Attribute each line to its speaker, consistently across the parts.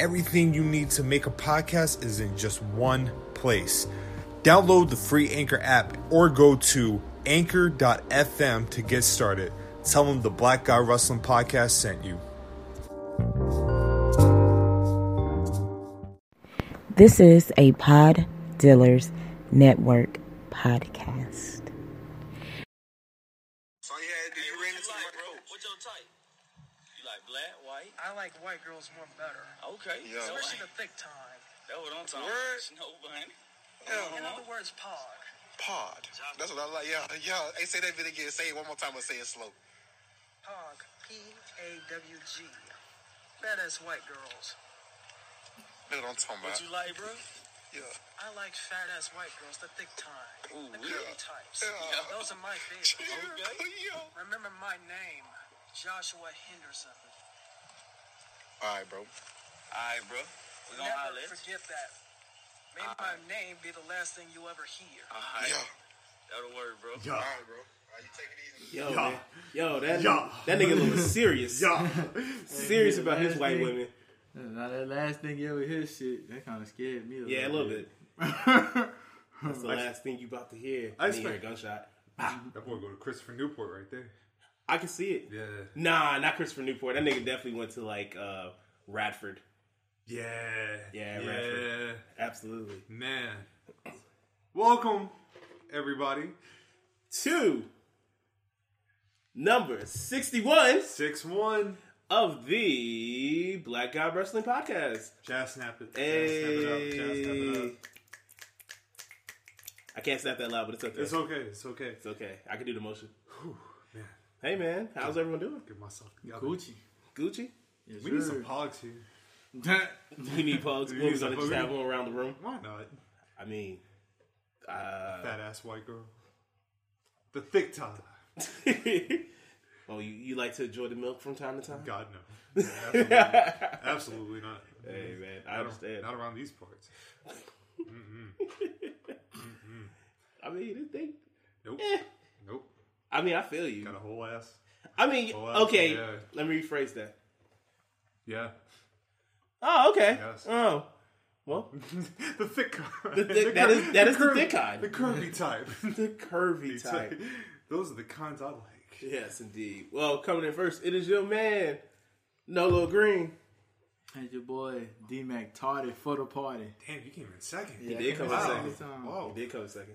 Speaker 1: everything you need to make a podcast is in just one place. Download the free Anchor app or go to anchor.fm to get started. Tell them the Black Guy Wrestling Podcast sent you.
Speaker 2: This is a Pod Dealers Network podcast.
Speaker 3: So yeah, do you really like, bro? What's your type? You like black, white?
Speaker 4: I like white girls more better.
Speaker 3: Okay. Yeah.
Speaker 4: Especially the thick time.
Speaker 3: That's what I'm talking
Speaker 4: Word.
Speaker 3: about. Uh-huh. Snow bunny.
Speaker 4: In other words, pog.
Speaker 5: Pod. That's what I like. Yeah, yeah. Hey, say that bit again. Say it one more time and say it slow.
Speaker 4: Pog. P A W G. Badass white girls.
Speaker 5: That's what I'm talking
Speaker 3: What
Speaker 5: about.
Speaker 3: you like, bro?
Speaker 5: Yeah.
Speaker 4: I like fat ass white girls, the thick time.
Speaker 3: Ooh,
Speaker 4: the
Speaker 3: yeah.
Speaker 4: curly types.
Speaker 5: Yeah.
Speaker 4: Those are my favorite.
Speaker 5: Yeah.
Speaker 4: Remember my name, Joshua Henderson.
Speaker 5: All right, bro.
Speaker 3: All right, bro. We gonna
Speaker 4: Never
Speaker 3: holler. That's
Speaker 4: forget that. May my name be the last thing you ever hear.
Speaker 5: Yeah.
Speaker 3: the word, bro.
Speaker 5: All right, bro. All right, you take it easy.
Speaker 6: Yo, man. yo, that that nigga looking serious. serious about his white women.
Speaker 7: Now that last thing you ever hear, shit, that kind of scared me. A
Speaker 6: Yeah, a
Speaker 7: little
Speaker 6: little bit. That's the last thing you about to hear.
Speaker 1: I
Speaker 6: I hear a
Speaker 1: expect-
Speaker 6: gunshot.
Speaker 1: That boy go to Christopher Newport right there.
Speaker 6: I can see it.
Speaker 1: Yeah.
Speaker 6: Nah, not Christopher Newport. That nigga definitely went to like uh Radford.
Speaker 1: Yeah.
Speaker 6: Yeah,
Speaker 1: Yeah.
Speaker 6: Radford. Absolutely.
Speaker 1: Man. Welcome, everybody.
Speaker 6: Two. Number sixty-one
Speaker 1: 6 1.
Speaker 6: of the Black Guy Wrestling Podcast.
Speaker 1: Jazz snap it. Jazz snap it up. Jazz snap it
Speaker 6: Hey.
Speaker 1: up.
Speaker 6: I can't snap that loud, but it's okay.
Speaker 1: It's okay. It's okay.
Speaker 6: It's okay. I can do the motion. Hey man, how's everyone doing?
Speaker 1: Give myself together.
Speaker 7: Gucci.
Speaker 6: Gucci?
Speaker 7: Yes,
Speaker 1: We need
Speaker 7: sir.
Speaker 1: some pogs here.
Speaker 6: We need pugs.
Speaker 1: We
Speaker 6: We're
Speaker 1: need
Speaker 6: gonna
Speaker 1: some
Speaker 6: just have
Speaker 1: pugs.
Speaker 6: one around the room.
Speaker 1: Why not?
Speaker 6: I mean, uh,
Speaker 1: Fat ass white girl. The thick top.
Speaker 6: oh, you, you like to enjoy the milk from time to time?
Speaker 1: God no. Absolutely, not. Absolutely not.
Speaker 6: Hey man, I
Speaker 1: Not-
Speaker 6: understand.
Speaker 1: Not around these parts.
Speaker 6: I mean, they,
Speaker 1: Nope.
Speaker 6: eh.
Speaker 1: Nope.
Speaker 6: I mean, I feel you.
Speaker 1: Got a whole ass.
Speaker 6: I mean,
Speaker 1: Well, that's-
Speaker 6: okay.
Speaker 1: yeah.
Speaker 6: Let me rephrase that.
Speaker 1: Yeah.
Speaker 6: Oh, okay.
Speaker 1: Yes.
Speaker 6: Oh, well,
Speaker 1: The thick. kind.
Speaker 6: The thick- that is- that is the
Speaker 1: curvy-
Speaker 6: thick kind.
Speaker 1: The curvy type.
Speaker 6: the curvy type.
Speaker 1: Type. Those are the kinds I like.
Speaker 6: Yes, indeed. Well, coming in first, it is your man, Nolo Green.
Speaker 7: And your boy D Mac tardy for the party.
Speaker 1: Damn, you came in second.
Speaker 7: He
Speaker 6: did come in
Speaker 1: wow.
Speaker 6: second.
Speaker 1: Wow.
Speaker 6: He did come second.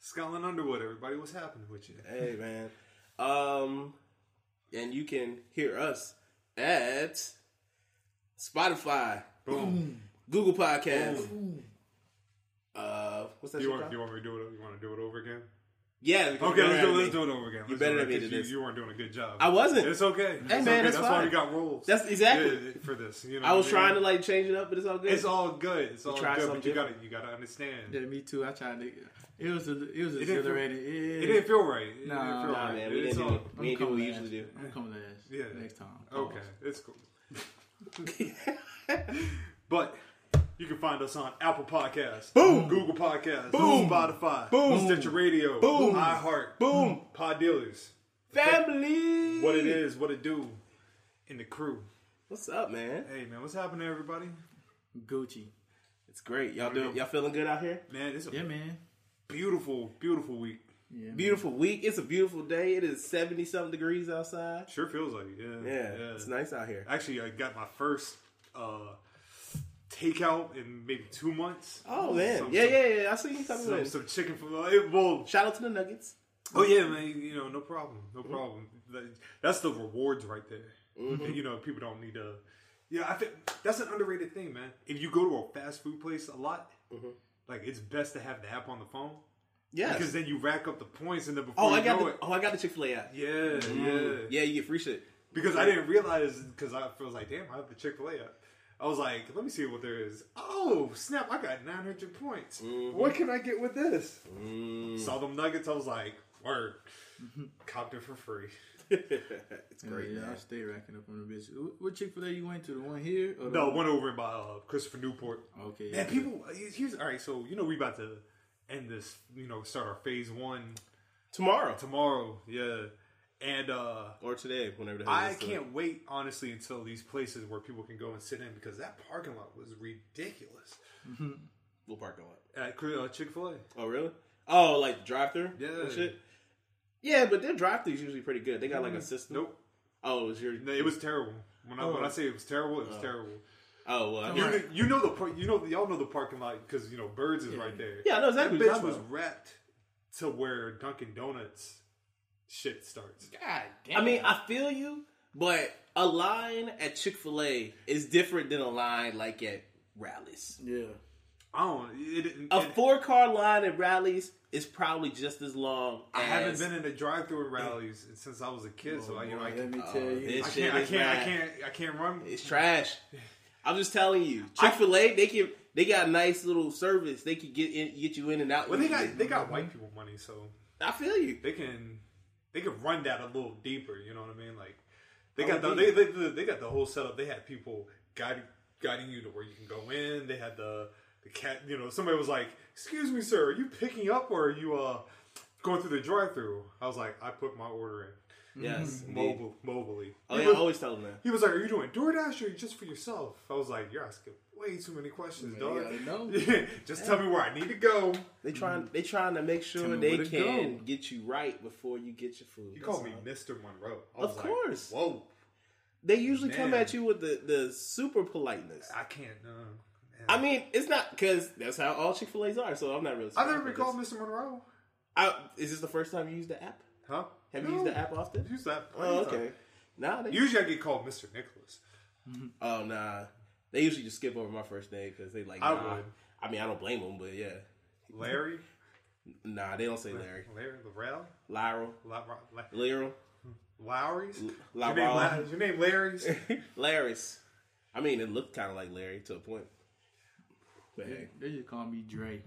Speaker 1: Scotland Underwood, everybody, what's happening with you?
Speaker 6: Hey man. Um and you can hear us at Spotify,
Speaker 1: Boom.
Speaker 6: Google Podcasts. Uh what's that
Speaker 1: Do
Speaker 6: shit
Speaker 1: you, want,
Speaker 6: called?
Speaker 1: do you want me to do it? You want to do it over again?
Speaker 6: Yeah, because
Speaker 1: Okay,
Speaker 6: you
Speaker 1: let's
Speaker 6: better
Speaker 1: do,
Speaker 6: than
Speaker 1: let's
Speaker 6: me.
Speaker 1: do it over again.
Speaker 6: You
Speaker 1: Let's
Speaker 6: better
Speaker 1: do it
Speaker 6: than me
Speaker 1: because
Speaker 6: to
Speaker 1: you,
Speaker 6: this.
Speaker 1: you weren't doing a good job.
Speaker 6: I wasn't.
Speaker 1: It's okay. It's
Speaker 6: man,
Speaker 1: okay.
Speaker 6: that's
Speaker 1: why
Speaker 6: fine.
Speaker 1: we got rules.
Speaker 6: That's exactly.
Speaker 1: Yeah, for this. You know
Speaker 6: I
Speaker 1: what
Speaker 6: was
Speaker 1: mean?
Speaker 6: trying to like change it up, but it's all good.
Speaker 1: It's all good. It's all
Speaker 6: tried
Speaker 1: good. But
Speaker 6: something
Speaker 1: you got to you got to understand.
Speaker 7: Yeah, me too. I tried to.
Speaker 6: It was a, it was
Speaker 1: It didn't feel-
Speaker 6: exhilarating.
Speaker 1: it didn't feel right. It
Speaker 6: Nah,
Speaker 1: didn't feel Nah, right. man, we It's didn't do- all- we
Speaker 6: I'm
Speaker 1: didn't do what
Speaker 6: coming
Speaker 1: we
Speaker 6: last.
Speaker 1: usually do.
Speaker 6: I'm coming last.
Speaker 1: Yeah.
Speaker 6: next time.
Speaker 1: Okay, it's cool. but you can find us on Apple Podcasts,
Speaker 6: Boom.
Speaker 1: Google Podcasts,
Speaker 6: Boom.
Speaker 1: Spotify,
Speaker 6: Boom.
Speaker 1: Stitcher Radio,
Speaker 6: Boom.
Speaker 1: iHeart, Boom, Pod Dealers,
Speaker 6: Family.
Speaker 1: What it is, what it do, and the crew.
Speaker 6: What's up, man?
Speaker 1: Hey man, what's happening, everybody?
Speaker 6: Gucci.
Speaker 1: It's great.
Speaker 6: Y'all doing? Y'all feeling good out here?
Speaker 1: Man, it's a
Speaker 6: Yeah, man.
Speaker 1: beautiful, beautiful week.
Speaker 6: Yeah, man.
Speaker 4: Beautiful week. It's a beautiful day. It is seventy something degrees outside.
Speaker 1: Sure feels like it. Yeah,
Speaker 4: Yeah, it's nice out here.
Speaker 1: Actually, I got my first uh, takeout in maybe two months.
Speaker 4: Oh man, yeah, yeah, yeah. I see you coming
Speaker 1: some,
Speaker 4: in.
Speaker 1: some chicken from uh, it, well.
Speaker 4: Shout out to the Nuggets.
Speaker 1: Oh yeah, man. You know, no problem, no
Speaker 4: Mm-hmm.
Speaker 1: problem. That- That's the rewards right there.
Speaker 4: Mhm.
Speaker 1: And, you know, people don't need to. Yeah, I think that's an underrated thing, man. If you go to a fast food place a lot, like it's best to have the app on the phone.
Speaker 4: Mm-hmm. Yes.
Speaker 1: because then you rack up the points, and then before
Speaker 4: Oh,
Speaker 1: you
Speaker 4: I got
Speaker 1: know
Speaker 4: the
Speaker 1: it,
Speaker 4: oh, I got the Chick Fil A app.
Speaker 1: yeah, yeah,
Speaker 4: Mm. yeah. You get free shit
Speaker 1: Because I didn't realize because I was like, damn, I have the Chick Fil A app. I was like, let me see what there is. Oh snap! I got nine hundred points. What can I get with this? Saw them nuggets. I was like, word, copped it for free.
Speaker 4: it's
Speaker 6: great. Mm-hmm. Yeah, I stay racking up on the bitch. Wh- What Chick Fil A you went to? The one here? Or the
Speaker 1: No, one over by uh, Christopher Newport.
Speaker 6: Okay.
Speaker 1: Man, people, uh, here's all right. So you know we about to end this. You know, start our phase one
Speaker 4: tomorrow.
Speaker 1: Tomorrow, yeah. And uh
Speaker 4: or today, whenever. The hell
Speaker 1: I
Speaker 4: this is.
Speaker 1: can't wait, honestly, until these places where people can go and sit in because that parking lot was ridiculous.
Speaker 4: Mm-hmm. We'll park on it.
Speaker 1: At uh, Chick Fil A,
Speaker 4: Oh really? Oh, like drive through?
Speaker 1: Yeah.
Speaker 4: and shit. Yeah, but their drive throughs usually pretty good. They got like a
Speaker 1: Mhm.
Speaker 4: system.
Speaker 1: Nope.
Speaker 4: Oh, Mm-hmm. it was your?
Speaker 1: it was terrible. When I when I say it was terrible, it was
Speaker 4: Oh.
Speaker 1: terrible.
Speaker 4: Oh well. I
Speaker 1: You,
Speaker 4: guess-
Speaker 1: kn- you know the par- you know y'all know the parking lot because you know Birds is right there.
Speaker 4: Yeah, I know exactly
Speaker 1: That
Speaker 4: what you're
Speaker 1: bitch
Speaker 4: talking
Speaker 1: was
Speaker 4: about.
Speaker 1: wrapped to where Dunkin' Donuts shit starts.
Speaker 4: God damn. I mean, I feel you, but a line at Chick Fil A is different than a line like at rallies.
Speaker 6: Yeah.
Speaker 1: I don't. It, it,
Speaker 4: A four car line at rallies is probably just as long.
Speaker 1: I haven't
Speaker 4: as-
Speaker 1: been in a drive-through rallies since I was a kid, so I, you know, I
Speaker 6: let
Speaker 1: can,
Speaker 6: me tell you.
Speaker 1: I
Speaker 4: This shit
Speaker 1: can't, I
Speaker 4: is
Speaker 1: can't, I
Speaker 4: rad.
Speaker 1: can't, I can't run.
Speaker 4: It's trash. I'm just telling you, Chick Fil A. They can. They got a nice little service. They can get in, get you in and out.
Speaker 1: Well, they
Speaker 4: when you
Speaker 1: got they got white people money, so
Speaker 4: I feel you.
Speaker 1: They can they can run that a little deeper. You know what I mean? Like they
Speaker 4: I
Speaker 1: got the
Speaker 4: would
Speaker 1: they,
Speaker 4: be.
Speaker 1: they they got the whole setup. They had people guiding guiding you to where you can go in. They had the the cat. You know, somebody was like, "Excuse me, sir, are you picking up or are you uh going through the drive through?" I was like, "I put my order in."
Speaker 4: Yes,
Speaker 1: Mhm.
Speaker 4: indeed.
Speaker 1: mobile, mobily.
Speaker 4: Oh,
Speaker 1: He
Speaker 4: yeah, I
Speaker 1: was-
Speaker 4: always tell them that.
Speaker 1: He was like, "Are you doing DoorDash or just for yourself?" I was like, "You're asking way too many questions,
Speaker 4: Man, you
Speaker 1: dog.
Speaker 4: gotta know.
Speaker 1: Yeah, just tell me where I need to go."
Speaker 4: They trying they trying to make
Speaker 1: Mm-hmm. Tell
Speaker 4: sure
Speaker 1: me
Speaker 4: they
Speaker 1: where to go.
Speaker 4: can get you right before you get your food.
Speaker 1: You
Speaker 4: That's
Speaker 1: called me
Speaker 4: all.
Speaker 1: Mister Monroe. I
Speaker 4: Of
Speaker 1: was like,
Speaker 4: course.
Speaker 1: Whoa.
Speaker 4: They usually come
Speaker 1: Man.
Speaker 4: at you with the, the super politeness.
Speaker 1: I can't. No.
Speaker 4: I mean, it's not because that's how all Chick Fil A's are. So I'm not really.
Speaker 1: I've never
Speaker 4: surprised
Speaker 1: been
Speaker 4: by
Speaker 1: called Mr. Monroe.
Speaker 4: this. I, is this the first time you used the app?
Speaker 1: Huh?
Speaker 4: Have
Speaker 1: No.
Speaker 4: you used the app often?
Speaker 1: Use that.
Speaker 4: Oh,
Speaker 1: plenty of
Speaker 4: okay.
Speaker 1: time.
Speaker 4: Nah, they,
Speaker 1: Usually I get called Mr. Nicholas.
Speaker 4: Oh nah, they usually just skip over my first name because they like.
Speaker 1: I
Speaker 4: nah.
Speaker 1: would.
Speaker 4: I mean, I don't blame them, but yeah.
Speaker 1: Larry.
Speaker 4: Nah, they don't say Larry.
Speaker 1: Larry. Larrell.
Speaker 4: Lyra.
Speaker 1: La- Ra- La-
Speaker 4: Lyra.
Speaker 1: Lowry's.
Speaker 4: La-
Speaker 1: your, name,
Speaker 4: Ra-
Speaker 1: La- your name Larry's.
Speaker 4: Larry's. I mean, it looked kind of like Larry to a point. But
Speaker 6: They,
Speaker 4: hey.
Speaker 6: they just call me Dre.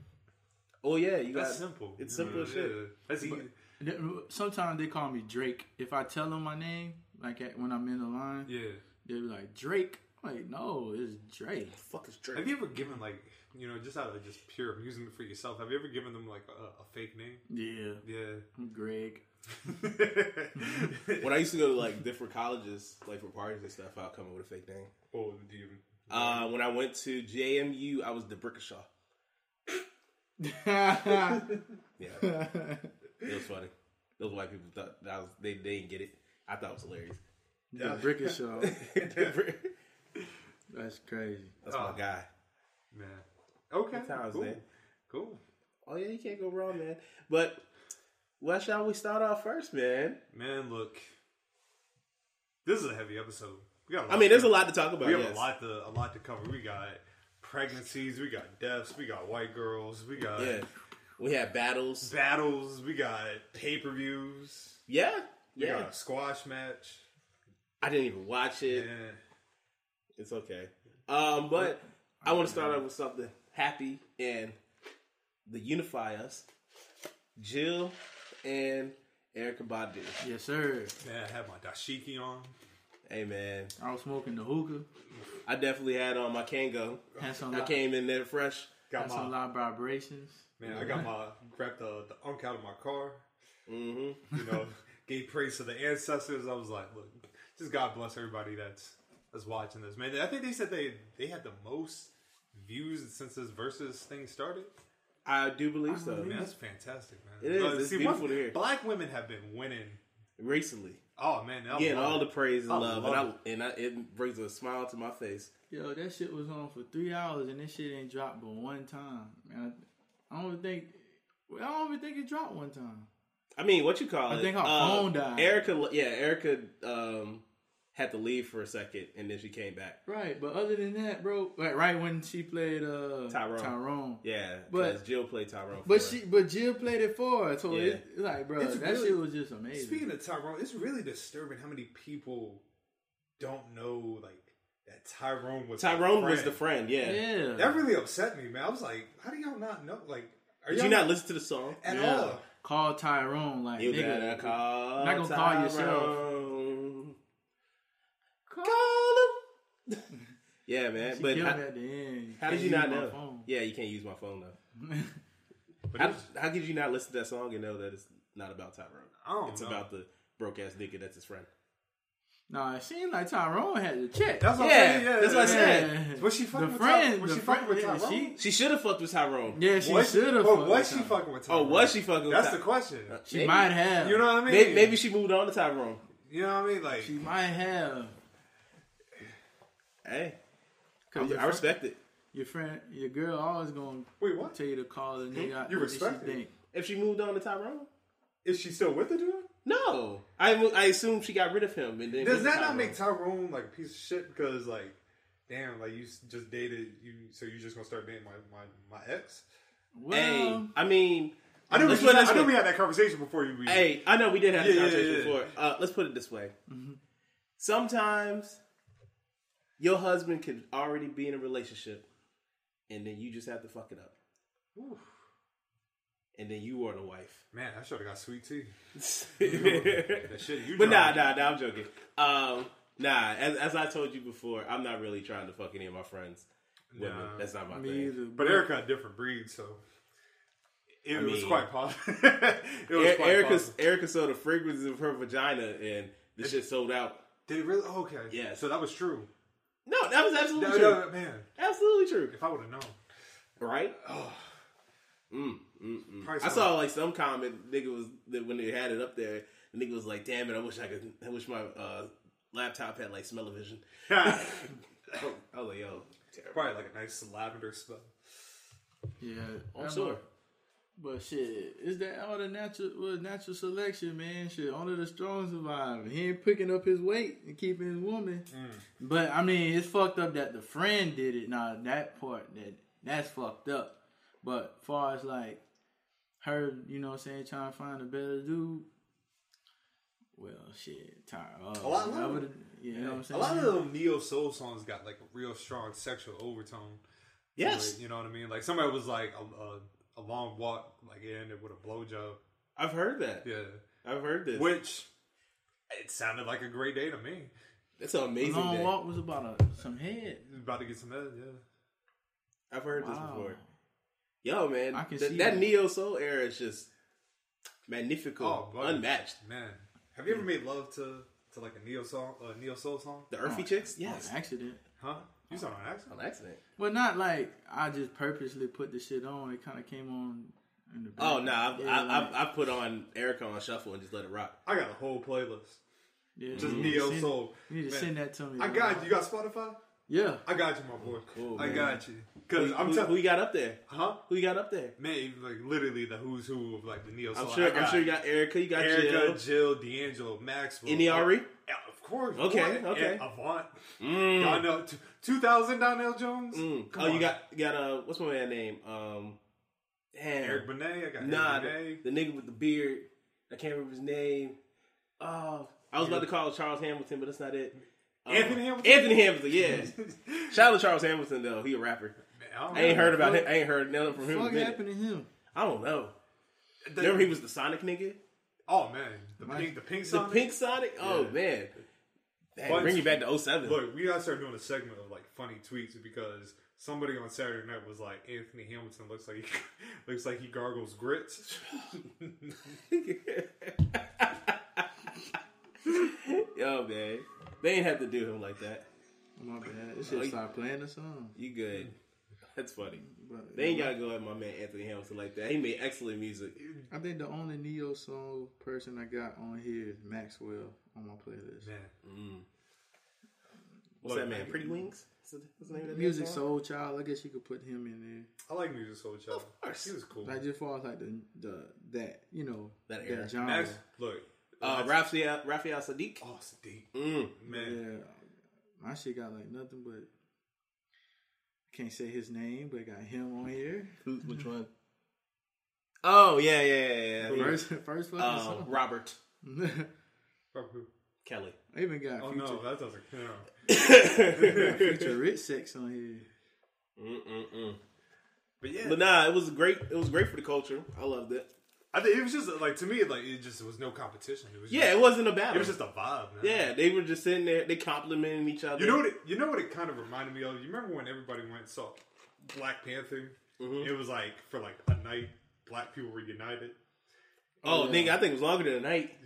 Speaker 4: Oh yeah, you
Speaker 1: That's
Speaker 4: got
Speaker 1: simple.
Speaker 4: It's simple as
Speaker 1: Yeah,
Speaker 4: shit.
Speaker 1: That's easy.
Speaker 6: They- Sometimes they call me Drake. If I tell them my name, like at, when I'm in the line,
Speaker 1: Yeah.
Speaker 6: they'll be like, Drake. I'm like, no, it's Drake.
Speaker 4: fuck is
Speaker 1: Have you ever given like you know just out of just pure amusement for yourself? Have you ever given them like a, a fake name?
Speaker 6: Yeah.
Speaker 1: Yeah.
Speaker 6: I'm Greg.
Speaker 4: When I used to go to like different colleges, like for parties and stuff, I'll come up with a fake name.
Speaker 1: oh, do you?
Speaker 4: Uh, when I went to JMU, I was the Brickashaw. Yeah, it was funny. Those white people thought that I was they, they didn't get it. I thought it was hilarious.
Speaker 6: The Bricker Show.
Speaker 4: The Brick-
Speaker 6: That's crazy.
Speaker 4: That's my guy.
Speaker 1: Oh, Man. Okay.
Speaker 4: Good times,
Speaker 1: cool.
Speaker 4: man.
Speaker 1: Cool.
Speaker 4: Oh yeah, you can't go wrong, man. But where shall we start off first, man?
Speaker 1: Man, look. This is a heavy episode. We got.
Speaker 4: I mean, there's a lot to talk about.
Speaker 1: We have
Speaker 4: yes.
Speaker 1: a lot to a lot to cover. We got pregnancies, we got deaths, we got white girls, we got
Speaker 4: Yeah, we had battles.
Speaker 1: battles, we got pay per views,
Speaker 4: Yeah,
Speaker 1: we
Speaker 4: yeah.
Speaker 1: got a squash match.
Speaker 4: I didn't even watch it.
Speaker 1: And
Speaker 4: It's okay. Um, but I want to start off with something happy and to unify us. Jill and Erica Badu.
Speaker 6: Yes, sir.
Speaker 1: Man, I had my dashiki on.
Speaker 4: Hey man,
Speaker 6: I was smoking the hookah.
Speaker 4: I definitely had on my Kango.
Speaker 6: Had some
Speaker 4: I
Speaker 6: li-
Speaker 4: came in there fresh.
Speaker 6: Got Had some my- live vibrations.
Speaker 1: Man, I got my grabbed the, the unk out of my car. Mm-hmm. You know, gave praise to the ancestors. I was like, look, just God bless everybody that's that's watching this. Man, I think they said they they had the most views since this versus thing started.
Speaker 4: I do believe so.
Speaker 1: Man, that's fantastic, man.
Speaker 4: It is.
Speaker 1: Look,
Speaker 4: It's
Speaker 1: see,
Speaker 4: beautiful
Speaker 1: once-
Speaker 4: to hear.
Speaker 1: Black women have been winning
Speaker 4: recently.
Speaker 1: Oh man, I
Speaker 4: Getting
Speaker 1: love
Speaker 4: all
Speaker 1: it.
Speaker 4: the praise and
Speaker 1: I
Speaker 4: love,
Speaker 1: love
Speaker 4: and, I, and I, it brings a smile to my face.
Speaker 6: Yo, that shit was on for three hours and this shit ain't dropped but one time. Man, I, I don't even think I don't even think it dropped one time.
Speaker 4: I mean, what you call
Speaker 6: I
Speaker 4: it?
Speaker 6: think her
Speaker 4: Uh,
Speaker 6: phone died.
Speaker 4: Erica, yeah, Erica um, had to leave for a second, and then she came back.
Speaker 6: Right, but other than that, bro, like right when she played uh
Speaker 4: Tyrone,
Speaker 6: Tyrone.
Speaker 4: yeah,
Speaker 6: But-
Speaker 4: but Jill played Tyrone.
Speaker 6: But
Speaker 4: for her.
Speaker 6: she but Jill played it for her, so
Speaker 4: Yeah.
Speaker 6: it, it's like bro,
Speaker 1: It's
Speaker 6: that
Speaker 1: really-
Speaker 6: shit was just amazing.
Speaker 1: Speaking of Tyrone, it's really disturbing how many people don't know like that Tyrone was
Speaker 4: Tyrone
Speaker 1: the
Speaker 4: was the friend, yeah. Yeah.
Speaker 1: that really upset me, man. I was like, how do y'all not know? Like, are
Speaker 4: Did you
Speaker 1: y'all
Speaker 4: not listen to the song
Speaker 1: at
Speaker 6: Yeah.
Speaker 1: all?
Speaker 6: Call Tyrone, like
Speaker 4: You
Speaker 6: nigga,
Speaker 4: gotta call.
Speaker 6: not gonna call yourself.
Speaker 4: Tyrone.
Speaker 6: Call
Speaker 4: Yeah, man.
Speaker 6: She
Speaker 4: but
Speaker 6: killed
Speaker 4: how,
Speaker 6: me at the end.
Speaker 4: how
Speaker 6: Can't
Speaker 4: did you
Speaker 6: use
Speaker 4: not
Speaker 6: my
Speaker 4: know?
Speaker 6: phone.
Speaker 4: Yeah, you can't use my phone though.
Speaker 1: But
Speaker 4: how,
Speaker 1: it was-
Speaker 4: how could you not listen to that song and know that it's not about Tyrone?
Speaker 1: I don't
Speaker 4: it's
Speaker 1: know.
Speaker 4: about the broke ass nigga that's his friend.
Speaker 6: Nah, it seemed like Tyrone had the check.
Speaker 1: That's what
Speaker 4: Yeah,
Speaker 1: I'm saying. Yeah,
Speaker 4: that's what I
Speaker 1: yeah.
Speaker 4: said.
Speaker 1: Was she fucking
Speaker 6: The
Speaker 1: with
Speaker 6: friend-
Speaker 1: Tyrone? Was
Speaker 6: the
Speaker 1: she fucking with
Speaker 6: friend- yeah, she-
Speaker 1: Tyrone?
Speaker 4: She should have fucked with Tyrone.
Speaker 6: Yeah, she
Speaker 1: Was
Speaker 6: should have.
Speaker 1: Or was she fucking with
Speaker 4: Oh,
Speaker 1: Tyrone?
Speaker 4: was she fucking?
Speaker 1: That's
Speaker 4: with Ty-
Speaker 1: the question.
Speaker 6: She might have.
Speaker 1: You know what I mean?
Speaker 4: Maybe, maybe she moved on to Tyrone.
Speaker 1: You know what I mean? Like,
Speaker 6: She might have.
Speaker 4: Hey, I,
Speaker 6: 'Cause your
Speaker 4: I respect it.
Speaker 6: Your friend, your girl, always gonna
Speaker 1: Wait, what?
Speaker 6: tell you to call the nigga. out
Speaker 1: You
Speaker 6: that she
Speaker 1: respect it?
Speaker 6: think.
Speaker 4: If she moved on to Tyrone,
Speaker 1: is she still with the dude?
Speaker 4: no. I mo- I assume she got rid of him. And then
Speaker 1: Does
Speaker 4: went to
Speaker 1: that not
Speaker 4: Tyrone.
Speaker 1: make Tyrone like a piece of shit? Because like, damn, like you s- just dated you, so you just gonna start dating my my, my ex?
Speaker 4: hey, I mean,
Speaker 1: I knew, we,
Speaker 4: let's put it this
Speaker 1: I knew
Speaker 4: way.
Speaker 1: we had that conversation before you. We,
Speaker 4: Hey, I know we did have
Speaker 1: Yeah,
Speaker 4: this
Speaker 1: yeah,
Speaker 4: conversation
Speaker 1: yeah.
Speaker 4: before. Uh, let's put it this way: sometimes your husband could already be in a relationship, and then you just have to fuck it up,
Speaker 1: Oof.
Speaker 4: and then you are the wife.
Speaker 1: man, I should have got sweet tea.
Speaker 4: but
Speaker 1: shit, you
Speaker 4: nah,
Speaker 1: drunk.
Speaker 4: nah, nah, I'm joking. Um, nah, as, as I told you before, I'm not really trying to fuck any of my friends. Women.
Speaker 1: Nah.
Speaker 4: That's not my
Speaker 6: Me
Speaker 4: thing.
Speaker 6: either.
Speaker 1: But Erica a different breed, so it
Speaker 4: I
Speaker 1: was
Speaker 4: mean-
Speaker 1: quite possible. it was
Speaker 4: E-
Speaker 1: quite
Speaker 4: Erica's,
Speaker 1: possible.
Speaker 4: Erica sold the fragrances of her vagina, and the shit sold out.
Speaker 1: Did it really? Oh, Okay,
Speaker 4: Yeah.
Speaker 1: So that was true.
Speaker 4: No, that was absolutely
Speaker 1: No,
Speaker 4: true.
Speaker 1: no, man,
Speaker 4: Absolutely true.
Speaker 1: if I would have known,
Speaker 4: Right? Mm, mm, mm.
Speaker 1: Price
Speaker 4: I
Speaker 1: on
Speaker 4: saw like some comment nigga was that when they had it up there, the nigga was like, "Damn it, I wish I could. I wish my uh, laptop had like smell-o-vision." I was like, "Yo, terrible."
Speaker 1: probably like a nice lavender smell.
Speaker 6: Yeah,
Speaker 4: I'm
Speaker 6: that
Speaker 4: sure."
Speaker 6: mo- But shit, is that all the natural well, natural selection, man? Shit, only the strong survive. He ain't picking up his weight and keeping his woman. But I mean, it's fucked up that the friend did it. Now that part that that's fucked up. But far as like her, you know, what I'm saying trying to find a better dude. Well, shit, tired. Oh,
Speaker 1: A lot of them-
Speaker 6: yeah, you know what I'm
Speaker 1: A
Speaker 6: saying.
Speaker 1: lot of them neo soul songs got like a real strong sexual overtone. to
Speaker 4: Yes.
Speaker 1: it, you know what I mean. Like somebody was like a, a, a long walk, like it ended with a blowjob.
Speaker 4: I've heard that.
Speaker 1: Yeah,
Speaker 4: I've heard this.
Speaker 1: which it sounded like a great day to me.
Speaker 4: That's an amazing
Speaker 6: long
Speaker 4: day.
Speaker 6: walk was about a, some head.
Speaker 1: About to get some head, yeah.
Speaker 4: I've heard
Speaker 6: Wow.
Speaker 4: this before. Yo, man,
Speaker 6: I can
Speaker 4: th-
Speaker 6: see
Speaker 4: that,
Speaker 6: that.
Speaker 4: neo soul era is just magnifico,
Speaker 1: Oh, buddy.
Speaker 4: unmatched.
Speaker 1: Man, have you ever made love to to like a neo song, a neo soul song?
Speaker 4: The Earthy
Speaker 6: Oh,
Speaker 4: Chicks,
Speaker 6: on
Speaker 4: yes,
Speaker 6: accident.
Speaker 1: Huh? You sound on accident.
Speaker 4: on accident.
Speaker 6: But not like I just purposely put the shit on. It kind of came on. In the
Speaker 4: Oh
Speaker 6: back.
Speaker 4: no, I've,
Speaker 6: Yeah,
Speaker 4: I,
Speaker 6: like-
Speaker 4: I've, I've put on Erica on shuffle and just let it rock.
Speaker 1: I got a whole playlist.
Speaker 6: yeah,
Speaker 1: Just
Speaker 6: you need to
Speaker 1: neo
Speaker 6: send-
Speaker 1: soul.
Speaker 6: You need to
Speaker 1: Man,
Speaker 6: send that to me.
Speaker 1: I
Speaker 6: bro.
Speaker 1: got you. You got Spotify?
Speaker 6: Yeah,
Speaker 1: I got you, my boy.
Speaker 4: Cool,
Speaker 1: I
Speaker 4: man.
Speaker 1: got you.
Speaker 4: Who,
Speaker 1: Cause I'm
Speaker 4: who-
Speaker 1: telling
Speaker 4: who you got up there?
Speaker 1: huh?
Speaker 4: Who you got up there?
Speaker 1: Man, like literally the who's who of like the neo soul.
Speaker 4: I'm
Speaker 1: I
Speaker 4: sure.
Speaker 1: got
Speaker 4: I'm sure you got Erica. You got
Speaker 1: Erica,
Speaker 4: Jill.
Speaker 1: Jill, D'Angelo, Maxwell,
Speaker 4: Inari?
Speaker 1: Yeah, of course.
Speaker 4: E? Okay,
Speaker 1: boy. Yeah,
Speaker 4: okay.
Speaker 1: Avant,
Speaker 4: Mm.
Speaker 1: Donnell, t- 2000 Donnell Jones.
Speaker 4: Mm.
Speaker 1: Come
Speaker 4: Oh, you
Speaker 1: on.
Speaker 4: got you got uh, what's my man name? Um, damn.
Speaker 1: Eric Benet. I got
Speaker 4: Nah,
Speaker 1: Eric
Speaker 4: the,
Speaker 1: Benet.
Speaker 4: the nigga with the beard. I can't remember his name. Oh, I was about to call Charles Hamilton, but that's not it. Uh,
Speaker 1: Anthony Hamilton?
Speaker 4: Anthony Hamilton. Yeah. Shout out to Charles Hamilton though. He a rapper.
Speaker 1: don't
Speaker 4: I ain't
Speaker 1: know.
Speaker 4: heard about him. I ain't heard nothing from him. in a
Speaker 6: what
Speaker 4: minute.
Speaker 6: happened to him?
Speaker 4: I don't know. Remember he was the Sonic nigga.
Speaker 1: Oh man, the pink, the pink Sonic.
Speaker 4: The pink Sonic. Oh
Speaker 1: Yeah.
Speaker 4: man, that
Speaker 1: But-
Speaker 4: bring you back to 07.
Speaker 1: Look, we gotta start doing a segment of like funny tweets because somebody on Saturday night was like, Anthony Hamilton looks like he, looks like he gargles grits.
Speaker 4: Yo, man, they ain't have to do him like that.
Speaker 6: My bad. This shit
Speaker 4: Oh, you-
Speaker 6: start playing the song.
Speaker 4: You good? That's funny. They ain't gotta go at my man Anthony Hamilton like that. He made excellent music.
Speaker 6: I think the only Neo song person I got on here is Maxwell on my playlist.
Speaker 4: Mm. What's that man? Pretty Wings. What's the name of that
Speaker 6: Music
Speaker 4: song?
Speaker 6: Soul Child. I guess you could put him in
Speaker 1: I like Music Soul Child. Of course, he was cool.
Speaker 6: there. Like just far as like the the that you know
Speaker 4: That era.
Speaker 6: genre.
Speaker 1: Max- look,
Speaker 4: Uh, Raphael, Raphael Sadiq.
Speaker 1: Oh, Sadiq.
Speaker 4: Mm.
Speaker 1: Man.
Speaker 6: Yeah, my shit got like nothing but. I can't say his name, but I got him on here.
Speaker 4: Who, which one? Oh yeah, yeah, yeah. yeah.
Speaker 6: First- first fucking
Speaker 4: Um,
Speaker 6: song.
Speaker 4: Robert Kelly.
Speaker 6: I even got
Speaker 1: Oh,
Speaker 6: future.
Speaker 1: no, that doesn't count.
Speaker 6: got future rich sex on here.
Speaker 4: Mm-mm-mm.
Speaker 1: But yeah,
Speaker 4: But nah, it was great. It was great for the culture. I loved it.
Speaker 1: I think it was just like to me, like it just was no competition. It was
Speaker 4: Yeah,
Speaker 1: just-
Speaker 4: it wasn't a battle.
Speaker 1: It was just a vibe. Man.
Speaker 4: Yeah, they were just sitting there. They complimenting each other.
Speaker 1: You know what? It, you know what it kind of reminded me of. You remember when everybody went and saw Black Panther? It was like for like a night, black people were united.
Speaker 4: Oh, nigga, I think it was longer than a night.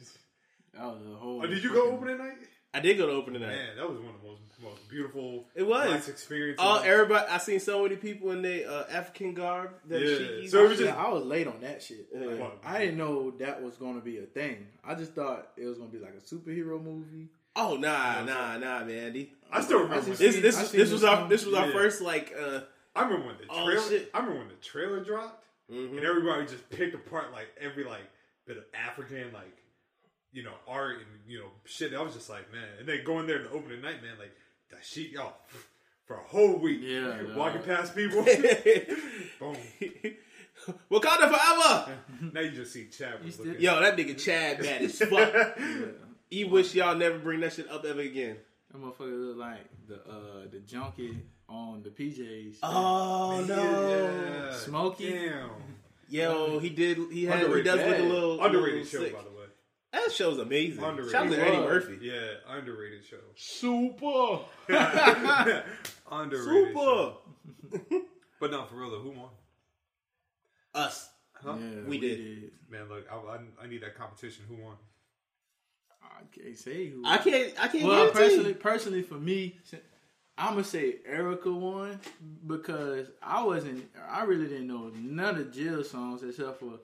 Speaker 6: That was a whole.
Speaker 1: Oh, did you go opening night?
Speaker 4: I did go to opening night.
Speaker 1: Man, that was one of the most, most beautiful.
Speaker 4: It was
Speaker 1: black experience.
Speaker 4: All everybody, I seen so many people in their uh, African garb. That
Speaker 1: Yeah.
Speaker 4: she
Speaker 6: So
Speaker 1: So
Speaker 6: I,
Speaker 1: it
Speaker 6: was
Speaker 1: was
Speaker 6: just,
Speaker 1: just-
Speaker 6: I was late on that shit. Like,
Speaker 4: Yeah.
Speaker 6: I didn't know that was going to be a thing. I just thought it was going to be like a superhero movie.
Speaker 4: Oh nah, nah, nah, man. The-
Speaker 1: I still remember
Speaker 4: This
Speaker 1: when-
Speaker 4: this
Speaker 6: I
Speaker 4: this,
Speaker 6: seen
Speaker 4: was
Speaker 6: this
Speaker 4: our
Speaker 6: one.
Speaker 4: this was our
Speaker 1: Yeah.
Speaker 4: first like. uh
Speaker 1: I remember when the
Speaker 4: Oh,
Speaker 1: trailer.
Speaker 4: shit. Mm-hmm.
Speaker 1: I remember when the trailer dropped, and everybody just picked apart like every like bit of African like you know art and you know shit. I was just like, man, and then going there to open the night, man, like that shit, y'all. For a whole week,
Speaker 6: Yeah, yeah.
Speaker 1: walking past people, boom.
Speaker 4: Wakanda forever.
Speaker 1: now you just see Chadwick. looking-
Speaker 4: Yo, that nigga Chad mad as fuck. He wish y'all never bring that shit up ever again.
Speaker 6: That motherfucker looked like the uh, the junkie on the PJs.
Speaker 4: Oh no,
Speaker 6: Yeah. Smokey.
Speaker 4: Yo, he did. He had.
Speaker 1: Underrated.
Speaker 4: he does look a little
Speaker 1: Underrated
Speaker 4: little
Speaker 1: show,
Speaker 4: sick.
Speaker 1: by the way.
Speaker 4: That show's amazing.
Speaker 1: Underrated.
Speaker 4: Shout out to
Speaker 1: He
Speaker 4: Eddie
Speaker 1: was.
Speaker 4: Murphy.
Speaker 1: Yeah, underrated show.
Speaker 4: Super.
Speaker 1: underrated.
Speaker 4: Super.
Speaker 1: Show. But no, for real though, who won?
Speaker 4: Us.
Speaker 1: Huh?
Speaker 6: Yeah,
Speaker 4: we, did.
Speaker 1: Man, look, I, I, I need that competition. Who won?
Speaker 6: I can't say who.
Speaker 4: I can't. I can't.
Speaker 6: well,
Speaker 4: Well,
Speaker 6: personally, personally for me, I'm gonna say Erica won because I wasn't. I really didn't know none of Jill's songs except for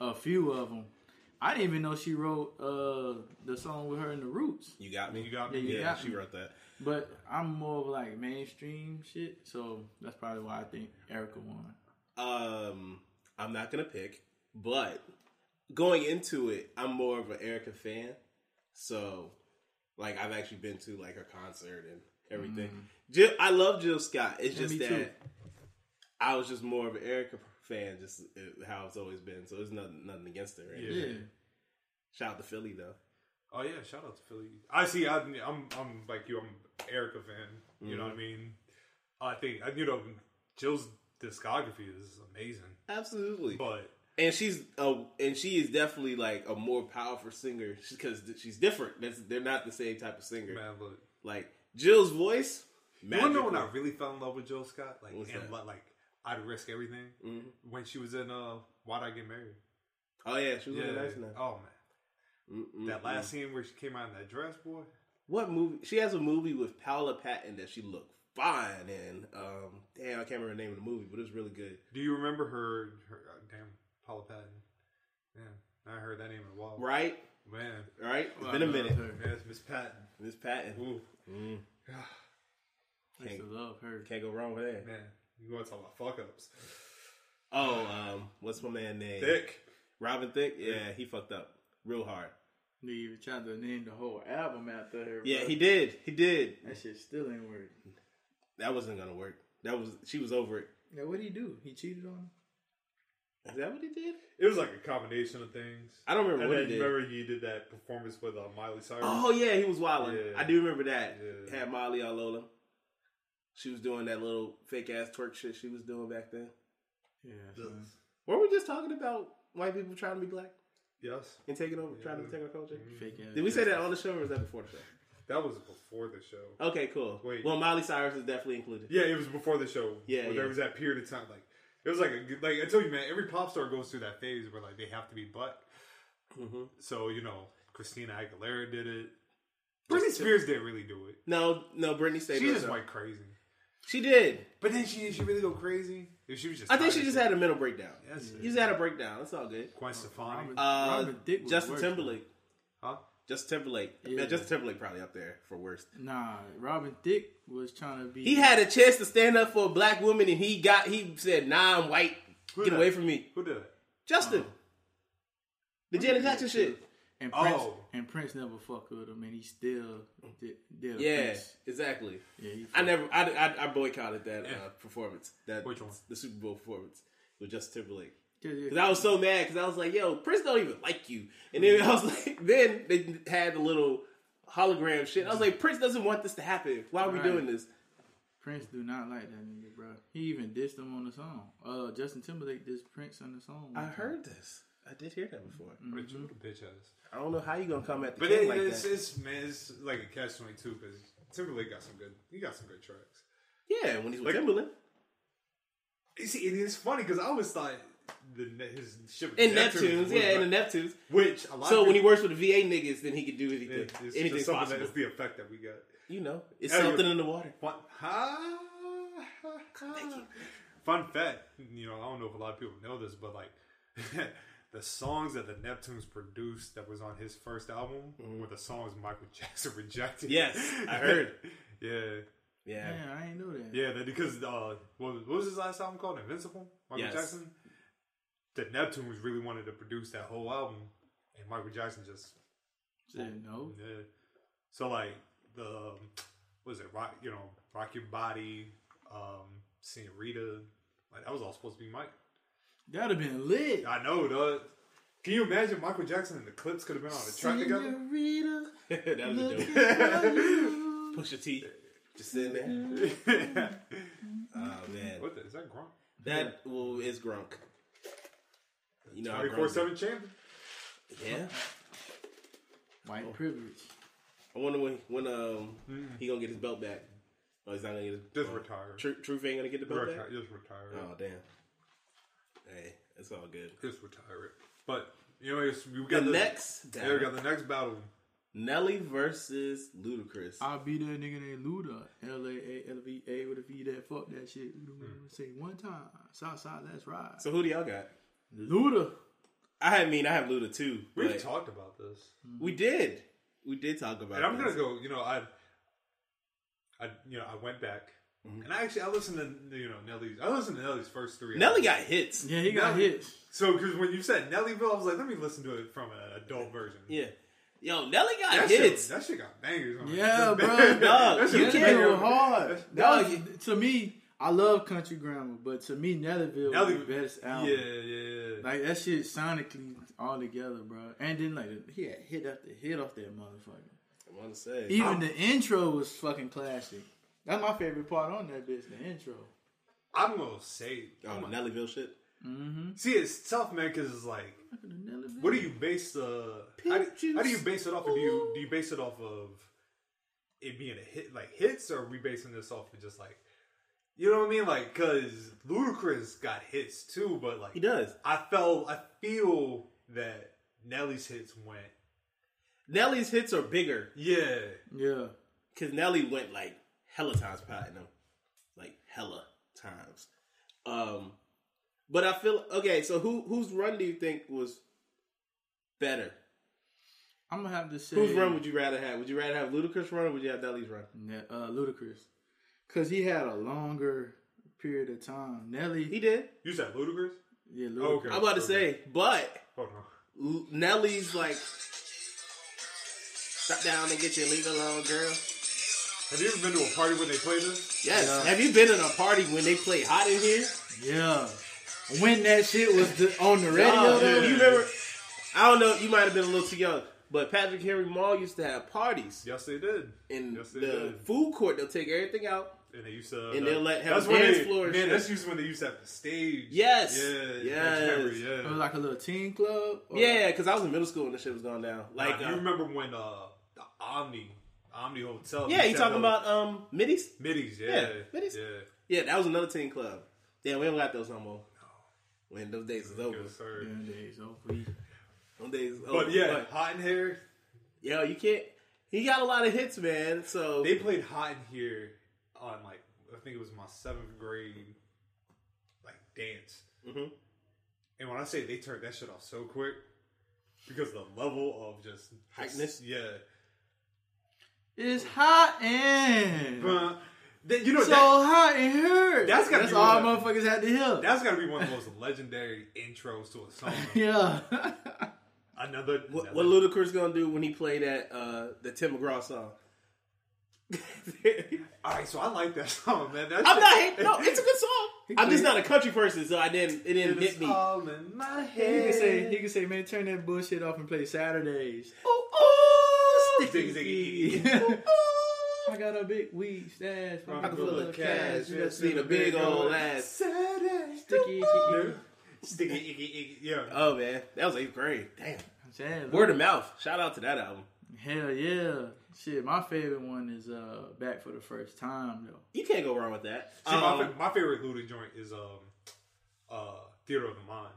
Speaker 6: a few of them. I didn't even know she wrote uh, the song with her in the Roots.
Speaker 4: you got me. You
Speaker 1: got
Speaker 6: me. Yeah, you got
Speaker 4: she
Speaker 6: me.
Speaker 4: wrote that.
Speaker 6: But I'm more of like mainstream shit, so that's probably why I think Erica won.
Speaker 4: Um, I'm not gonna pick, but going into it, I'm more of an Erica fan. So, like, I've actually been to like her concert and everything. Jill, I love Jill Scott. It's
Speaker 6: Yeah,
Speaker 4: just
Speaker 6: me
Speaker 4: that
Speaker 6: too.
Speaker 4: I was just more of an Erica fan, just uh, how it's always been. So there's nothing, nothing against her. or
Speaker 1: Yeah.
Speaker 4: anything. Shout out to Philly though.
Speaker 1: Oh yeah, shout out to Philly. I see. I, I'm I'm like you. I'm Erica fan. You know what I
Speaker 4: Mm-hmm.
Speaker 1: mean? I think I- you know Jill's discography is amazing,
Speaker 4: Absolutely.
Speaker 1: but
Speaker 4: and she's a, and she is definitely like a more powerful singer because she's different. That's, they're not the same type of singer.
Speaker 1: man, look.
Speaker 4: Like Jill's voice,
Speaker 1: You wanna know when
Speaker 4: magical.
Speaker 1: I really fell in love with Jill Scott? Like,
Speaker 4: What's
Speaker 1: and
Speaker 4: that? Mm-hmm.
Speaker 1: li- like I'd risk everything when she was in uh, Why'd I Get Married?
Speaker 4: Oh yeah, she was looking
Speaker 1: Yeah.
Speaker 4: nice now.
Speaker 1: Oh man, that last scene where she came out in that dress, boy.
Speaker 4: What movie? She has a movie with Paula Patton that she looked fine in. Um, damn, I can't remember the name of the movie, but it was really good.
Speaker 1: Do you remember her? her uh, damn, Paula Patton. Man, I heard that name in a while.
Speaker 4: Right,
Speaker 1: Man,
Speaker 4: right. It's
Speaker 6: Well,
Speaker 4: been a
Speaker 6: I love
Speaker 4: minute.
Speaker 6: her.
Speaker 1: man, it's Miss Patton.
Speaker 4: Miss Patton Mm.
Speaker 1: Ooh,
Speaker 6: I used to love her.
Speaker 4: can't go wrong with that.
Speaker 1: man, you want to talk about fuck ups?
Speaker 4: Oh, um, what's my man name?
Speaker 1: Thick.
Speaker 4: Robin Thicke. Yeah, he fucked up real hard.
Speaker 6: Nigga even tried to name the whole album after her.
Speaker 4: Yeah,
Speaker 6: bro.
Speaker 4: he did. He did.
Speaker 6: That shit still ain't working.
Speaker 4: That wasn't gonna work. That was she was over it.
Speaker 6: Yeah, what did he do? He cheated on her?
Speaker 4: Is that what he did?
Speaker 1: It was like a combination of things.
Speaker 4: I don't remember
Speaker 1: And
Speaker 4: what
Speaker 1: then
Speaker 4: he did.
Speaker 1: you remember you did that performance with uh, Miley Cyrus.
Speaker 4: Oh yeah, he was wilding.
Speaker 1: Yeah.
Speaker 4: I do remember that.
Speaker 1: Yeah.
Speaker 4: Had Molly all over him. She was doing that little fake ass twerk shit she was doing back then.
Speaker 6: Yeah.
Speaker 1: Ugh.
Speaker 6: son.
Speaker 4: Were we just talking about white people trying to be black?
Speaker 1: Yes. Mm-hmm.
Speaker 4: And taking over, trying to take our culture?
Speaker 6: Fake ass
Speaker 4: Did we say
Speaker 6: bitch.
Speaker 4: that on the show or was that before the show?
Speaker 1: That was before the show.
Speaker 4: Okay, cool.
Speaker 1: Wait.
Speaker 4: Well, Miley Cyrus is definitely included.
Speaker 1: Yeah, it was before the show.
Speaker 4: Yeah,
Speaker 1: where
Speaker 4: yeah.
Speaker 1: there was that period of time. Like it was like a, good- like I told you, man. Every pop star goes through that phase where like they have to be butt.
Speaker 4: Mm-hmm.
Speaker 1: So you know, Christina Aguilera did it. Britney Spears didn't really do it.
Speaker 4: No, no, Britney stayed.
Speaker 1: She
Speaker 4: with
Speaker 1: just
Speaker 4: her.
Speaker 1: went crazy.
Speaker 4: She did.
Speaker 1: But then she did she really go crazy? If she was just
Speaker 4: I think
Speaker 1: tired
Speaker 4: she
Speaker 1: of
Speaker 4: just
Speaker 1: shit.
Speaker 4: had a mental breakdown.
Speaker 1: Yes,
Speaker 4: she
Speaker 1: sir.
Speaker 4: just had a breakdown. It's all good.
Speaker 1: Gwen Stefani.
Speaker 4: Uh,
Speaker 1: Robin Thicke was
Speaker 4: Justin
Speaker 1: worse.
Speaker 4: Timberlake.
Speaker 1: Huh?
Speaker 4: Justin Timberlake. Yeah.
Speaker 6: Yeah.
Speaker 4: Justin Timberlake probably up there for worst.
Speaker 6: Nah, Robin Thicke was trying to be.
Speaker 4: He had a chance to stand up for a black woman, and he got. He said, "Nah, I'm white. Get away from me."
Speaker 1: Who did it?
Speaker 4: Justin. the Janet Jackson shit.
Speaker 6: And
Speaker 4: Oh.
Speaker 6: Prince, and Prince never fucked with him, and he still did. did a
Speaker 4: Yeah,
Speaker 6: Prince.
Speaker 4: exactly.
Speaker 6: Yeah, he
Speaker 4: I never. I, I, I boycotted that uh,
Speaker 6: Yeah.
Speaker 4: performance. That
Speaker 6: Which one?
Speaker 4: The Super Bowl performance with Justin Timberlake.
Speaker 6: Yeah, yeah.
Speaker 4: Because I was so mad because I was like, "Yo, Prince don't even like you." And then
Speaker 6: Mm-hmm.
Speaker 4: I was like, then they had the little hologram shit. I was like, "Prince doesn't want this to happen. Why are we
Speaker 6: Right.
Speaker 4: doing this?"
Speaker 6: Prince do not like that nigga, bro. He even dissed him on the song. Uh, Justin Timberlake dissed Prince on the song.
Speaker 4: I heard this. I did hear that before.
Speaker 1: But you a bitch ass.
Speaker 4: I don't know how you gonna come at the
Speaker 1: But
Speaker 4: king
Speaker 1: it,
Speaker 4: like
Speaker 1: it's,
Speaker 4: that.
Speaker 1: it's man, it's like a catch twenty two because Timberlake got some good. He got some good tracks.
Speaker 4: Yeah, when he's with
Speaker 1: Like-
Speaker 4: Timberland.
Speaker 1: You see, and it's funny because I always thought the ne- his ship
Speaker 4: In Neptunes, yeah, in the Neptunes.
Speaker 1: Which a lot
Speaker 4: so
Speaker 1: of
Speaker 4: when he
Speaker 1: people-
Speaker 4: works with the VA niggas, then he could do anything.
Speaker 1: It- it's
Speaker 4: Anything's
Speaker 1: just something
Speaker 4: possible.
Speaker 1: That's the effect that we got.
Speaker 4: You know, it's
Speaker 1: Anyway,
Speaker 4: something in the water.
Speaker 1: Fun, ha, ha, ha. fun fact, you know, I don't know if a lot of people know this, but like the songs that the Neptunes produced that was on his first album were the songs Michael Jackson rejected.
Speaker 4: Mm-hmm. Yes, I heard.
Speaker 1: yeah.
Speaker 4: Yeah.
Speaker 6: Yeah, I ain't know that.
Speaker 1: Yeah, that because uh, what was, what was his last album called? Invincible. Michael
Speaker 4: Yes.
Speaker 1: Jackson. The Neptunes really wanted to produce that whole album, and Michael Jackson just
Speaker 6: Said no.
Speaker 1: Yeah. So like the um, what is it rock? You know, rock your body, um, Senorita. Like that was all supposed to be Mike.
Speaker 6: That'd have been lit.
Speaker 1: I know, duh. Can you imagine Michael Jackson and the Clips could have been on a track together?
Speaker 6: Senorita,
Speaker 4: that was a
Speaker 6: looking
Speaker 4: joke.
Speaker 6: for you.
Speaker 4: Push your teeth. Just sitting there. oh man.
Speaker 1: What the, is that Gronk?
Speaker 4: That well is Grunk. You know how
Speaker 1: Twenty four seven
Speaker 4: Grunk
Speaker 1: champion.
Speaker 4: is. Yeah. Oh.
Speaker 6: White privilege.
Speaker 4: I wonder when when um he gonna get his belt back. Oh, he's not gonna get his
Speaker 1: Mm. Just
Speaker 4: oh,
Speaker 1: retire.
Speaker 4: Tru- Truth ain't gonna get the belt
Speaker 1: Retire,
Speaker 4: back.
Speaker 1: just retire.
Speaker 4: Oh damn. Hey, it's all good.
Speaker 1: Just retire it. But anyways, we got
Speaker 4: The
Speaker 1: the,
Speaker 4: next
Speaker 1: Yeah, we got the next battle.
Speaker 4: Nelly versus Ludacris.
Speaker 6: I'll be that nigga named Luda. L A A L V A with a V that fuck that shit. Say one time. Southside, let's ride.
Speaker 4: Mm. So who do y'all got?
Speaker 6: Luda.
Speaker 4: I mean, I have Luda too.
Speaker 1: We've
Speaker 4: but-
Speaker 1: talked about this,
Speaker 6: Mm-hmm.
Speaker 4: We did. We did talk about.
Speaker 1: and I'm gonna
Speaker 4: this.
Speaker 1: go. You know, I, I, you know, I went back,
Speaker 4: Mm-hmm.
Speaker 1: and I actually I listened to you know Nelly's. I listened to Nelly's first three. albums.
Speaker 4: Nelly got hits.
Speaker 6: Yeah, he got
Speaker 1: Nelly-
Speaker 6: hit.
Speaker 1: So because when you said Nellyville, I was like, let me listen to it from an adult version.
Speaker 4: Yeah. Yo, Nelly got
Speaker 1: that
Speaker 4: hits.
Speaker 1: Shit, that shit got bangers. On it.
Speaker 6: Yeah,
Speaker 1: That
Speaker 6: bro.
Speaker 1: shit-
Speaker 6: Dog,
Speaker 1: that
Speaker 6: you
Speaker 1: shit
Speaker 6: can't
Speaker 1: was
Speaker 6: go
Speaker 1: bangers.
Speaker 6: hard.
Speaker 1: That-
Speaker 6: That was, to me, I love country grammar, but to me, Nellyville
Speaker 1: Nelly-
Speaker 6: was the best
Speaker 1: Yeah,
Speaker 6: album.
Speaker 1: yeah.
Speaker 6: Like that shit sonically all together, bro. And then like he had hit after hit off that motherfucker.
Speaker 4: I want to say
Speaker 6: Even the intro was fucking classic. That's my favorite part on that bitch, the intro.
Speaker 1: I'm gonna say.
Speaker 4: oh, Nellyville shit.
Speaker 6: Mm-hmm.
Speaker 1: See, it's tough, man, because it's like, what do you base the? How do, how do you base it off? Of, do you do you base it off of it being a hit, like hits, or are we basing this off of just like, you know what I mean? Like, because Ludacris got hits too, but like
Speaker 4: He does.
Speaker 1: I felt, I feel that Nelly's hits went,
Speaker 4: Nelly's hits are bigger
Speaker 1: yeah,
Speaker 6: Yeah.
Speaker 4: because Nelly went like hella times platinum, like hella times. Um, but I feel okay. So who whose run do you think was better?
Speaker 6: I'm gonna have to say
Speaker 4: Whose run would you rather have? Would you rather have Ludacris' run or would you have Nelly's run?
Speaker 6: Ne- uh, Ludacris, because he had a longer period of time. Nelly,
Speaker 4: He did.
Speaker 1: You said Ludacris?
Speaker 6: yeah, Ludacris.
Speaker 1: Okay.
Speaker 4: I'm about to say, but
Speaker 1: Hold on.
Speaker 4: L- Nelly's like, stop down and get your legal on, girl.
Speaker 1: Have you ever been to a party when they play this?
Speaker 4: Yes.
Speaker 6: Yeah.
Speaker 4: Have you been in a party when they play Hot in Here?
Speaker 6: Yeah, when that shit was the, on the radio,
Speaker 4: Dog,
Speaker 6: though,
Speaker 4: You remember? I don't know. You might have been a little too young, But Patrick Henry Mall used to have parties.
Speaker 1: Yes, they did.
Speaker 4: In
Speaker 1: they
Speaker 4: the
Speaker 1: did.
Speaker 4: food court, they'll take everything out.
Speaker 1: And they used to. uh,
Speaker 4: And they'll let have
Speaker 1: that's
Speaker 4: a
Speaker 1: when
Speaker 4: dance
Speaker 1: they-
Speaker 4: floor. and
Speaker 1: Man,
Speaker 4: shit.
Speaker 1: that's used when they used to have the stage.
Speaker 4: Yes.
Speaker 1: Yeah. Patrick
Speaker 4: Yes.
Speaker 1: Henry, yeah.
Speaker 6: It was like a little teen club. or-
Speaker 4: Yeah, because I was in middle school when the shit was going down. Like,
Speaker 1: Like
Speaker 4: uh,
Speaker 1: you remember when uh, the Omni Omni Hotel?
Speaker 4: Yeah, you
Speaker 1: used to
Speaker 4: talking
Speaker 1: have those-
Speaker 4: about um middies?
Speaker 1: Middies, yeah,
Speaker 4: middies.
Speaker 1: yeah.
Speaker 4: Yeah, that was another teen club. Yeah, we don't got those no more. When those days is over.
Speaker 6: Them days over.
Speaker 4: Them days is over.
Speaker 1: But yeah, Hot in Here.
Speaker 4: Yo, you can't. He got a lot of hits, man. So
Speaker 1: they played Hot in Here on like I think it was my seventh grade like dance.
Speaker 4: Mm-hmm.
Speaker 1: And when I say they turned that shit off so quick because the level of just
Speaker 4: Hypeness?
Speaker 1: yeah.
Speaker 6: It's hot and
Speaker 1: But that- you know
Speaker 6: so
Speaker 1: that-
Speaker 6: hot in here.
Speaker 1: That's gotta
Speaker 6: that's
Speaker 1: be
Speaker 6: all
Speaker 1: one of-
Speaker 6: motherfuckers had to hear.
Speaker 1: That's got to be one of the most legendary intros to a song.
Speaker 6: yeah.
Speaker 1: Another
Speaker 4: What, what Ludacris gonna do when he play that uh, the Tim McGraw song?
Speaker 1: All right, so I like that song, man. That
Speaker 4: I'm
Speaker 1: shit-
Speaker 4: not hating. No, it's a good song. I'm just not a country person, so I didn't. It didn't
Speaker 1: It is
Speaker 4: hit me.
Speaker 1: all in my
Speaker 6: He can say,
Speaker 1: head.
Speaker 6: he can say, man, turn that bullshit off and play Saturdays.
Speaker 4: Oh,
Speaker 1: Ziggy, ziggy,
Speaker 6: I got a big weed stash.
Speaker 4: Pocket full of cash. You just need a big old ass.
Speaker 6: Sticky,
Speaker 1: Sticky, icky, icky. Yeah.
Speaker 4: Oh man, that was eighth grade. Damn.
Speaker 6: I'm saying,
Speaker 4: Word of mouth. Shout out to that album.
Speaker 6: Hell yeah. Shit, my favorite one is uh Back for the First Time, though.
Speaker 4: You can't go wrong with that.
Speaker 1: See, my,
Speaker 4: Um,
Speaker 1: fa- my favorite Luda joint is um, uh, Theater of the Mind.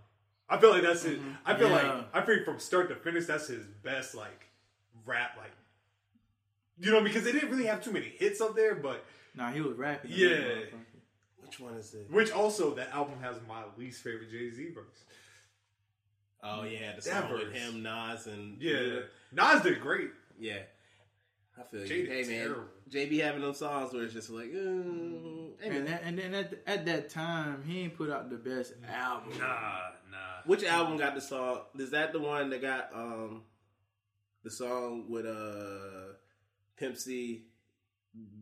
Speaker 1: I feel like that's his.
Speaker 4: Mm-hmm.
Speaker 1: I feel
Speaker 6: Yeah.
Speaker 1: like I feel from start to finish, that's his best like rap like. You know, because they didn't really have too many hits up there, but
Speaker 6: Nah, he was rapping.
Speaker 1: Yeah.
Speaker 4: which one is it?
Speaker 1: which also that album has my least favorite Jay Z verse.
Speaker 4: Oh yeah, the
Speaker 1: That
Speaker 4: song with
Speaker 1: verse.
Speaker 4: him, Nas, and
Speaker 1: Yeah, Nas did great.
Speaker 4: yeah. I feel you.
Speaker 1: Jay
Speaker 4: hey
Speaker 1: did
Speaker 4: man,
Speaker 1: terrible.
Speaker 4: JB having them songs where it's just like, mm, hey, man.
Speaker 6: And, that, and then at, at that time, he ain't put out the best album.
Speaker 1: nah.
Speaker 4: which album got the song? Is that the one that got um the song with uh Pimp C,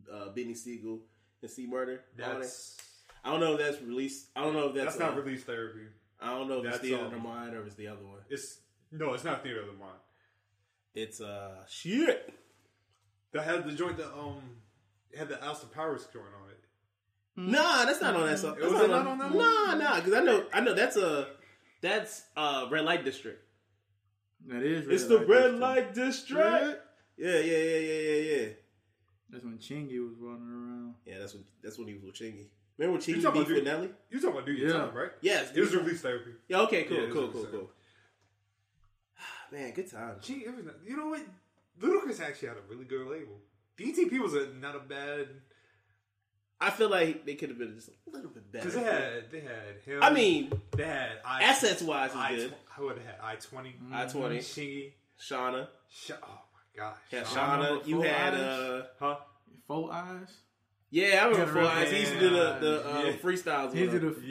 Speaker 4: uh, Benny Siegel, and C Murder? on it?
Speaker 1: That's
Speaker 4: I don't know if that's released. I don't know if that's,
Speaker 1: that's, not
Speaker 4: uh,
Speaker 1: release therapy.
Speaker 4: I don't know if it's
Speaker 1: that's,
Speaker 4: Theater
Speaker 1: um,
Speaker 4: of Mind or if it's the other one.
Speaker 1: It's no, it's not Theater of the Mind.
Speaker 4: It's uh shit.
Speaker 1: That had the joint that um had the Alster Powers joint on it.
Speaker 4: Nah, that's not on that song.
Speaker 1: It
Speaker 4: That's
Speaker 1: was not on that
Speaker 4: Nah, nah, because I know, I know that's a that's uh red light district.
Speaker 6: That is
Speaker 4: it's the red
Speaker 6: District.
Speaker 4: light district. Yeah, yeah, yeah, yeah, yeah, yeah.
Speaker 6: That's when Chingy was running around.
Speaker 4: Yeah, that's when that's when he was with Chingy. Remember when
Speaker 1: You talking
Speaker 4: Chingy beefed
Speaker 1: about
Speaker 4: with
Speaker 1: Duke-
Speaker 4: Nelly?
Speaker 1: You talking about Do Your
Speaker 6: Yeah.
Speaker 1: Time, right?
Speaker 4: Yes.
Speaker 1: It was release therapy.
Speaker 4: Yeah. Okay. Cool.
Speaker 1: Yeah, it
Speaker 4: cool.
Speaker 1: was
Speaker 4: Cool.
Speaker 1: released
Speaker 4: Cool. Man, good times.
Speaker 1: Gee, it was not, you know what? Ludacris actually had a really good label. DTP was a, not a bad
Speaker 4: I feel like they could have been just a little bit
Speaker 1: because they
Speaker 4: better.
Speaker 1: had they had him.
Speaker 4: I mean,
Speaker 1: they had I,
Speaker 4: assets wise
Speaker 1: I,
Speaker 4: is good.
Speaker 1: I would have had I twenty,
Speaker 4: I twenty.
Speaker 1: Shingy.
Speaker 4: Shauna.
Speaker 1: Sh- oh my gosh,
Speaker 4: Yeah,
Speaker 6: Shauna
Speaker 4: Shauna.
Speaker 6: with
Speaker 4: You
Speaker 6: four
Speaker 4: had
Speaker 6: eyes.
Speaker 4: uh.
Speaker 1: huh?
Speaker 6: Four Eyes?
Speaker 4: Yeah, I remember
Speaker 6: Yeah,
Speaker 4: Four Eyes. He used to do the the uh,
Speaker 1: yeah.
Speaker 4: freestyles.
Speaker 6: He
Speaker 4: with
Speaker 6: did
Speaker 4: her.
Speaker 6: a,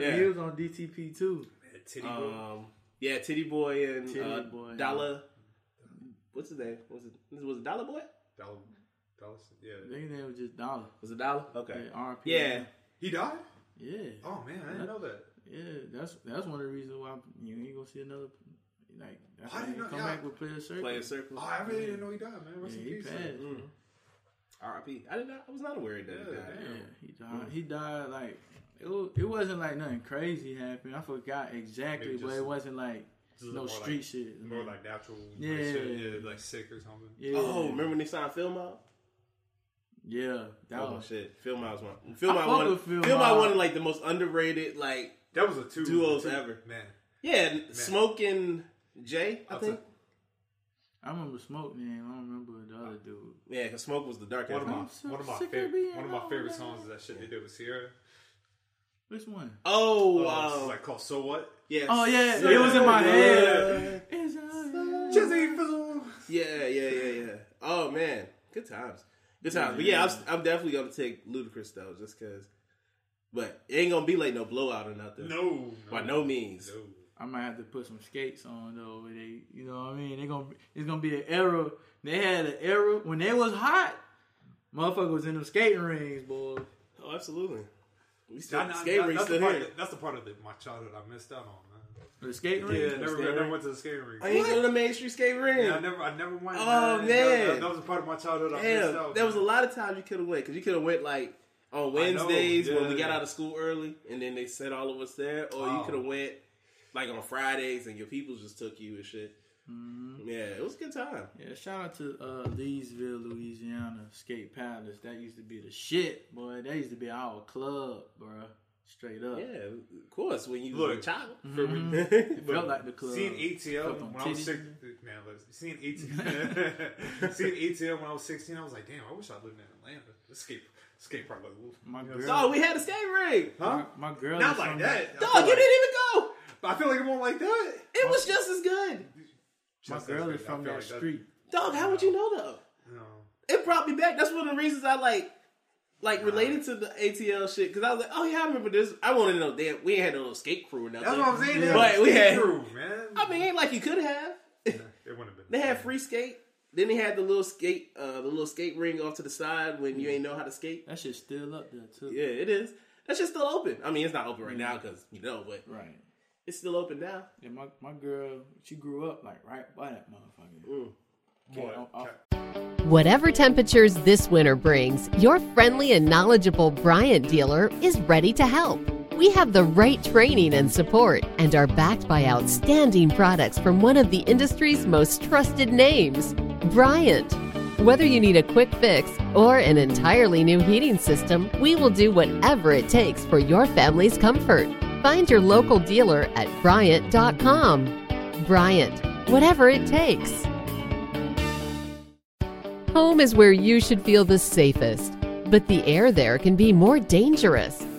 Speaker 6: yeah,
Speaker 4: Yeah.
Speaker 6: he was on DTP too.
Speaker 1: Had Titty Boy.
Speaker 4: Um, yeah, Titty Boy and
Speaker 6: Titty
Speaker 4: uh,
Speaker 6: Boy.
Speaker 4: Dollar. What's his name? Was it was it Dollar Boy?
Speaker 1: That was, that was
Speaker 6: I
Speaker 1: yeah.
Speaker 6: think they was just Dollar.
Speaker 4: Was it Dollar? Okay.
Speaker 6: Yeah, RP.
Speaker 4: Yeah.
Speaker 1: He died.
Speaker 6: Yeah.
Speaker 1: Oh man, I didn't know that.
Speaker 6: Yeah, that's that's one of the reasons why you ain't gonna see another like that's
Speaker 1: Why
Speaker 6: why
Speaker 1: did
Speaker 6: they
Speaker 1: not
Speaker 6: come
Speaker 1: y'all-
Speaker 6: back with player circle.
Speaker 4: Play a circle.
Speaker 1: Oh, I really didn't know he died, man.
Speaker 6: yeah,
Speaker 1: Rest
Speaker 6: he
Speaker 1: in peace.
Speaker 6: passed. Mm.
Speaker 1: man.
Speaker 4: R.I.P. I did not. I was not aware that he
Speaker 1: Yeah, Mm.
Speaker 4: died.
Speaker 6: Yeah, he died. He died like it, wa- it wasn't like nothing crazy happened. I forgot exactly,
Speaker 1: Maybe
Speaker 6: but
Speaker 1: just-
Speaker 6: it wasn't like
Speaker 1: Just
Speaker 6: no
Speaker 1: more
Speaker 6: street
Speaker 1: like,
Speaker 6: shit.
Speaker 1: More like natural.
Speaker 6: Yeah.
Speaker 1: Like shit, yeah, like sick or something.
Speaker 6: yeah.
Speaker 4: Oh, remember when they signed Film Out?
Speaker 6: Yeah, that
Speaker 4: Oh
Speaker 6: was
Speaker 4: shit, Film Out was one. Film
Speaker 6: I
Speaker 4: Out
Speaker 6: fuck
Speaker 4: one.
Speaker 6: with Film
Speaker 4: Film Out
Speaker 6: Out.
Speaker 4: one of, like the most underrated. Like
Speaker 1: That was a two
Speaker 4: Duos
Speaker 1: two-
Speaker 4: ever.
Speaker 1: man.
Speaker 4: yeah, smoking Jay. I
Speaker 1: I'll
Speaker 4: think.
Speaker 1: tell-
Speaker 6: I remember Smoke Man. I don't remember the other dude.
Speaker 4: Yeah, cause Smoke was the dark.
Speaker 1: One of
Speaker 4: ass
Speaker 1: my
Speaker 4: one.
Speaker 6: so
Speaker 1: one of my
Speaker 6: sick of
Speaker 1: favorite
Speaker 6: being
Speaker 1: one of my
Speaker 6: all
Speaker 1: favorite
Speaker 6: that.
Speaker 1: songs is that shit they did with Sierra.
Speaker 6: Which one?
Speaker 4: Oh,
Speaker 1: Oh,
Speaker 4: um,
Speaker 1: it's like called So What?
Speaker 4: yeah.
Speaker 6: Oh yeah,
Speaker 4: So
Speaker 6: it was in my
Speaker 4: good.
Speaker 6: head. It's all-
Speaker 1: Jizzy Fizzle.
Speaker 4: Yeah, yeah, yeah, yeah. Oh man, good times, good times. But yeah, I'm, I'm definitely gonna take Ludacris though, just cause. But it ain't gonna be like no blowout or nothing.
Speaker 1: No,
Speaker 4: by no means.
Speaker 1: No.
Speaker 6: I might have to put some skates on though. where They, you know what I mean? They gonna it's gonna be an era. They had an era when they was hot. Motherfucker was in them skating rings, boy.
Speaker 4: Oh, absolutely. We
Speaker 1: Nah, nah, nah, that's, the part that- that's the part of the, my childhood I missed out on, man.
Speaker 6: The skating rink?
Speaker 1: Yeah,
Speaker 6: The
Speaker 1: never,
Speaker 6: skating
Speaker 1: I never
Speaker 6: rink?
Speaker 1: went to the skating rink.
Speaker 6: Oh, you ain't go to the
Speaker 4: Main Street Skate Rink?
Speaker 1: Yeah, I never, I never went. That-
Speaker 4: Oh, man.
Speaker 1: that, that was a part of my childhood I missed
Speaker 4: Damn,
Speaker 1: out.
Speaker 4: there was a lot of times you could have went because you could have went like on
Speaker 1: I know,
Speaker 4: Wednesdays when we
Speaker 1: yeah.
Speaker 4: got out of school early, and then they sent all of us there, or you
Speaker 1: Oh.
Speaker 4: could have went like on Fridays and your people just took you and shit. Yeah, it was a good time.
Speaker 6: Yeah, shout out to uh, Leesville, Louisiana Skate Palace. That used to be the shit, boy. That used to be our club, bro. Straight up.
Speaker 4: Yeah, of course. When you
Speaker 6: Look,
Speaker 4: were a child,
Speaker 6: for- it felt Mm-hmm. like the club.
Speaker 1: Seeing ATL
Speaker 6: Couple
Speaker 1: when I was
Speaker 6: titties.
Speaker 1: six, man, listen, seeing ATL, seeing ATL when I was sixteen, I was like, damn, I wish I lived in Atlanta. The skate skate park, like, woo.
Speaker 6: My
Speaker 1: You know
Speaker 6: girl-
Speaker 1: what I'm
Speaker 4: oh, we had a skate rink.
Speaker 1: Huh?
Speaker 6: My girl.
Speaker 1: Not
Speaker 6: is
Speaker 1: like
Speaker 6: from-
Speaker 1: that. I
Speaker 4: Dog,
Speaker 1: feel
Speaker 4: you
Speaker 1: like-
Speaker 4: didn't even go.
Speaker 1: But I feel like it won't like that.
Speaker 4: It was just as good.
Speaker 6: My
Speaker 1: Just
Speaker 6: girl
Speaker 1: as
Speaker 6: is
Speaker 1: good. I
Speaker 6: from
Speaker 1: feel
Speaker 6: that
Speaker 1: like that-
Speaker 6: street.
Speaker 4: Dog, how would you know though? It brought me back. That's one of the reasons I like, like related to the ATL shit because I was like, oh yeah, I remember this. I wanted to know that we ain't had no little skate crew or nothing.
Speaker 1: That's what I'm saying.
Speaker 4: But we had.
Speaker 1: crew, man.
Speaker 4: I mean, ain't like you could have.
Speaker 1: It wouldn't have been.
Speaker 4: They had free skate. Then they had the little skate, uh, the little skate ring off to the side when you ain't know how to skate.
Speaker 6: That shit's still up there too. Mm-hmm.
Speaker 4: Yeah, it is. That shit's still open. I mean, it's not open right now because you know, but
Speaker 6: Right.
Speaker 4: it's still open now.
Speaker 6: Yeah, my, my girl, she grew up like right by that motherfucker.
Speaker 4: Mm.
Speaker 6: Okay,
Speaker 1: Boy,
Speaker 6: off- off-
Speaker 8: Whatever temperatures this winter brings, your friendly and knowledgeable Bryant dealer is ready to help. We have the right training and support and are backed by outstanding products from one of the industry's most trusted names, Bryant. Whether you need a quick fix or an entirely new heating system, we will do whatever it takes for your family's comfort. Find your local dealer at Bryant.com. Bryant, whatever it takes. Home is where you should feel the safest, but the air there can be more dangerous,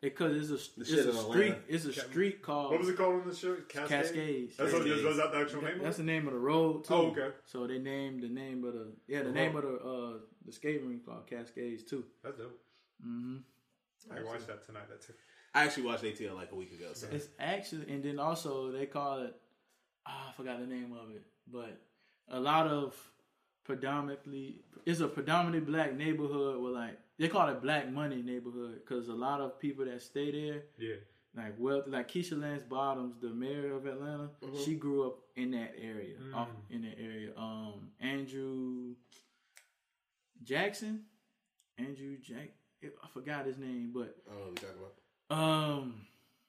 Speaker 6: Because it's a, it's
Speaker 4: shit
Speaker 6: a
Speaker 4: in
Speaker 6: street.
Speaker 4: Atlanta.
Speaker 6: It's a street called.
Speaker 1: What was it called on the show? Cascade?
Speaker 6: Cascades.
Speaker 1: That's what- was that the actual name of
Speaker 6: That's
Speaker 1: it?
Speaker 6: the name of the road. Too.
Speaker 1: Oh, okay. Uh-huh.
Speaker 6: So they named the name of the yeah the
Speaker 1: The
Speaker 6: name of
Speaker 1: road.
Speaker 6: the uh the skating rink called Cascades too.
Speaker 1: That's dope.
Speaker 6: hmm
Speaker 1: I watched that tonight. That too.
Speaker 4: I actually watched ATL like a week ago. So
Speaker 6: It's actually and then also they call it ah, I forgot the name of it, but a lot of predominantly it's a predominantly black neighborhood where like they call it black money neighborhood because a lot of people that stay there
Speaker 1: Yeah.
Speaker 6: like wealth, like Keisha Lance Bottoms, the mayor of Atlanta,
Speaker 4: Mm-hmm.
Speaker 6: she grew up in that area, off
Speaker 1: Mm.
Speaker 6: in that area. Um, Andrew Jackson, Andrew Jack, I forgot his name, but
Speaker 4: I don't know what you're talking about.
Speaker 6: um,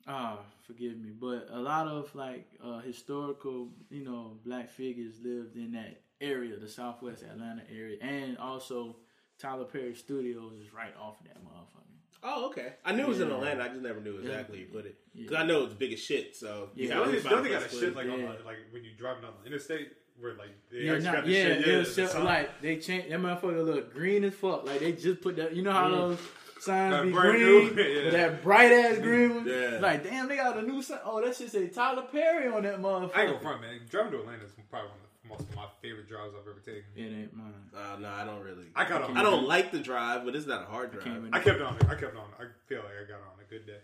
Speaker 6: ah, forgive me, but a lot of like uh, historical, you know, black figures lived in that area, the Southwest Atlanta area, and also Tyler Perry Studios is right off of that motherfucker.
Speaker 4: Oh, okay. I knew it was in
Speaker 6: Yeah.
Speaker 4: Atlanta. I just never knew exactly where you put it because
Speaker 6: Yeah.
Speaker 4: I know it's big as shit. So
Speaker 6: Yeah.
Speaker 1: Yeah, they
Speaker 4: it's about
Speaker 1: they got a
Speaker 4: place
Speaker 1: shit
Speaker 4: where-
Speaker 1: like on
Speaker 6: Yeah.
Speaker 1: the, like when you drive down the interstate where like they
Speaker 6: Yeah,
Speaker 1: actually
Speaker 6: nah,
Speaker 1: got the
Speaker 6: yeah,
Speaker 1: shit.
Speaker 6: it was
Speaker 1: the
Speaker 6: just
Speaker 1: sign.
Speaker 6: like they changed that motherfucker look green as fuck. Like they just put that. You know how
Speaker 1: Mm.
Speaker 6: those signs
Speaker 1: That
Speaker 6: be
Speaker 1: brand
Speaker 6: green,
Speaker 1: new, yeah.
Speaker 6: that bright ass green one.
Speaker 1: Yeah.
Speaker 6: Like damn, they got a new sign. Oh, that shit say Tyler Perry on that motherfucker.
Speaker 1: I ain't gonna front, man. Driving to Atlanta is probably one of the most of my favorite drives I've ever taken.
Speaker 6: It ain't mine.
Speaker 4: Uh, no, I don't really.
Speaker 1: I got on.
Speaker 4: I don't like the drive, but it's not a hard drive.
Speaker 1: I kept on. it. I kept on. it. I feel like I got on a good day.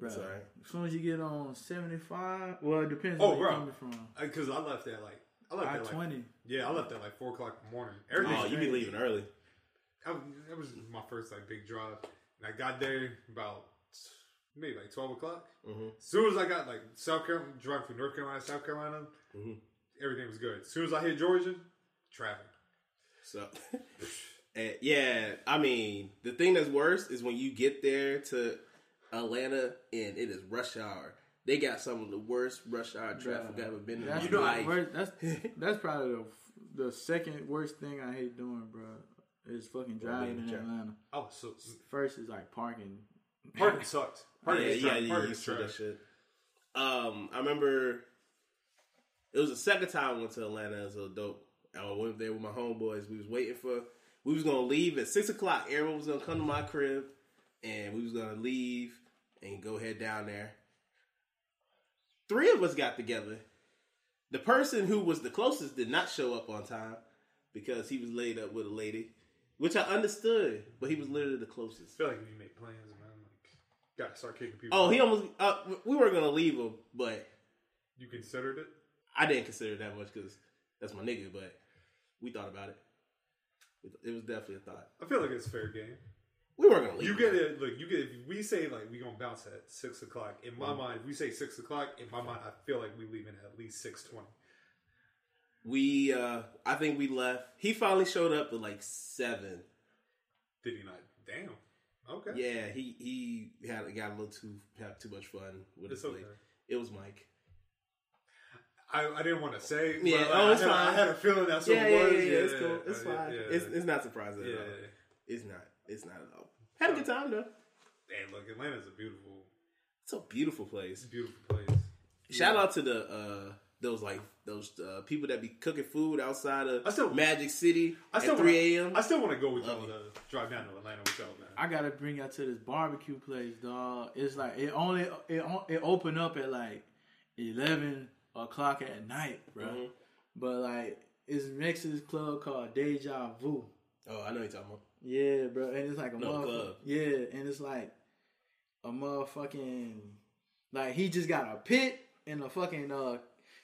Speaker 6: Bruh,
Speaker 4: It's all right.
Speaker 6: As soon as you get on seventy five, well, it depends.
Speaker 1: Oh,
Speaker 6: where you're
Speaker 1: bro.
Speaker 6: coming from.
Speaker 1: Because I left at like I left at like
Speaker 6: I-20.
Speaker 1: Yeah, I left at like four o'clock in the morning.
Speaker 4: Oh, you be leaving early.
Speaker 1: I was, that was my first like big drive, and I got there about maybe like twelve o'clock.
Speaker 4: Mm-hmm.
Speaker 1: As soon as I got like South Carolina, driving from North Carolina, to South Carolina,
Speaker 4: Mm-hmm.
Speaker 1: everything was good. As soon as I hit Georgia, traffic.
Speaker 4: So, and yeah, I mean, the thing that's worse is when you get there to Atlanta and it is rush hour. They got some of the worst rush hour traffic I've ever been in.
Speaker 6: That's
Speaker 4: my
Speaker 6: the
Speaker 4: life.
Speaker 6: worst- that's that's probably the the second worst thing I hate doing, bro. Is fucking driving in Atlanta.
Speaker 1: I was Oh, so
Speaker 6: First is like parking.
Speaker 1: parking sucked. Parking
Speaker 4: yeah,
Speaker 1: is
Speaker 4: yeah,
Speaker 1: trash.
Speaker 4: yeah,
Speaker 1: Parking
Speaker 4: you
Speaker 1: is
Speaker 4: see that
Speaker 1: trash.
Speaker 4: shit. Um, I remember it was the second time I went to Atlanta as a dope. I went there with my homeboys. We was waiting for we was gonna leave at six o'clock. Everyone was gonna come to my crib, and we was gonna leave and go head down there. Three of us got together.
Speaker 6: The person who was the closest did not show up on time because he was laid up with a lady, which I understood, but he was literally the closest.
Speaker 1: I feel like if you make plans, man, like, gotta start kicking people.
Speaker 6: Oh,
Speaker 1: out.
Speaker 6: he almost. Uh, we were gonna leave him, but
Speaker 1: You considered it?
Speaker 6: I didn't consider it that much because that's my nigga. But we thought about it. It- It was definitely a thought.
Speaker 1: I feel like it's fair game.
Speaker 6: We weren't gonna leave.
Speaker 1: You get it. Look, you get. If we say like we gonna bounce at six o'clock. In my
Speaker 6: Mhm.
Speaker 1: mind, if we say six o'clock, in my mind, I feel like we leaving at least six twenty.
Speaker 6: We, uh, I think we left. He finally showed up at like seven.
Speaker 1: Did he not? Damn. Okay.
Speaker 6: Yeah, he he had got a little too had too much fun with
Speaker 1: It's
Speaker 6: his lady.
Speaker 1: okay.
Speaker 6: It was Mike.
Speaker 1: I, I didn't want to say.
Speaker 6: Yeah,
Speaker 1: but, like,
Speaker 6: oh, it's
Speaker 1: I had,
Speaker 6: fine.
Speaker 1: I had a feeling that's
Speaker 6: Yeah,
Speaker 1: what
Speaker 6: yeah,
Speaker 1: it was.
Speaker 6: yeah, yeah, it's cool. It's
Speaker 1: yeah,
Speaker 6: fine.
Speaker 1: yeah.
Speaker 6: It's- it's not surprising at
Speaker 1: Yeah.
Speaker 6: all. It's not. It's not at all. Had a good time though.
Speaker 1: Hey, look, Atlanta's a beautiful,
Speaker 6: It's a beautiful place.
Speaker 1: beautiful place.
Speaker 6: Shout out to the uh those like those uh, people that be cooking food outside of
Speaker 1: I still-
Speaker 6: Magic City
Speaker 1: I still
Speaker 6: at
Speaker 1: wanna-
Speaker 6: three a.m.
Speaker 1: I still want to go with y'all to drive down to Atlanta with y'all, man.
Speaker 4: I gotta bring y'all to this barbecue place, dog. It's like it only it on- it opened up at like eleven o'clock at night, bro.
Speaker 6: Mhm.
Speaker 4: But like it's next to this club called Deja Vu.
Speaker 6: Oh, I know you're talking about.
Speaker 4: Yeah, bro, and it's like a
Speaker 6: No,
Speaker 4: motherfucking
Speaker 6: club.
Speaker 4: Yeah, and it's like a motherfucking like he just got a pit and a fucking uh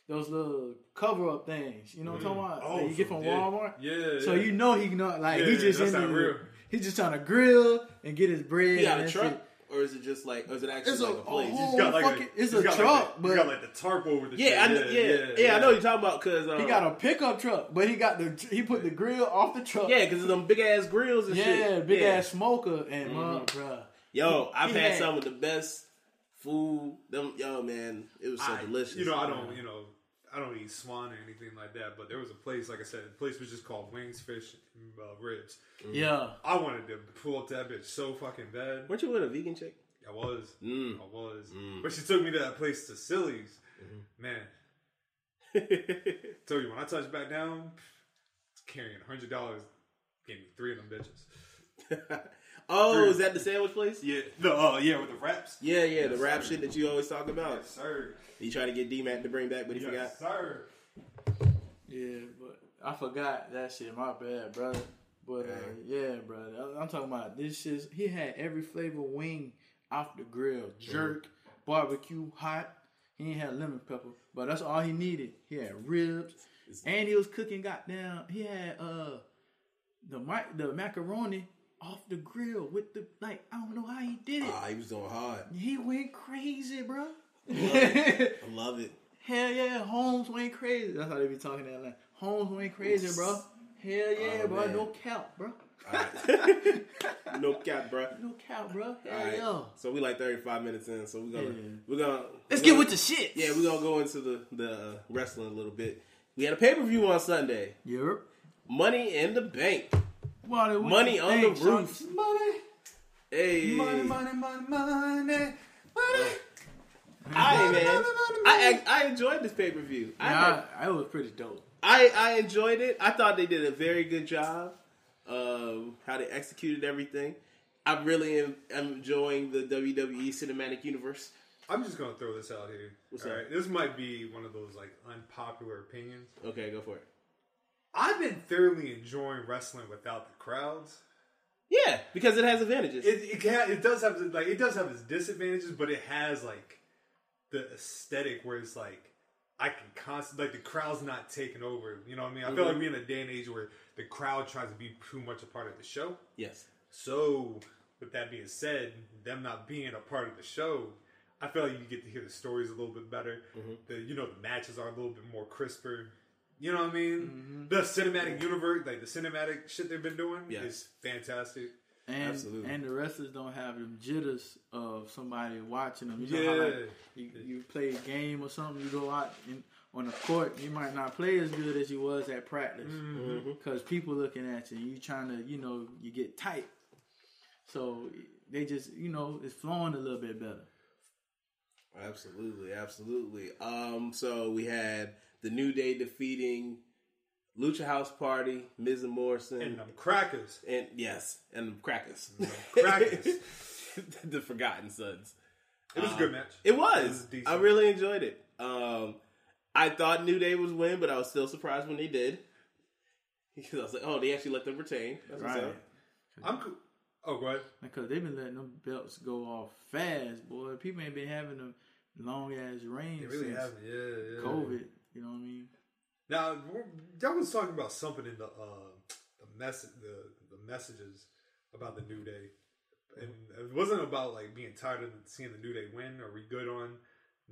Speaker 4: those little cover up things. You know what I'm
Speaker 1: Mhm.
Speaker 4: talking about?
Speaker 6: Mm-hmm.
Speaker 1: Oh,
Speaker 4: that you get
Speaker 1: from-
Speaker 4: from
Speaker 1: yeah.
Speaker 4: Walmart.
Speaker 1: Yeah,
Speaker 4: So
Speaker 1: yeah.
Speaker 4: you know he not like
Speaker 1: Yeah,
Speaker 4: he just
Speaker 1: that's
Speaker 4: in
Speaker 1: not
Speaker 4: the-
Speaker 1: real.
Speaker 4: He's just trying to grill and get his bread.
Speaker 6: He got
Speaker 4: and
Speaker 6: a
Speaker 4: that's
Speaker 6: truck,
Speaker 4: it.
Speaker 6: or is it just like, or is it actually
Speaker 4: It's a-
Speaker 6: like a place?
Speaker 4: a whole He's got like a- fucking- it's he's a got like truck, the-
Speaker 1: but got like the tarp over the
Speaker 6: yeah, I
Speaker 1: shit.
Speaker 6: know, yeah, yeah, I know you're talking about uh, because
Speaker 4: He got a pickup truck, but he got the he put the grill off the truck.
Speaker 6: Yeah, 'cause it's them big ass grills and
Speaker 4: yeah,
Speaker 6: shit.
Speaker 4: big
Speaker 6: Yeah.
Speaker 4: ass smoker and mug,
Speaker 6: Mhm.
Speaker 4: bruh.
Speaker 6: Yo, I've
Speaker 4: He
Speaker 6: had some of the best food. Them, yo, man, it was so
Speaker 1: I-
Speaker 6: delicious.
Speaker 1: You know, I don't, you know, I don't eat swan or anything like that. But there was a place, like I said, the place was just called Wings, Fish, and uh, Ribs.
Speaker 6: Mm.
Speaker 4: Yeah.
Speaker 1: I wanted to pull up that bitch so fucking bad.
Speaker 6: Weren't you with a vegan chick?
Speaker 1: I was,
Speaker 6: Mm.
Speaker 1: I was.
Speaker 6: Mm. Mm-hmm.
Speaker 1: But she took me to that place, Sicily's. Man, tell you when I touched back down, carrying hundred dollars, gave me three of them bitches.
Speaker 6: Oh,
Speaker 1: Three.
Speaker 6: is that the sandwich place?
Speaker 1: Yeah, the uh, yeah with the wraps.
Speaker 6: Yeah, yeah, the
Speaker 1: Yes,
Speaker 6: rap
Speaker 1: sir.
Speaker 6: shit that you always talk about.
Speaker 1: Yes, sir.
Speaker 6: You try to get D Mac to bring back, but he
Speaker 1: Yes,
Speaker 6: forgot.
Speaker 1: sir.
Speaker 4: Yeah, but I forgot that shit. My bad, brother. But uh, yeah, brother, I- I'm talking about this shit. He had every flavor wing off the grill, jerk, barbecue, hot. He ain't had lemon pepper, but that's all he needed. He had ribs, and he was cooking. Goddamn, he had uh the mic, the macaroni off the grill with the like. I don't know how he did it.
Speaker 6: Ah, he was going hard.
Speaker 4: He went crazy, bro.
Speaker 6: I love it.
Speaker 4: Hell yeah, Holmes went crazy. That's how they be talking that line. Holmes went crazy, bro. Hell yeah,
Speaker 6: Oh,
Speaker 4: bro.
Speaker 6: man.
Speaker 4: No cap, bro.
Speaker 6: No cap, bro.
Speaker 4: No cap, bro. Hell
Speaker 6: All right.
Speaker 4: yeah.
Speaker 6: So we like 35 minutes in, so we're gonna
Speaker 4: Yeah.
Speaker 6: we're gonna
Speaker 4: Let's
Speaker 6: we're
Speaker 4: get
Speaker 6: gonna-
Speaker 4: with the shit.
Speaker 6: Yeah, we're gonna go into the the uh, wrestling a little bit. We had a pay per view on Sunday.
Speaker 4: Yep.
Speaker 6: Money in the bank.
Speaker 4: Money,
Speaker 6: Money on the roof.
Speaker 4: Money,
Speaker 6: Hey, Uh,
Speaker 1: Money, money, money, money, money.
Speaker 6: I man, I I enjoyed this pay per view. I
Speaker 4: Nah, I, was pretty dope.
Speaker 6: I I enjoyed it. I thought they did a very good job of how they executed everything. I really am, am enjoying the WWE cinematic universe.
Speaker 1: I'm just gonna throw this out here.
Speaker 6: What's
Speaker 1: All
Speaker 6: that?
Speaker 1: right, this might be one of those like unpopular opinions.
Speaker 6: Okay, go for it.
Speaker 1: I've been thoroughly enjoying wrestling without the crowds.
Speaker 6: Yeah, because it has advantages.
Speaker 1: It it, can, it does have like it does have its disadvantages, but it has like the aesthetic where it's like I can constantly like the crowd's not taking over. You know what I mean? I feel like
Speaker 6: Mhm.
Speaker 1: we're in a day and age where the crowd tries to be too much a part of the show.
Speaker 6: yes.
Speaker 1: So, with that being said, them not being a part of the show, I feel like you get to hear the stories a little bit better.
Speaker 6: Mm-hmm.
Speaker 1: The you know the matches are a little bit more crisper. You know what I mean? The cinematic universe, like the cinematic shit they've been doing,
Speaker 6: Mm-hmm. Yes.
Speaker 1: is fantastic.
Speaker 4: And,
Speaker 6: Absolutely.
Speaker 4: and the wrestlers don't have them jitters of somebody watching them. You know how
Speaker 1: Yeah.
Speaker 4: like you, you play a game or something, you go out and on the court, you might not play as good as you was at practice because people looking at you. You trying to, you know, you get tight. So they just, you know, it's flowing a little bit better.
Speaker 6: Absolutely, absolutely. Um, so we had the New Day defeating Lucha House Party, Miz and Morrison,
Speaker 1: And them crackers,
Speaker 6: and- yes, and Crackers,
Speaker 1: crackers. it
Speaker 6: the Forgotten Sons.
Speaker 1: was a
Speaker 6: Um,
Speaker 1: good match.
Speaker 6: It was.
Speaker 1: decent.
Speaker 6: I really enjoyed it. Um, I thought New Day was win, but I was still surprised when they did. Because I was like, oh, they actually let them retain. That's what's
Speaker 4: Right.
Speaker 6: up.
Speaker 1: I'm cool. Oh, go ahead.
Speaker 4: Because they've been letting them belts go off fast, boy. People ain't been having them long ass reigns.
Speaker 1: They really
Speaker 4: since
Speaker 1: haven't. Yeah, yeah.
Speaker 4: COVID. You know what I mean?
Speaker 1: Now, y'all was talking about something in the uh, the message the, the messages about the new day, and it wasn't about like being tired of seeing the new day win. Are we good on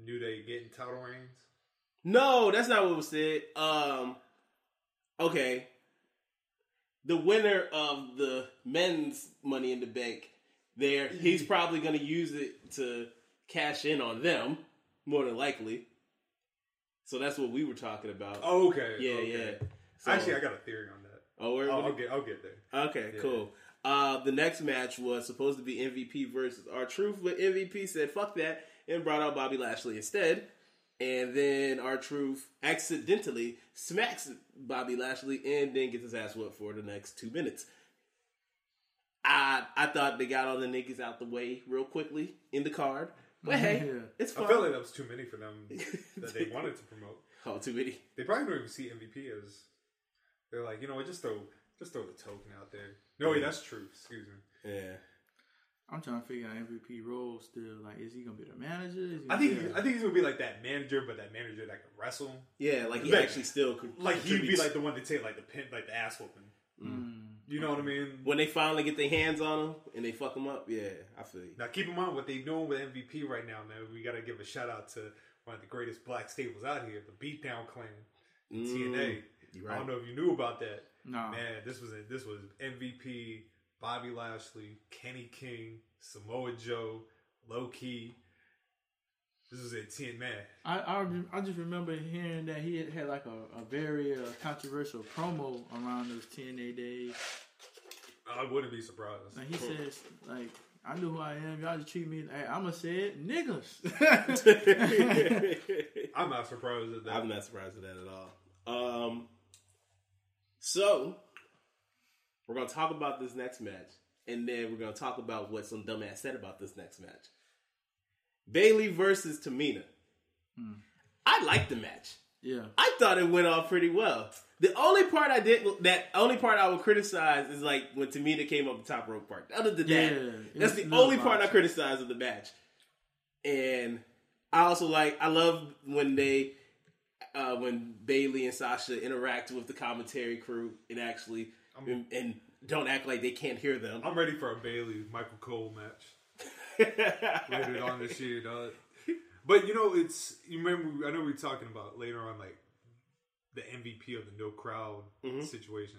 Speaker 1: new day getting title reigns?
Speaker 6: No, that's not what was said. Um, okay. The winner of the men's Money in the Bank, there, he's probably going to use it to cash in on them, more than likely. So that's what we were talking about.
Speaker 1: Oh, okay.
Speaker 6: Yeah,
Speaker 1: okay.
Speaker 6: yeah. So-
Speaker 1: Actually, I got a theory on that.
Speaker 6: Oh, where,
Speaker 1: I'll,
Speaker 6: what
Speaker 1: I'll
Speaker 6: do you-
Speaker 1: get I'll get there.
Speaker 6: Okay,
Speaker 1: Yeah.
Speaker 6: cool. Uh, the next match was supposed to be MVP versus our Truth, but MVP said "fuck that" and brought out Bobby Lashley instead. And then our Truth accidentally smacks Bobby Lashley and then gets his ass whipped for the next two minutes. I I thought they got all the niggas out the way real quickly in the card, but hey, it's fine.
Speaker 1: I felt like that was too many for them that they wanted to promote.
Speaker 6: Oh, too many.
Speaker 1: They probably don't even see MVP as. They're like, you know what? Just throw, just throw the token out there. No, wait, that's true. Excuse me.
Speaker 6: Yeah.
Speaker 4: I'm trying to figure out MVP role still. Like, is he gonna be the manager? Is he
Speaker 1: I think
Speaker 4: gonna be
Speaker 1: I think he's gonna be like that manager, but that manager that can wrestle.
Speaker 6: Yeah, like he
Speaker 1: Like-
Speaker 6: actually still con-
Speaker 1: like he'd be
Speaker 6: contributes.
Speaker 1: like the one to take like the pin, like the ass whooping.
Speaker 6: Mm.
Speaker 1: You know what I mean?
Speaker 6: When they finally get their hands on him and they fuck him up, yeah, I feel you.
Speaker 1: Now keep in mind what they doing with MVP right now, man. We gotta give a shout out to one of the greatest black stables out here, the Beatdown Clan, in TNA.
Speaker 6: Mm, you right.
Speaker 1: I don't know if you knew about that.
Speaker 4: Nah.
Speaker 1: man, this was this was MVP, Bobby Lashley, Kenny King, Samoa Joe, Low Key. This was at TNA. Man,
Speaker 4: I, I rem- I just remember hearing that he had, had like a, a very uh, controversial promo around those TNA days.
Speaker 1: I wouldn't be surprised.
Speaker 4: Like he says, like I know who I am. Y'all just treat me. Hey, I'ma say it, niggas.
Speaker 1: I'm not surprised at that.
Speaker 6: I'm not surprised at that at all. Um, so we're gonna talk about this next match, and then we're gonna talk about what some dumbass said about this next match. Bailey versus Tamina. I liked the match.
Speaker 4: Hmm. yeah.
Speaker 6: I thought it went off pretty well. The only part I didn't that only part I would criticize is like when Tamina came up the top rope part. Other than
Speaker 4: Yeah,
Speaker 6: that,
Speaker 4: it
Speaker 6: that's
Speaker 4: was
Speaker 6: the
Speaker 4: another
Speaker 6: only part I
Speaker 4: box.
Speaker 6: criticize of the match. And I also like I love when they uh, when Bailey and Sasha interact with the commentary crew and actually and, and don't act like they can't hear them.
Speaker 1: I'm ready for a Bailey Michael Cole match later on this year, dog. But you know, it's you remember. I know we were talking about later on, like the MVP of the no crowd situation,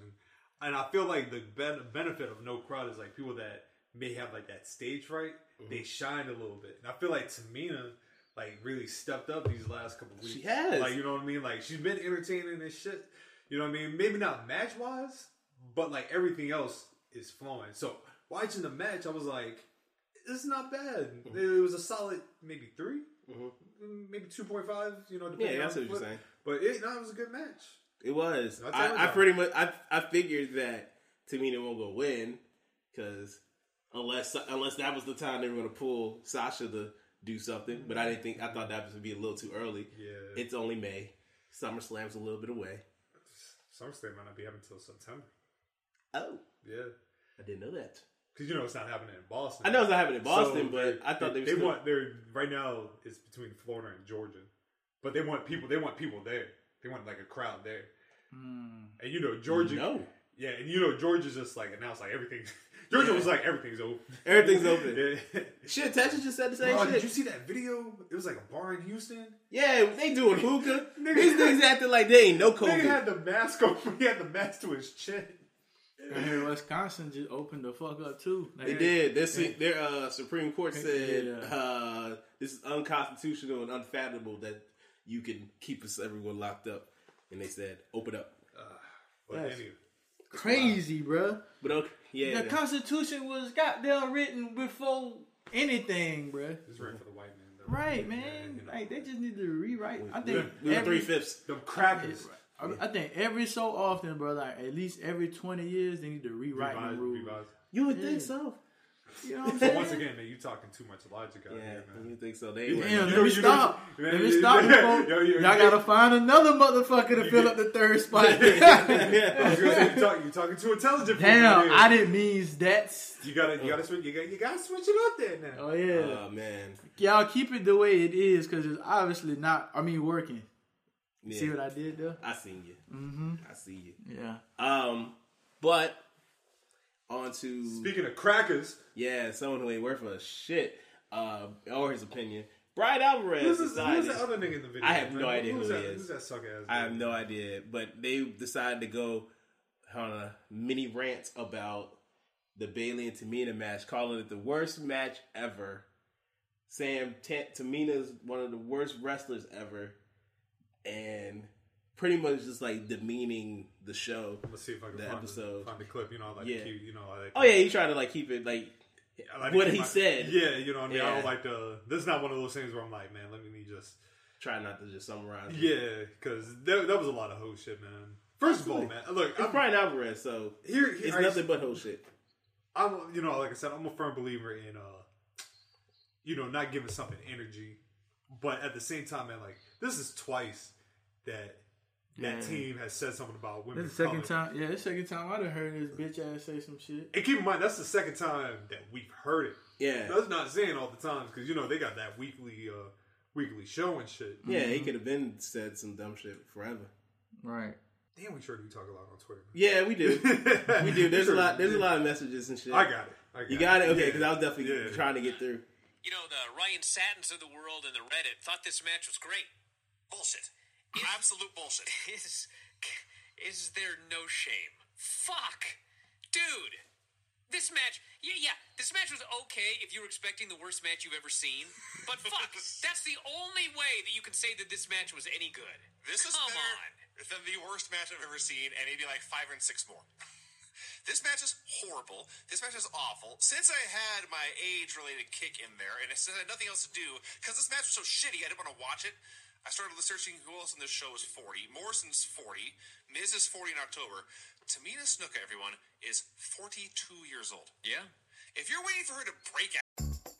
Speaker 1: and I feel like the ben- benefit of no crowd is like people that may have like that stage fright,
Speaker 6: Mm-hmm.
Speaker 1: they shine a little bit, and I feel like Tamina. Like really stepped up these last couple weeks.
Speaker 6: She has.
Speaker 1: Like you know what I mean. Like she's been entertaining and shit. You know what I mean. Maybe not match wise, but like everything else is flowing. So watching the match, I was like, "This is not bad."
Speaker 6: Mm-hmm.
Speaker 1: It was a solid maybe 3 maybe two point five. You know, depending
Speaker 6: Yeah,
Speaker 1: on
Speaker 6: that's what you're
Speaker 1: what-
Speaker 6: saying.
Speaker 1: But it, no, it was a good match.
Speaker 6: It was.
Speaker 1: That's how it
Speaker 6: I, I
Speaker 1: goes.
Speaker 6: pretty much I I figured that Tamina won't go win because unless unless that was the time they were going to pull Sasha to do something, but I didn't think I thought that would be a little too early.
Speaker 1: Yeah.
Speaker 6: It's only May. SummerSlam's a little bit away.
Speaker 1: SummerSlam might not be happening until September.
Speaker 6: Oh,
Speaker 1: Yeah,
Speaker 6: I didn't know that.
Speaker 1: because you know it's not happening in Boston.
Speaker 6: I know it's not happening in Boston, but
Speaker 1: they're-
Speaker 6: I thought they were
Speaker 1: they
Speaker 6: still-
Speaker 1: want they're right now. It's between Florida and Georgia, but they want people. They want people there. They want like a crowd there. And you know Georgia.
Speaker 6: No.
Speaker 1: Yeah, and you know Georgia's just like announced like everything. Georgia was like everything's open.
Speaker 6: Everything's open.
Speaker 1: Yeah.
Speaker 6: Shit, Texas just said the same
Speaker 1: Bro,
Speaker 6: shit.
Speaker 1: Did you see that video? It was like a bar in Houston.
Speaker 6: Yeah, they doing hookah.
Speaker 1: Nigga-
Speaker 6: These niggas acting like they ain't no
Speaker 1: Nigga had
Speaker 6: COVID.
Speaker 1: the mask on. He had the mask to his chin.
Speaker 4: And then Wisconsin just opened the fuck up too. Like,
Speaker 6: They did. Their, su- their uh, Supreme Court said
Speaker 4: Yeah.
Speaker 6: uh, this is unconstitutional and unfathomable that you can keep us everyone locked up. And they said, open up.
Speaker 1: But
Speaker 4: That's
Speaker 1: anyway,
Speaker 4: crazy, bruh.
Speaker 6: But okay, yeah.
Speaker 4: the Constitution was goddamn written before anything, bruh.
Speaker 1: it's written for the white man. Though.
Speaker 4: Right, man. Like they just need to rewrite. I
Speaker 6: we
Speaker 4: think
Speaker 6: were- we were
Speaker 4: every-
Speaker 6: three fifths.
Speaker 1: Them crackers.
Speaker 4: I, I think every so often, bro, like at least every twenty years, they need to rewrite
Speaker 1: Revise-
Speaker 4: the rules.
Speaker 1: revise.
Speaker 6: You would think so.
Speaker 4: You know what I'm
Speaker 1: But once
Speaker 4: saying?
Speaker 1: again, man, you talking too much logic out
Speaker 6: Yeah,
Speaker 1: here, man.
Speaker 6: you think so. They
Speaker 4: Damn,
Speaker 6: were.
Speaker 4: let me stop.
Speaker 6: If it stops before, y'all gotta find another motherfucker to fill up the third spot.
Speaker 1: I was gonna say, you talk, you're talking to intelligent.
Speaker 6: Damn,
Speaker 1: people.
Speaker 6: I didn't mean that's.
Speaker 1: You gotta, you gotta switch. You gotta, you gotta switch it up there now.
Speaker 6: Oh yeah,
Speaker 4: Oh man.
Speaker 6: y'all keep it the way it is because it's obviously not. I mean, working. You See
Speaker 4: Yeah.
Speaker 6: what I did there?
Speaker 4: I seen you.
Speaker 6: Mhm.
Speaker 4: I see you.
Speaker 6: Yeah.
Speaker 4: Um, but on to
Speaker 1: speaking of crackers,
Speaker 4: yeah, someone who ain't worth a shit, uh, or his opinion. Brian Alvarez.
Speaker 1: Who's this-
Speaker 4: decided-
Speaker 1: who's the other nigga in the video,
Speaker 4: I have
Speaker 1: man?
Speaker 4: no idea
Speaker 1: Who's
Speaker 4: who
Speaker 1: that-
Speaker 4: he is.
Speaker 1: who's that sucker ass
Speaker 4: I have no idea, but they decided to go on a mini rant about the Bailey and Tamina match, calling it the worst match ever. Saying T- Tamina's one of the worst wrestlers ever, and pretty much just like demeaning the show.
Speaker 1: Let's see if I can
Speaker 4: the
Speaker 1: find,
Speaker 4: episode.
Speaker 1: The, find the clip. You know, like
Speaker 4: Yeah.
Speaker 1: cute, you know, like
Speaker 4: oh yeah, he tried to like keep it like
Speaker 1: I like to
Speaker 4: what
Speaker 1: keep
Speaker 4: he
Speaker 1: my-
Speaker 4: said.
Speaker 1: Yeah, you know what I mean. I
Speaker 4: Yeah.
Speaker 1: don't like the. This is not one of those things where I'm like, man, let me just.
Speaker 4: Try not to just summarize. it.
Speaker 1: Yeah, because that, that was a lot of ho shit, man. First of all, man, look,
Speaker 4: it's
Speaker 1: I'm-
Speaker 4: Brian Alvarez, so
Speaker 1: Here- here-
Speaker 4: it's
Speaker 1: I-
Speaker 4: nothing but whole shit.
Speaker 1: I'm, you know, like I said, I'm a firm believer in, uh, you know, not giving something energy, but at the same time, man, like this is twice that that
Speaker 6: Yeah.
Speaker 1: team has said something about women.
Speaker 6: This the second time. Yeah, this second time I done heard this bitch ass say some shit.
Speaker 1: And keep in mind, that's the second time that we've heard it.
Speaker 4: Yeah.
Speaker 1: that's not saying all the times because you know they got that weekly, uh, weekly show and shit.
Speaker 4: Yeah, he could have been said some dumb shit forever.
Speaker 6: Right.
Speaker 1: Damn, we sure do talk a lot on Twitter.
Speaker 4: Yeah, we do. we do. There's a lot. There's a lot of messages and shit.
Speaker 1: I got it. I got
Speaker 4: you got it.
Speaker 1: it.
Speaker 4: Okay,
Speaker 1: Yeah.
Speaker 4: because I was definitely trying to get through.
Speaker 9: You know, the Ryan Satins of the world and the Reddit thought this match was great. Bullshit. Absolute bullshit. Is, is there no shame? Fuck! Dude! This match, yeah, yeah, this match was okay if you were expecting the worst match you've ever seen. But fuck, that's the only way that you can say that this match was any good.
Speaker 5: This is
Speaker 9: Come on.
Speaker 5: better than the worst match I've ever seen, and maybe like five and six more. This match is horrible. This match is awful. Since I had my age-related kick in there, and since I had nothing else to do, because this match was so shitty, I didn't want to watch it. I started searching who else in this show is 40. Morrison's 40. Miz is 40 in October. Tamina Snuka, everyone, is 42 years old. Yeah. If you're waiting for her to break out.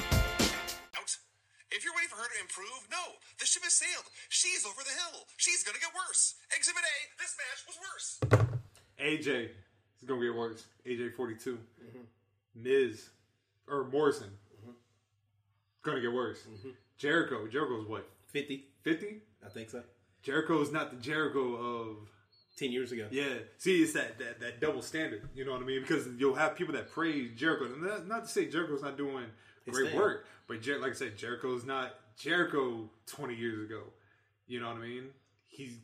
Speaker 5: If you're waiting for her to improve, no. The ship has sailed. She's over the hill. She's gonna get worse. Exhibit A, this match was worse.
Speaker 1: AJ. It's gonna get worse. AJ forty
Speaker 4: Mm-hmm.
Speaker 1: Miz or Morrison. Gonna get worse.
Speaker 4: Mm-hmm.
Speaker 1: Jericho. Jericho's what?
Speaker 4: Fifty.
Speaker 1: Fifty?
Speaker 4: I think so.
Speaker 1: Jericho's not the Jericho of
Speaker 4: ten years ago.
Speaker 1: Yeah. See, it's that, that that double standard. You know what I mean? Because you'll have people that praise Jericho, and that, not to say Jericho's not doing
Speaker 4: His
Speaker 1: great
Speaker 4: thing.
Speaker 1: work, but Jer- like I said, Jericho's not Jericho twenty years ago. You know what I mean? He's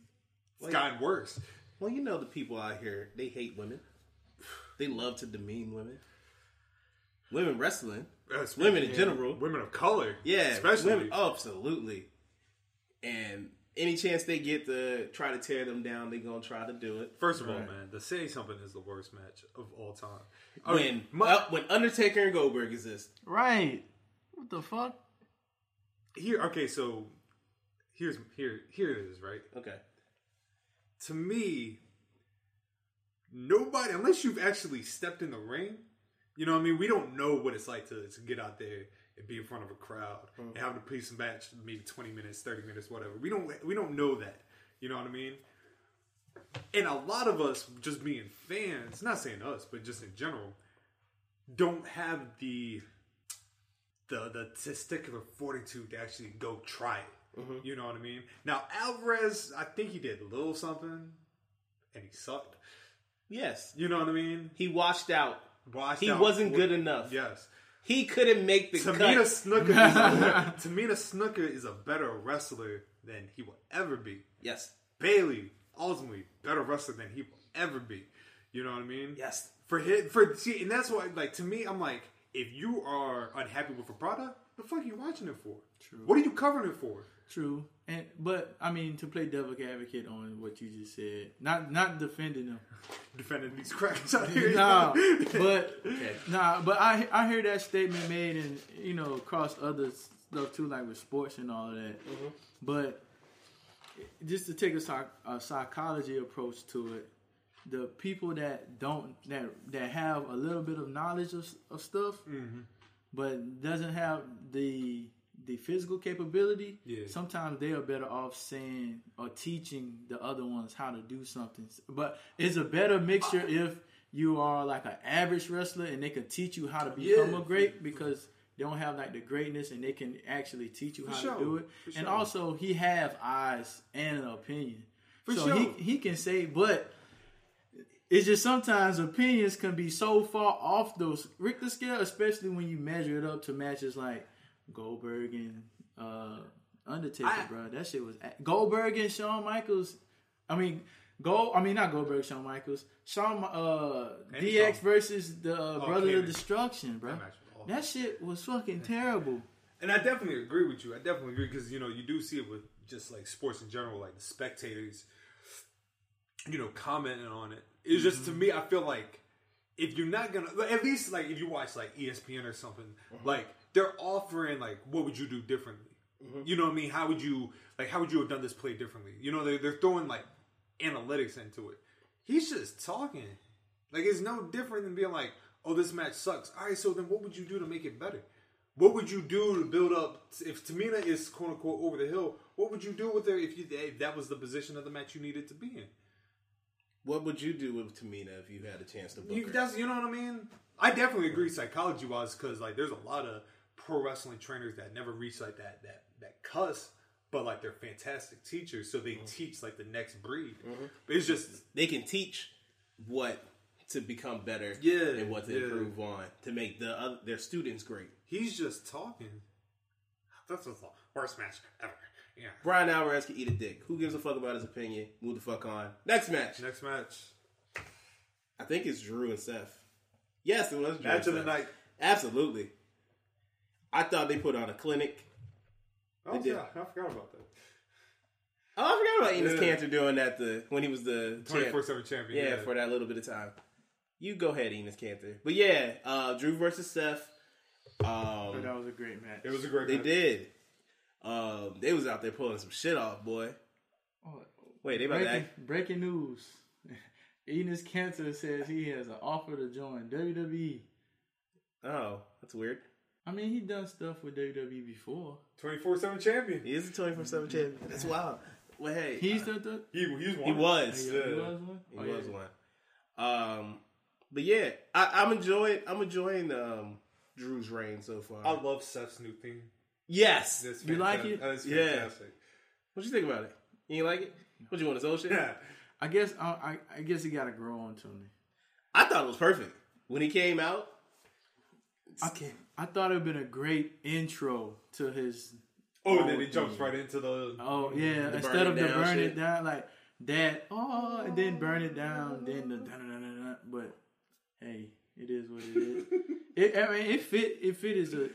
Speaker 4: Well,
Speaker 1: gotten worse.
Speaker 4: Well, you know the people out here, they hate women. They love to demean women. Women wrestling.
Speaker 1: That's-
Speaker 4: women in
Speaker 1: yeah.
Speaker 4: general.
Speaker 1: Women of color.
Speaker 4: Yeah.
Speaker 1: especially.
Speaker 4: Women, oh, absolutely. And any chance they get to try to tear them down, they going to try to do it.
Speaker 1: First of all, man, the Say Something is the worst match of all time. I
Speaker 4: When,
Speaker 1: mean,
Speaker 4: uh, when Undertaker and Goldberg exist.
Speaker 6: Right. What the fuck?
Speaker 1: Here, okay, so here's here here it is, right?
Speaker 4: Okay.
Speaker 1: To me, nobody, unless you've actually stepped in the ring, you know, what I mean, we don't know what it's like to, to get out there and be in front of a crowd and have to piece and match maybe twenty minutes, thirty minutes, whatever. We don't we don't know that. You know what I mean? And a lot of us, just being fans, not saying us, but just in general, don't have the the the testicular fortitude to actually go try it.
Speaker 4: Mm-hmm.
Speaker 1: You know what I mean? Now Alvarez, I think he did a little something, and he sucked.
Speaker 4: Yes.
Speaker 1: You know what I mean?
Speaker 4: He washed out.
Speaker 1: Washed
Speaker 4: he
Speaker 1: out.
Speaker 4: wasn't good enough.
Speaker 1: Yes.
Speaker 4: He couldn't make the
Speaker 1: Tamina
Speaker 4: cut.
Speaker 1: Snooker, is a, Tamina Snooker is a better wrestler than he will ever be.
Speaker 4: Yes.
Speaker 1: Bailey, ultimately, better wrestler than he will ever be. You know what I mean?
Speaker 4: Yes.
Speaker 1: For him, for see, and that's why, like, to me, I'm like, if you are unhappy with a product, the fuck are you watching it for? What are you covering it for?
Speaker 8: True, and but I mean to play devil advocate on what you just said, not not defending them,
Speaker 1: defending these cracks out here.
Speaker 8: Nah, but nah, but I I hear that statement made and you know across other stuff too, like with sports and all of that.
Speaker 6: Mhm.
Speaker 8: But just to take a, psych- a psychology approach to it, the people that don't that that have a little bit of knowledge of, of stuff, but doesn't have the the physical capability,
Speaker 1: Yeah.
Speaker 8: sometimes they are better off saying or teaching the other ones how to do something. But it's a better mixture
Speaker 9: Ah,
Speaker 8: if you are like an average wrestler and they can teach you how to become
Speaker 1: Yeah.
Speaker 8: a great because they don't have like the greatness and they can actually teach you
Speaker 1: For
Speaker 8: how
Speaker 1: sure.
Speaker 8: to do it.
Speaker 1: For
Speaker 8: and
Speaker 1: sure.
Speaker 8: also he have eyes and an opinion.
Speaker 1: For
Speaker 8: so
Speaker 1: sure.
Speaker 8: he, he can say, but it's just sometimes opinions can be so far off those Richter scale, especially when you measure it up to matches like Goldberg and uh, Undertaker, bro. That shit was Goldberg and Shawn Michaels. I mean, Gold. I mean, not Goldberg, Shawn Michaels. Shawn uh,
Speaker 1: And
Speaker 8: DX
Speaker 1: Shawn.
Speaker 8: versus the uh, Brother
Speaker 1: Kevin.
Speaker 8: of Destruction, bro. That shit was fucking terrible.
Speaker 1: And I definitely agree with you. I definitely agree because you know you do see it with just like sports in general, like the spectators, you know, commenting on it. It's just
Speaker 8: Mm-hmm.
Speaker 1: to me, I feel like if you're not gonna, like, at least like if you watch like E ESPN or something, like they're offering like what would you do differently? You know what I mean? How would you like? How would you have done this play differently? You know, they're they're throwing like analytics into it. He's just talking. Like it's no different than being like, oh, this match sucks. All right, so then what would you do to make it better? What would you do to build up? If Tamina is quote unquote over the hill, what would you do with her if you if that was the position of the match you needed to be in?
Speaker 6: What would you do with Tamina if you had a chance to book
Speaker 1: You,
Speaker 6: her?
Speaker 1: that's, you know what I mean? I definitely agree psychology wise because like there's a lot of pro wrestling trainers that never reach like that that that cuss, but like they're fantastic teachers, so they
Speaker 6: Mm-hmm.
Speaker 1: teach like the next breed. It's just
Speaker 6: they can teach what to become better,
Speaker 1: Yeah,
Speaker 6: and what to
Speaker 1: yeah.
Speaker 6: improve on to make the other, their students great.
Speaker 1: He's just talking. That's what's the worst match ever. Yeah.
Speaker 6: Brian Alvarez can eat a dick. Who gives a fuck about his opinion? Move the fuck on. Next match.
Speaker 1: Next match.
Speaker 6: I think it's Drew and Seth. Yes, it was Drew. and
Speaker 1: Match of the
Speaker 6: Seth.
Speaker 1: night.
Speaker 6: Absolutely. I thought they put on a clinic.
Speaker 1: Oh,
Speaker 6: did.
Speaker 1: yeah, I forgot about that.
Speaker 6: Oh, I forgot about Enos
Speaker 1: Yeah.
Speaker 6: Cantor doing that the when he was the champ.
Speaker 1: 24/7 champion,
Speaker 6: Yeah,
Speaker 1: yeah.
Speaker 6: for that little bit of time. You go ahead, Enos Cantor. But yeah, uh, Drew versus Seth. Um,
Speaker 8: But that was a great match.
Speaker 1: It was a great
Speaker 6: They
Speaker 1: match.
Speaker 6: did. Um, they was out there pulling some shit off, boy.
Speaker 1: Oh,
Speaker 6: Wait, they about to
Speaker 8: breaking,
Speaker 6: act.
Speaker 8: breaking news. Enos Cantor says he has an offer to join WWE.
Speaker 6: Oh, that's weird.
Speaker 8: I mean, he done stuff with WWE before.
Speaker 1: 24/7 champion.
Speaker 6: He is a 24/7
Speaker 1: Mm-hmm.
Speaker 6: champion. That's wild. Well, hey,
Speaker 8: He's the, the
Speaker 1: He, he's
Speaker 6: He was.
Speaker 8: He, he was one.
Speaker 6: He
Speaker 8: Oh,
Speaker 6: was
Speaker 8: yeah.
Speaker 6: one. Um, but yeah, I, I'm enjoying. I'm enjoying um, Drew's reign so far.
Speaker 1: I love Seth's new theme.
Speaker 6: yes,
Speaker 1: That's
Speaker 6: you like
Speaker 1: fantastic.
Speaker 6: it?
Speaker 1: That is
Speaker 6: yeah.
Speaker 1: fantastic.
Speaker 6: What you think about it? You ain't like it? What you want his old shit?
Speaker 8: I guess I, I, I guess he got to grow on to me.
Speaker 6: I thought it was perfect when he came out.
Speaker 8: I, I thought it would have been a great intro to his.
Speaker 1: Oh, and then he
Speaker 8: old
Speaker 1: jumps
Speaker 8: thing.
Speaker 1: right into the.
Speaker 8: Oh yeah,
Speaker 6: The
Speaker 8: instead
Speaker 6: burn
Speaker 8: of
Speaker 6: it
Speaker 8: the
Speaker 6: down
Speaker 8: burn
Speaker 6: shit.
Speaker 8: it down like that. Oh, and then burn it down. Then the da da da da. But hey, it is what it is. it, I mean, it fit. It fit is a.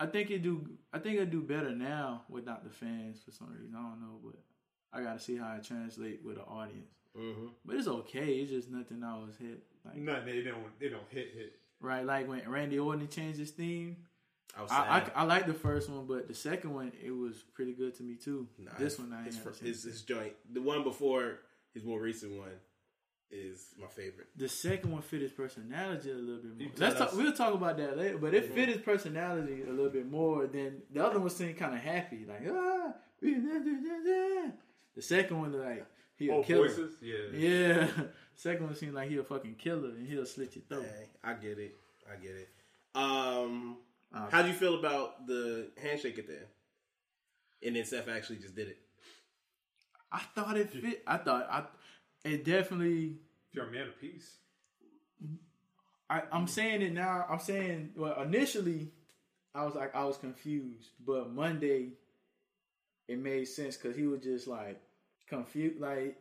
Speaker 8: I think it do. I think it do better now without the fans for some reason. I don't know, but I gotta see how it translate with the audience.
Speaker 6: Mm-hmm.
Speaker 8: But it's okay. It's just nothing I was hit like
Speaker 1: No, they don't. They don't hit hit.
Speaker 8: right. Like when Randy Orton changed his theme.
Speaker 6: I was
Speaker 8: I,
Speaker 6: sad.
Speaker 8: I, I like the first one, but the second one it was pretty good to me too.
Speaker 6: Nah,
Speaker 8: this
Speaker 6: his-
Speaker 8: one I ain't
Speaker 6: his,
Speaker 8: never
Speaker 6: fir-
Speaker 8: seen.
Speaker 6: his, his joint. The one before his more recent one is my favorite.
Speaker 8: The second one fit his personality a little bit more.
Speaker 6: tell
Speaker 8: Let's talk,
Speaker 6: us.
Speaker 8: we'll talk about that later, but it fit his personality a little bit more than the other one seemed kind of happy, like ah. we- da, da, da, da." The second one like he a
Speaker 1: Oh,
Speaker 8: killer.
Speaker 1: voices? Yeah.
Speaker 8: yeah. Second one seemed like he a fucking killer and he'll slit your throat.
Speaker 6: Hey, I get it. I get it. Um,
Speaker 8: Uh,
Speaker 6: how do you feel about the handshake at the end? And then Seth actually just did it.
Speaker 8: I thought it fit. I thought I it definitely
Speaker 1: You're a man of peace.
Speaker 8: I, I'm saying it now. I'm saying well initially, I was like I was confused, but Monday, it made sense because he was just like confused, like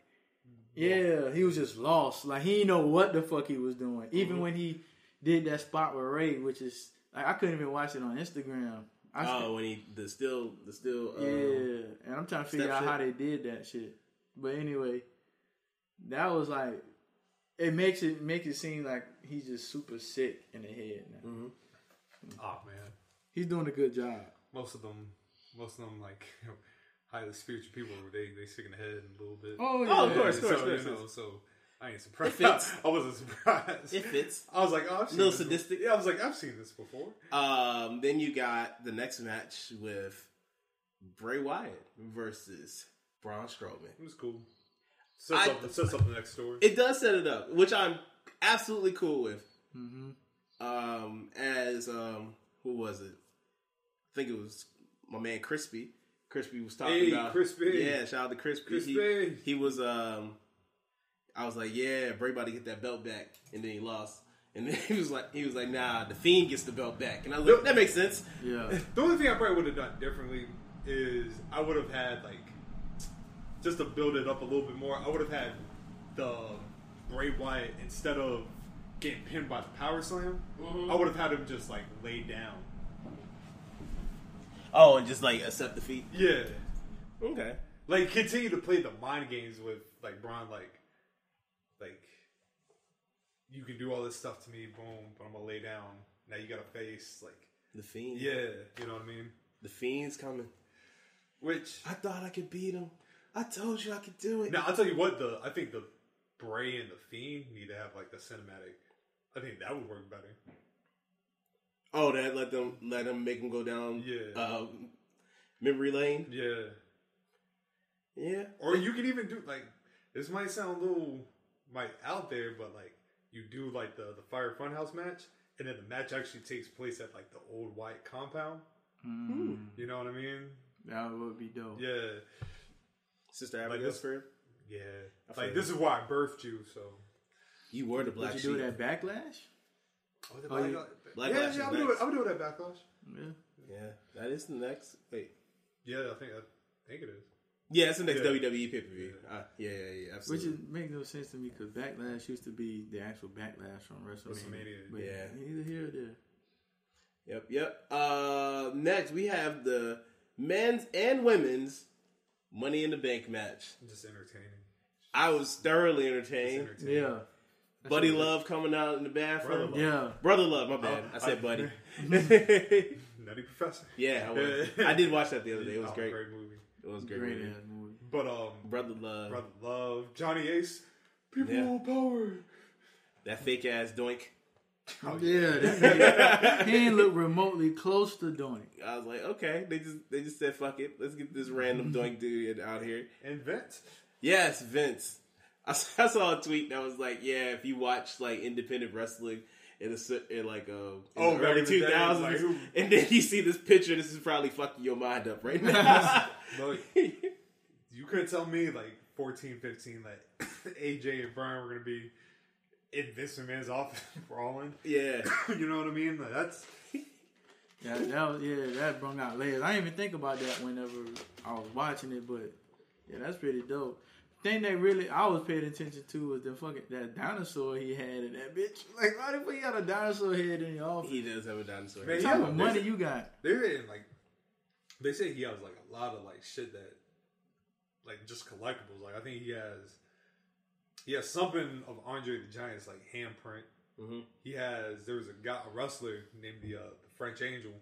Speaker 8: yeah, he was just lost. Like he didn't know what the fuck he was doing. Even when he did that spot with Ray, which is like I couldn't even watch it on Instagram
Speaker 6: I
Speaker 4: oh, when he the still the still uh,
Speaker 6: yeah, and I'm trying to figure
Speaker 4: step
Speaker 6: out
Speaker 4: shit?
Speaker 6: how they did that shit. But anyway, that was like it makes it makes it seem like he's just super sick in the head now.
Speaker 1: Oh man,
Speaker 6: he's doing a good job.
Speaker 1: Most of them, most of them, like highly spiritual people, they they sick in the head a little bit.
Speaker 6: Oh, yeah. Oh, of
Speaker 4: course, of course,
Speaker 1: so,
Speaker 4: of course,
Speaker 1: You
Speaker 4: of
Speaker 1: know,
Speaker 4: course.
Speaker 1: so I ain't surprised.
Speaker 4: It fits.
Speaker 1: I wasn't surprised.
Speaker 4: It fits.
Speaker 1: I was like, oh, I've seen
Speaker 4: Little
Speaker 1: this
Speaker 4: sadistic.
Speaker 1: Yeah, I was like, I've seen this before.
Speaker 4: Um, then you got the next match with Bray Wyatt versus Braun Strowman.
Speaker 1: It was cool. Sets
Speaker 4: I-
Speaker 1: up, sets up the next story.
Speaker 4: It does set it up, which I'm absolutely cool with.
Speaker 6: Mm-hmm.
Speaker 4: Um, as um, who was it? I think it was my man Crispy. Crispy was talking
Speaker 1: Hey,
Speaker 4: about
Speaker 1: Crispy.
Speaker 4: Yeah, shout out to Crispy.
Speaker 1: Crispy.
Speaker 4: He, he was um, I was like, yeah, Bray about to get that belt back, and then he lost. And then he was like, he was like, nah, the Fiend gets the belt back, and I was like, that makes sense.
Speaker 6: Yeah.
Speaker 1: The only thing I probably would have done differently is I would have had like just to build it up a little bit more. I would have had the Bray Wyatt instead of getting pinned by the power slam. I would have had him just like laid down.
Speaker 4: Oh, and just like accept defeat.
Speaker 1: Yeah.
Speaker 4: Okay.
Speaker 1: Like continue to play the mind games with like Braun. Like, like you can do all this stuff to me, boom, but I'm gonna lay down. Now you got a face like
Speaker 4: The Fiend.
Speaker 1: Yeah, you know what I mean.
Speaker 4: The Fiend's coming.
Speaker 1: Which
Speaker 4: I thought I could beat him. I told you I could do it.
Speaker 1: Now I'll tell you what the I think the Bray and the Fiend need to have like the cinematic. I think that would work better.
Speaker 4: Oh, that let them let them make them go down.
Speaker 1: Yeah.
Speaker 4: Um, memory lane.
Speaker 1: Yeah.
Speaker 4: Yeah.
Speaker 1: Or you can even do like this might sound a little might out there, but like you do like the the Fire Funhouse match, and then the match actually takes place at like the old white compound.
Speaker 6: Mm.
Speaker 1: You know what I mean?
Speaker 6: That would be dope.
Speaker 1: Yeah.
Speaker 4: Sister
Speaker 1: Like
Speaker 4: Abigail's
Speaker 1: this,
Speaker 4: crib.
Speaker 1: yeah.
Speaker 4: I
Speaker 1: Like
Speaker 4: feel
Speaker 1: this
Speaker 4: you.
Speaker 1: is why I birthed you, so.
Speaker 4: You were the
Speaker 6: Would
Speaker 4: black
Speaker 6: you do that
Speaker 4: sheep.
Speaker 6: backlash?
Speaker 1: Oh, the
Speaker 6: Oh,
Speaker 1: Black-
Speaker 6: yeah.
Speaker 4: Black
Speaker 1: yeah,
Speaker 4: Lash
Speaker 1: yeah,
Speaker 4: is
Speaker 1: I'm doing,
Speaker 4: next.
Speaker 1: I'm doing that backlash.
Speaker 6: Yeah.
Speaker 4: Yeah, that is the next. Wait.
Speaker 1: Yeah, I think I think it is.
Speaker 4: Yeah, that's the next
Speaker 1: Yeah.
Speaker 4: WWE pay per view. Yeah. Ah, yeah, yeah, yeah,
Speaker 6: Which
Speaker 4: absolutely.
Speaker 6: is, makes no sense to me because backlash used to be the actual backlash from WrestleMania.
Speaker 4: WrestleMania,
Speaker 6: But
Speaker 4: yeah.
Speaker 6: Neither here or there.
Speaker 4: Yep, yep. Uh, next we have the men's and women's Money in the Bank match.
Speaker 1: Just entertaining.
Speaker 4: I was thoroughly entertained.
Speaker 6: Yeah.
Speaker 4: Buddy Love coming out in the bathroom.
Speaker 6: Brother Love. Yeah.
Speaker 4: Brother Love, my bad.
Speaker 1: Oh,
Speaker 4: I said
Speaker 1: I-
Speaker 4: buddy.
Speaker 1: Nutty Professor.
Speaker 4: Yeah, I, was. I did watch that the other day. It was
Speaker 1: Oh,
Speaker 4: great.
Speaker 1: Great movie.
Speaker 4: It was a great.
Speaker 6: Great
Speaker 4: movie.
Speaker 6: ass movie.
Speaker 1: But um,
Speaker 4: Brother Love.
Speaker 1: Brother Love, Johnny Ace, people
Speaker 4: Yeah.
Speaker 1: will power. Oh,
Speaker 4: That fake ass doink.
Speaker 6: yeah, that nigga- he ain't look remotely close to doing it.
Speaker 4: I was like, okay, they just they just said fuck it, let's get this random doink dude out here.
Speaker 1: And Vince.
Speaker 4: Yes, Vince. I, s- I saw a tweet that was like, yeah, if you watch like independent wrestling in the s- in like uh, in
Speaker 1: Oh,
Speaker 4: the
Speaker 1: back
Speaker 4: early
Speaker 1: in the
Speaker 4: two
Speaker 1: day, like,
Speaker 4: thousands,
Speaker 1: who-
Speaker 4: and then you see this picture, this is probably fucking your mind up right now.
Speaker 1: Look, you couldn't tell me like 14, 15 that AJ and Brian were gonna be in Vince McMahon's office brawling.
Speaker 4: yeah,
Speaker 1: you know what I mean? Like, that's
Speaker 6: That, that was, yeah, that brung out layers. I didn't even think about that whenever I was watching it, but yeah, that's pretty dope. Thing they really I was paying attention to was the fucking that dinosaur he had in that bitch. Like, why the fuck you got a dinosaur head in your office?
Speaker 4: he does have a dinosaur.
Speaker 1: Man,
Speaker 6: What
Speaker 1: yeah,
Speaker 6: type of
Speaker 1: there's-
Speaker 6: money you got?
Speaker 1: they're in like they say he has like a lot of like shit that like just collectibles. Like I think he has he has something of Andre the Giant's like handprint.
Speaker 6: Mm-hmm.
Speaker 4: Mhm.
Speaker 1: He has there was a guy a wrestler named the, uh, the French Angel,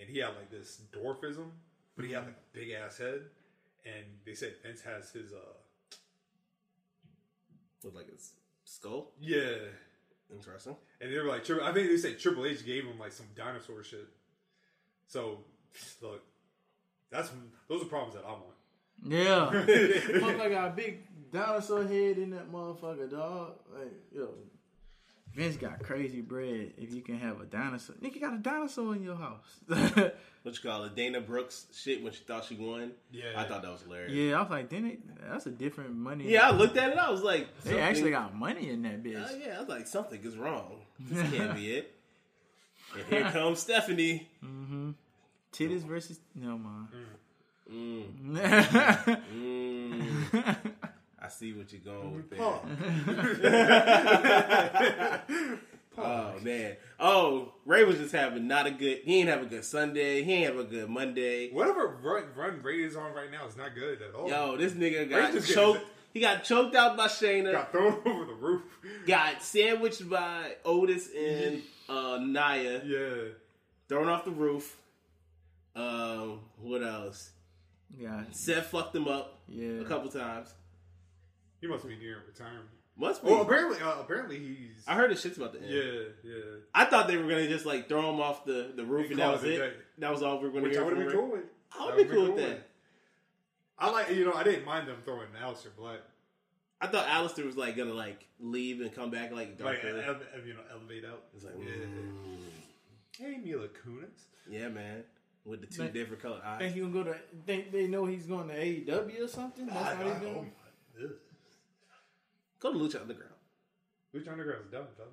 Speaker 1: and he had like this dwarfism,
Speaker 6: Mm-hmm.
Speaker 1: but he had like a big ass head. And they said Vince has his uh
Speaker 4: with like a s- skull.
Speaker 1: yeah,
Speaker 4: Interesting.
Speaker 1: and they were like tri- I think they said Triple H gave him like some dinosaur shit. So look, that's those are problems that I want.
Speaker 6: Yeah. motherfucker got a big dinosaur head in that motherfucker, dog. Like, yo. Vince got crazy bread if you can have a dinosaur. Nigga got a dinosaur in your house.
Speaker 4: What you call it? Dana Brooks shit when she thought she won.
Speaker 1: Yeah.
Speaker 4: I thought that was hilarious.
Speaker 6: yeah, I was like, didn't it? That's a different money.
Speaker 4: Yeah, I looked at it. I was like,
Speaker 6: They actually
Speaker 4: something-
Speaker 6: got money in that bitch.
Speaker 4: Oh yeah, I was like, something is wrong. This can't be it. And here comes Stephanie.
Speaker 6: Mm-hmm. Titties versus no man.
Speaker 4: Mm. Mm. Mm-hmm. I see what you're going with there.
Speaker 1: Pause.
Speaker 4: Oh man. Oh, Ray was just having not a good. He ain't have a good Sunday. He ain't have a good Monday.
Speaker 1: Whatever run run Ray is on right now is not good at all.
Speaker 4: Yo, this nigga
Speaker 1: Ray
Speaker 4: got
Speaker 1: just
Speaker 4: choked.
Speaker 1: getting-
Speaker 4: He got choked out by Shayna.
Speaker 1: Got thrown over the roof.
Speaker 4: Got sandwiched by Otis and uh, Naya.
Speaker 1: Yeah.
Speaker 4: Thrown off the roof. Um, what else?
Speaker 6: Yeah.
Speaker 4: Seth fucked him up.
Speaker 6: Yeah.
Speaker 4: A couple times.
Speaker 1: He must be near retirement.
Speaker 4: Must be.
Speaker 1: Well, apparently, uh, apparently he's.
Speaker 4: I heard the shit's about to end.
Speaker 1: Yeah, yeah.
Speaker 4: I thought they were gonna just like throw him off the, the roof
Speaker 1: And
Speaker 4: and, that
Speaker 1: call
Speaker 4: was
Speaker 1: it a
Speaker 4: it.
Speaker 1: day.
Speaker 4: That was all we were gonna
Speaker 1: Which
Speaker 4: hear.
Speaker 1: I would
Speaker 4: from
Speaker 1: have been
Speaker 4: Ray.
Speaker 1: cool with.
Speaker 4: I would be cool with that.
Speaker 1: I like you know I didn't mind them throwing Alistair Black
Speaker 4: I thought Alistair was like gonna like leave and come back like
Speaker 1: like
Speaker 4: darker.
Speaker 1: ele- ele- you know elevate out.
Speaker 4: It's like, mm.
Speaker 1: yeah. Hey Mila Kunis.
Speaker 4: yeah, man, with the two
Speaker 6: Think-
Speaker 4: different color eyes.
Speaker 6: Think he gonna go to? Think they know he's going to AEW or something? That's
Speaker 4: I-
Speaker 6: how
Speaker 4: I
Speaker 6: he's doing.
Speaker 4: Go to Lucha Underground.
Speaker 1: Lucha Underground's dumb, dumb.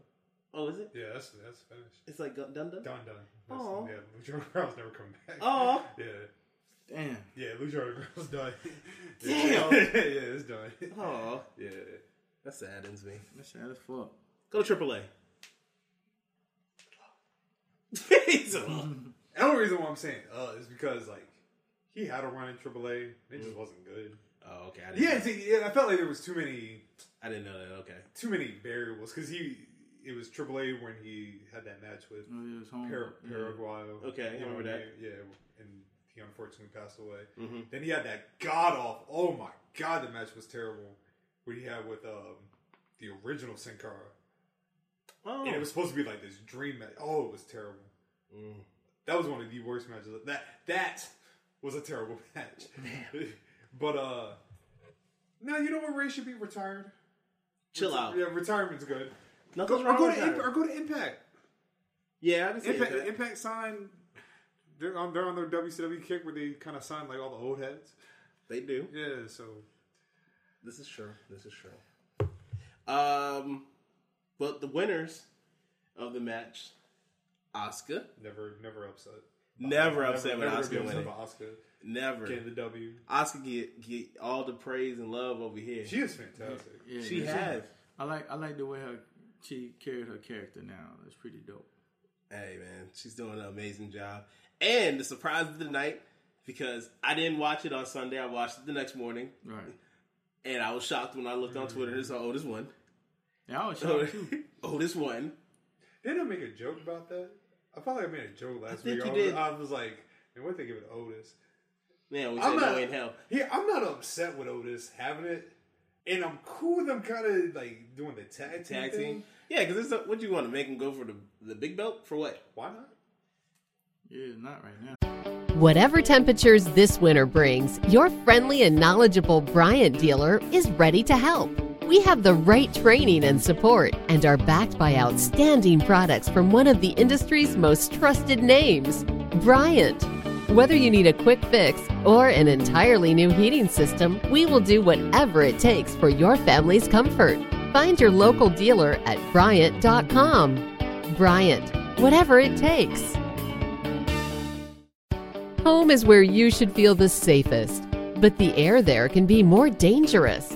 Speaker 4: Oh, is it?
Speaker 1: Yeah, that's that's Spanish.
Speaker 4: It's like Dun Dun. Dun
Speaker 1: Dun That's,
Speaker 4: Aw.
Speaker 1: yeah, Lucha Underground's never come back.
Speaker 4: Aw.
Speaker 1: yeah.
Speaker 6: Damn.
Speaker 1: Yeah, Lucha Underground's done.
Speaker 4: Damn.
Speaker 1: yeah, it's done.
Speaker 4: Oh,
Speaker 1: yeah.
Speaker 4: That saddens me.
Speaker 6: That sad as fuck.
Speaker 4: Go to AAA. He's alone.
Speaker 1: The only reason why I'm saying uh is because like he had a run in AAA, it
Speaker 4: Mm-hmm.
Speaker 1: just wasn't good.
Speaker 4: Oh, okay. I didn't
Speaker 1: Yeah,
Speaker 4: know.
Speaker 1: see, yeah, I felt like there was too many
Speaker 4: I didn't know that. Okay.
Speaker 1: too many variables because he it was AAA when he had that match with
Speaker 6: Oh, yeah, it's home.
Speaker 1: Par-
Speaker 6: Yeah.
Speaker 1: Paraguay.
Speaker 4: Mm-hmm. Okay,
Speaker 1: you
Speaker 4: I
Speaker 1: know
Speaker 4: remember
Speaker 1: what I
Speaker 4: that.
Speaker 1: mean? Yeah, and he unfortunately passed away.
Speaker 4: Mhm.
Speaker 1: Then he had that god off. Oh my god, the match was terrible. What he had with um the original Sin Cara.
Speaker 4: Oh,
Speaker 1: And it was supposed to be like this dream match. Oh, it was terrible.
Speaker 4: Mm.
Speaker 1: That was one of the worst matches. That that was a terrible match. but uh now you know what Ray should be retired.
Speaker 4: Chill
Speaker 1: Reti-
Speaker 4: out.
Speaker 1: Yeah, retirement's good.
Speaker 4: Nothing's
Speaker 1: Go-
Speaker 4: wrong
Speaker 1: or, go
Speaker 4: with
Speaker 1: to Imp-
Speaker 4: that.
Speaker 1: or go to Impact.
Speaker 4: Yeah, I can see
Speaker 1: Impact,
Speaker 4: that.
Speaker 1: Impact signed. They're on, they're on their WCW kick where they kind of sign like all the old heads.
Speaker 4: They do.
Speaker 1: Yeah, so
Speaker 4: This is true. This is true. Um, but the winners of the match, Oscar.
Speaker 1: never never upset.
Speaker 4: Never upset with
Speaker 1: never
Speaker 4: Oscar
Speaker 1: get upset
Speaker 4: winning.
Speaker 1: about Oscar
Speaker 4: Never.
Speaker 1: getting the W.
Speaker 4: Oscar get get all the praise and love over here.
Speaker 1: She is fantastic.
Speaker 6: Yeah,
Speaker 4: She
Speaker 6: yeah.
Speaker 4: has.
Speaker 6: I like I like the way her she carried her character now. That's pretty dope.
Speaker 4: Hey man, she's doing an amazing job. And the surprise of the night, because I didn't watch it on Sunday, I watched it the next morning,
Speaker 6: Right.
Speaker 4: and I was shocked when I looked on Twitter. This oh, this one.
Speaker 6: Yeah, I was shocked too.
Speaker 4: oh, this one.
Speaker 1: Didn't I make a joke about that? I felt like I made a joke last
Speaker 4: think
Speaker 1: week.
Speaker 4: you
Speaker 1: I, was,
Speaker 4: did.
Speaker 1: I was like, and what if they give it to Otis?
Speaker 4: Man, we
Speaker 1: I'm
Speaker 4: said
Speaker 1: not-
Speaker 4: no in hell.
Speaker 1: Yeah, I'm not upset with Otis having it, and I'm cool with them kind of like doing the tag team.
Speaker 4: Tag team.
Speaker 1: thing.
Speaker 4: Yeah, because what you want to make him go for the the big belt for what?
Speaker 1: Why not?
Speaker 6: Yeah, not right now.
Speaker 8: Whatever temperatures this winter brings, your friendly and knowledgeable Bryant dealer is ready to help. We have the right training and support and are backed by outstanding products from one of the industry's most trusted names, Bryant. Whether you need a quick fix or an entirely new heating system, we will do whatever it takes for your family's comfort. Find your local dealer at Bryant.com. Bryant, whatever it takes. Home is where you should feel the safest, but the air there can be more dangerous,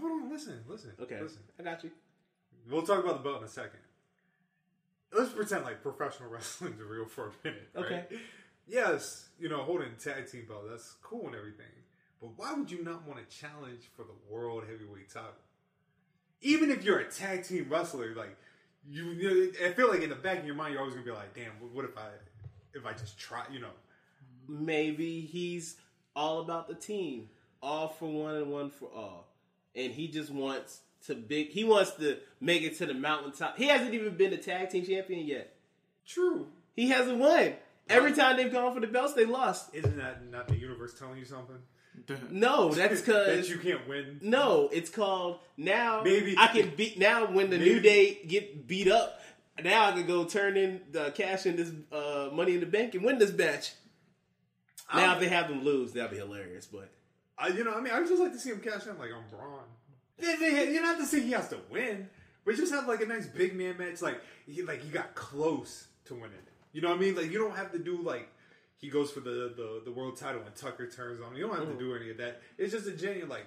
Speaker 1: Hold on, listen, listen.
Speaker 4: Okay,
Speaker 1: listen.
Speaker 4: I got you.
Speaker 1: We'll talk about the belt in a second. Let's pretend like professional wrestling's real for a minute. Right?
Speaker 4: Okay.
Speaker 1: Yes, you know, holding a tag team belt, that's cool and everything. But why would you not want to challenge for the world heavyweight title? Even if you're a tag team wrestler, like you, you know, I feel like in the back of your mind, you're always gonna be like, "Damn, what- what if I, if I just try?" You know,
Speaker 4: Maybe he's all about the team, all for one and one for all, and he just wants to big. He wants to make it to the mountaintop. He hasn't even been a tag team champion yet.
Speaker 1: true.
Speaker 4: He hasn't won. Every time they've gone for the belts, they lost.
Speaker 1: Isn't that not the universe telling you something?
Speaker 4: No, Oh, that's
Speaker 1: that
Speaker 4: because
Speaker 1: you can't win.
Speaker 4: no. It's called now.
Speaker 1: Maybe-
Speaker 4: I can beat now when the new
Speaker 1: Maybe-
Speaker 4: day get beat up. now I can go turn in the cash in this uh, money in the bank and win this batch. Now if they have them lose, that'd be hilarious. But
Speaker 1: I, you know, I mean, I would just like to see him cash in like on Braun. They- they- You're not to say he has to win, but just have like a nice big man match. Like, he, like you got close to winning. it. You know what I mean? Like, you don't have to do like he goes for the the, the world title and Tucker turns on. him. You don't
Speaker 4: Mm-hmm.
Speaker 1: have to do any of that. It's just a genuine like,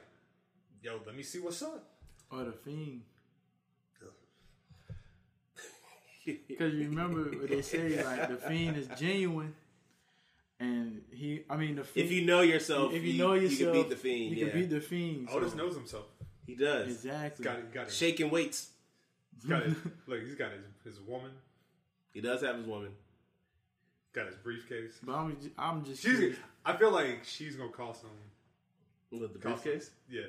Speaker 1: yo, let me see what's up.
Speaker 6: Or the fiend. Because you remember what they say, like the fiend is genuine, and he. I mean, the fiend,
Speaker 4: If you know yourself,
Speaker 6: if you,
Speaker 4: you-
Speaker 6: know
Speaker 4: you can
Speaker 6: yourself,
Speaker 4: beat the Fiend,
Speaker 6: You
Speaker 4: yeah. Oh,
Speaker 6: can beat the fiend.
Speaker 1: Otis
Speaker 6: so-
Speaker 1: knows himself.
Speaker 4: he does
Speaker 6: exactly.
Speaker 1: got it.
Speaker 4: shaking weights.
Speaker 1: He's got his, look, he's got his, his woman.
Speaker 4: He does have his woman.
Speaker 1: Got his briefcase.
Speaker 6: But I'm, ju- I'm just.
Speaker 1: She's. I feel like she's gonna cost him.
Speaker 4: With the
Speaker 1: cost him-
Speaker 4: briefcase?
Speaker 1: yeah.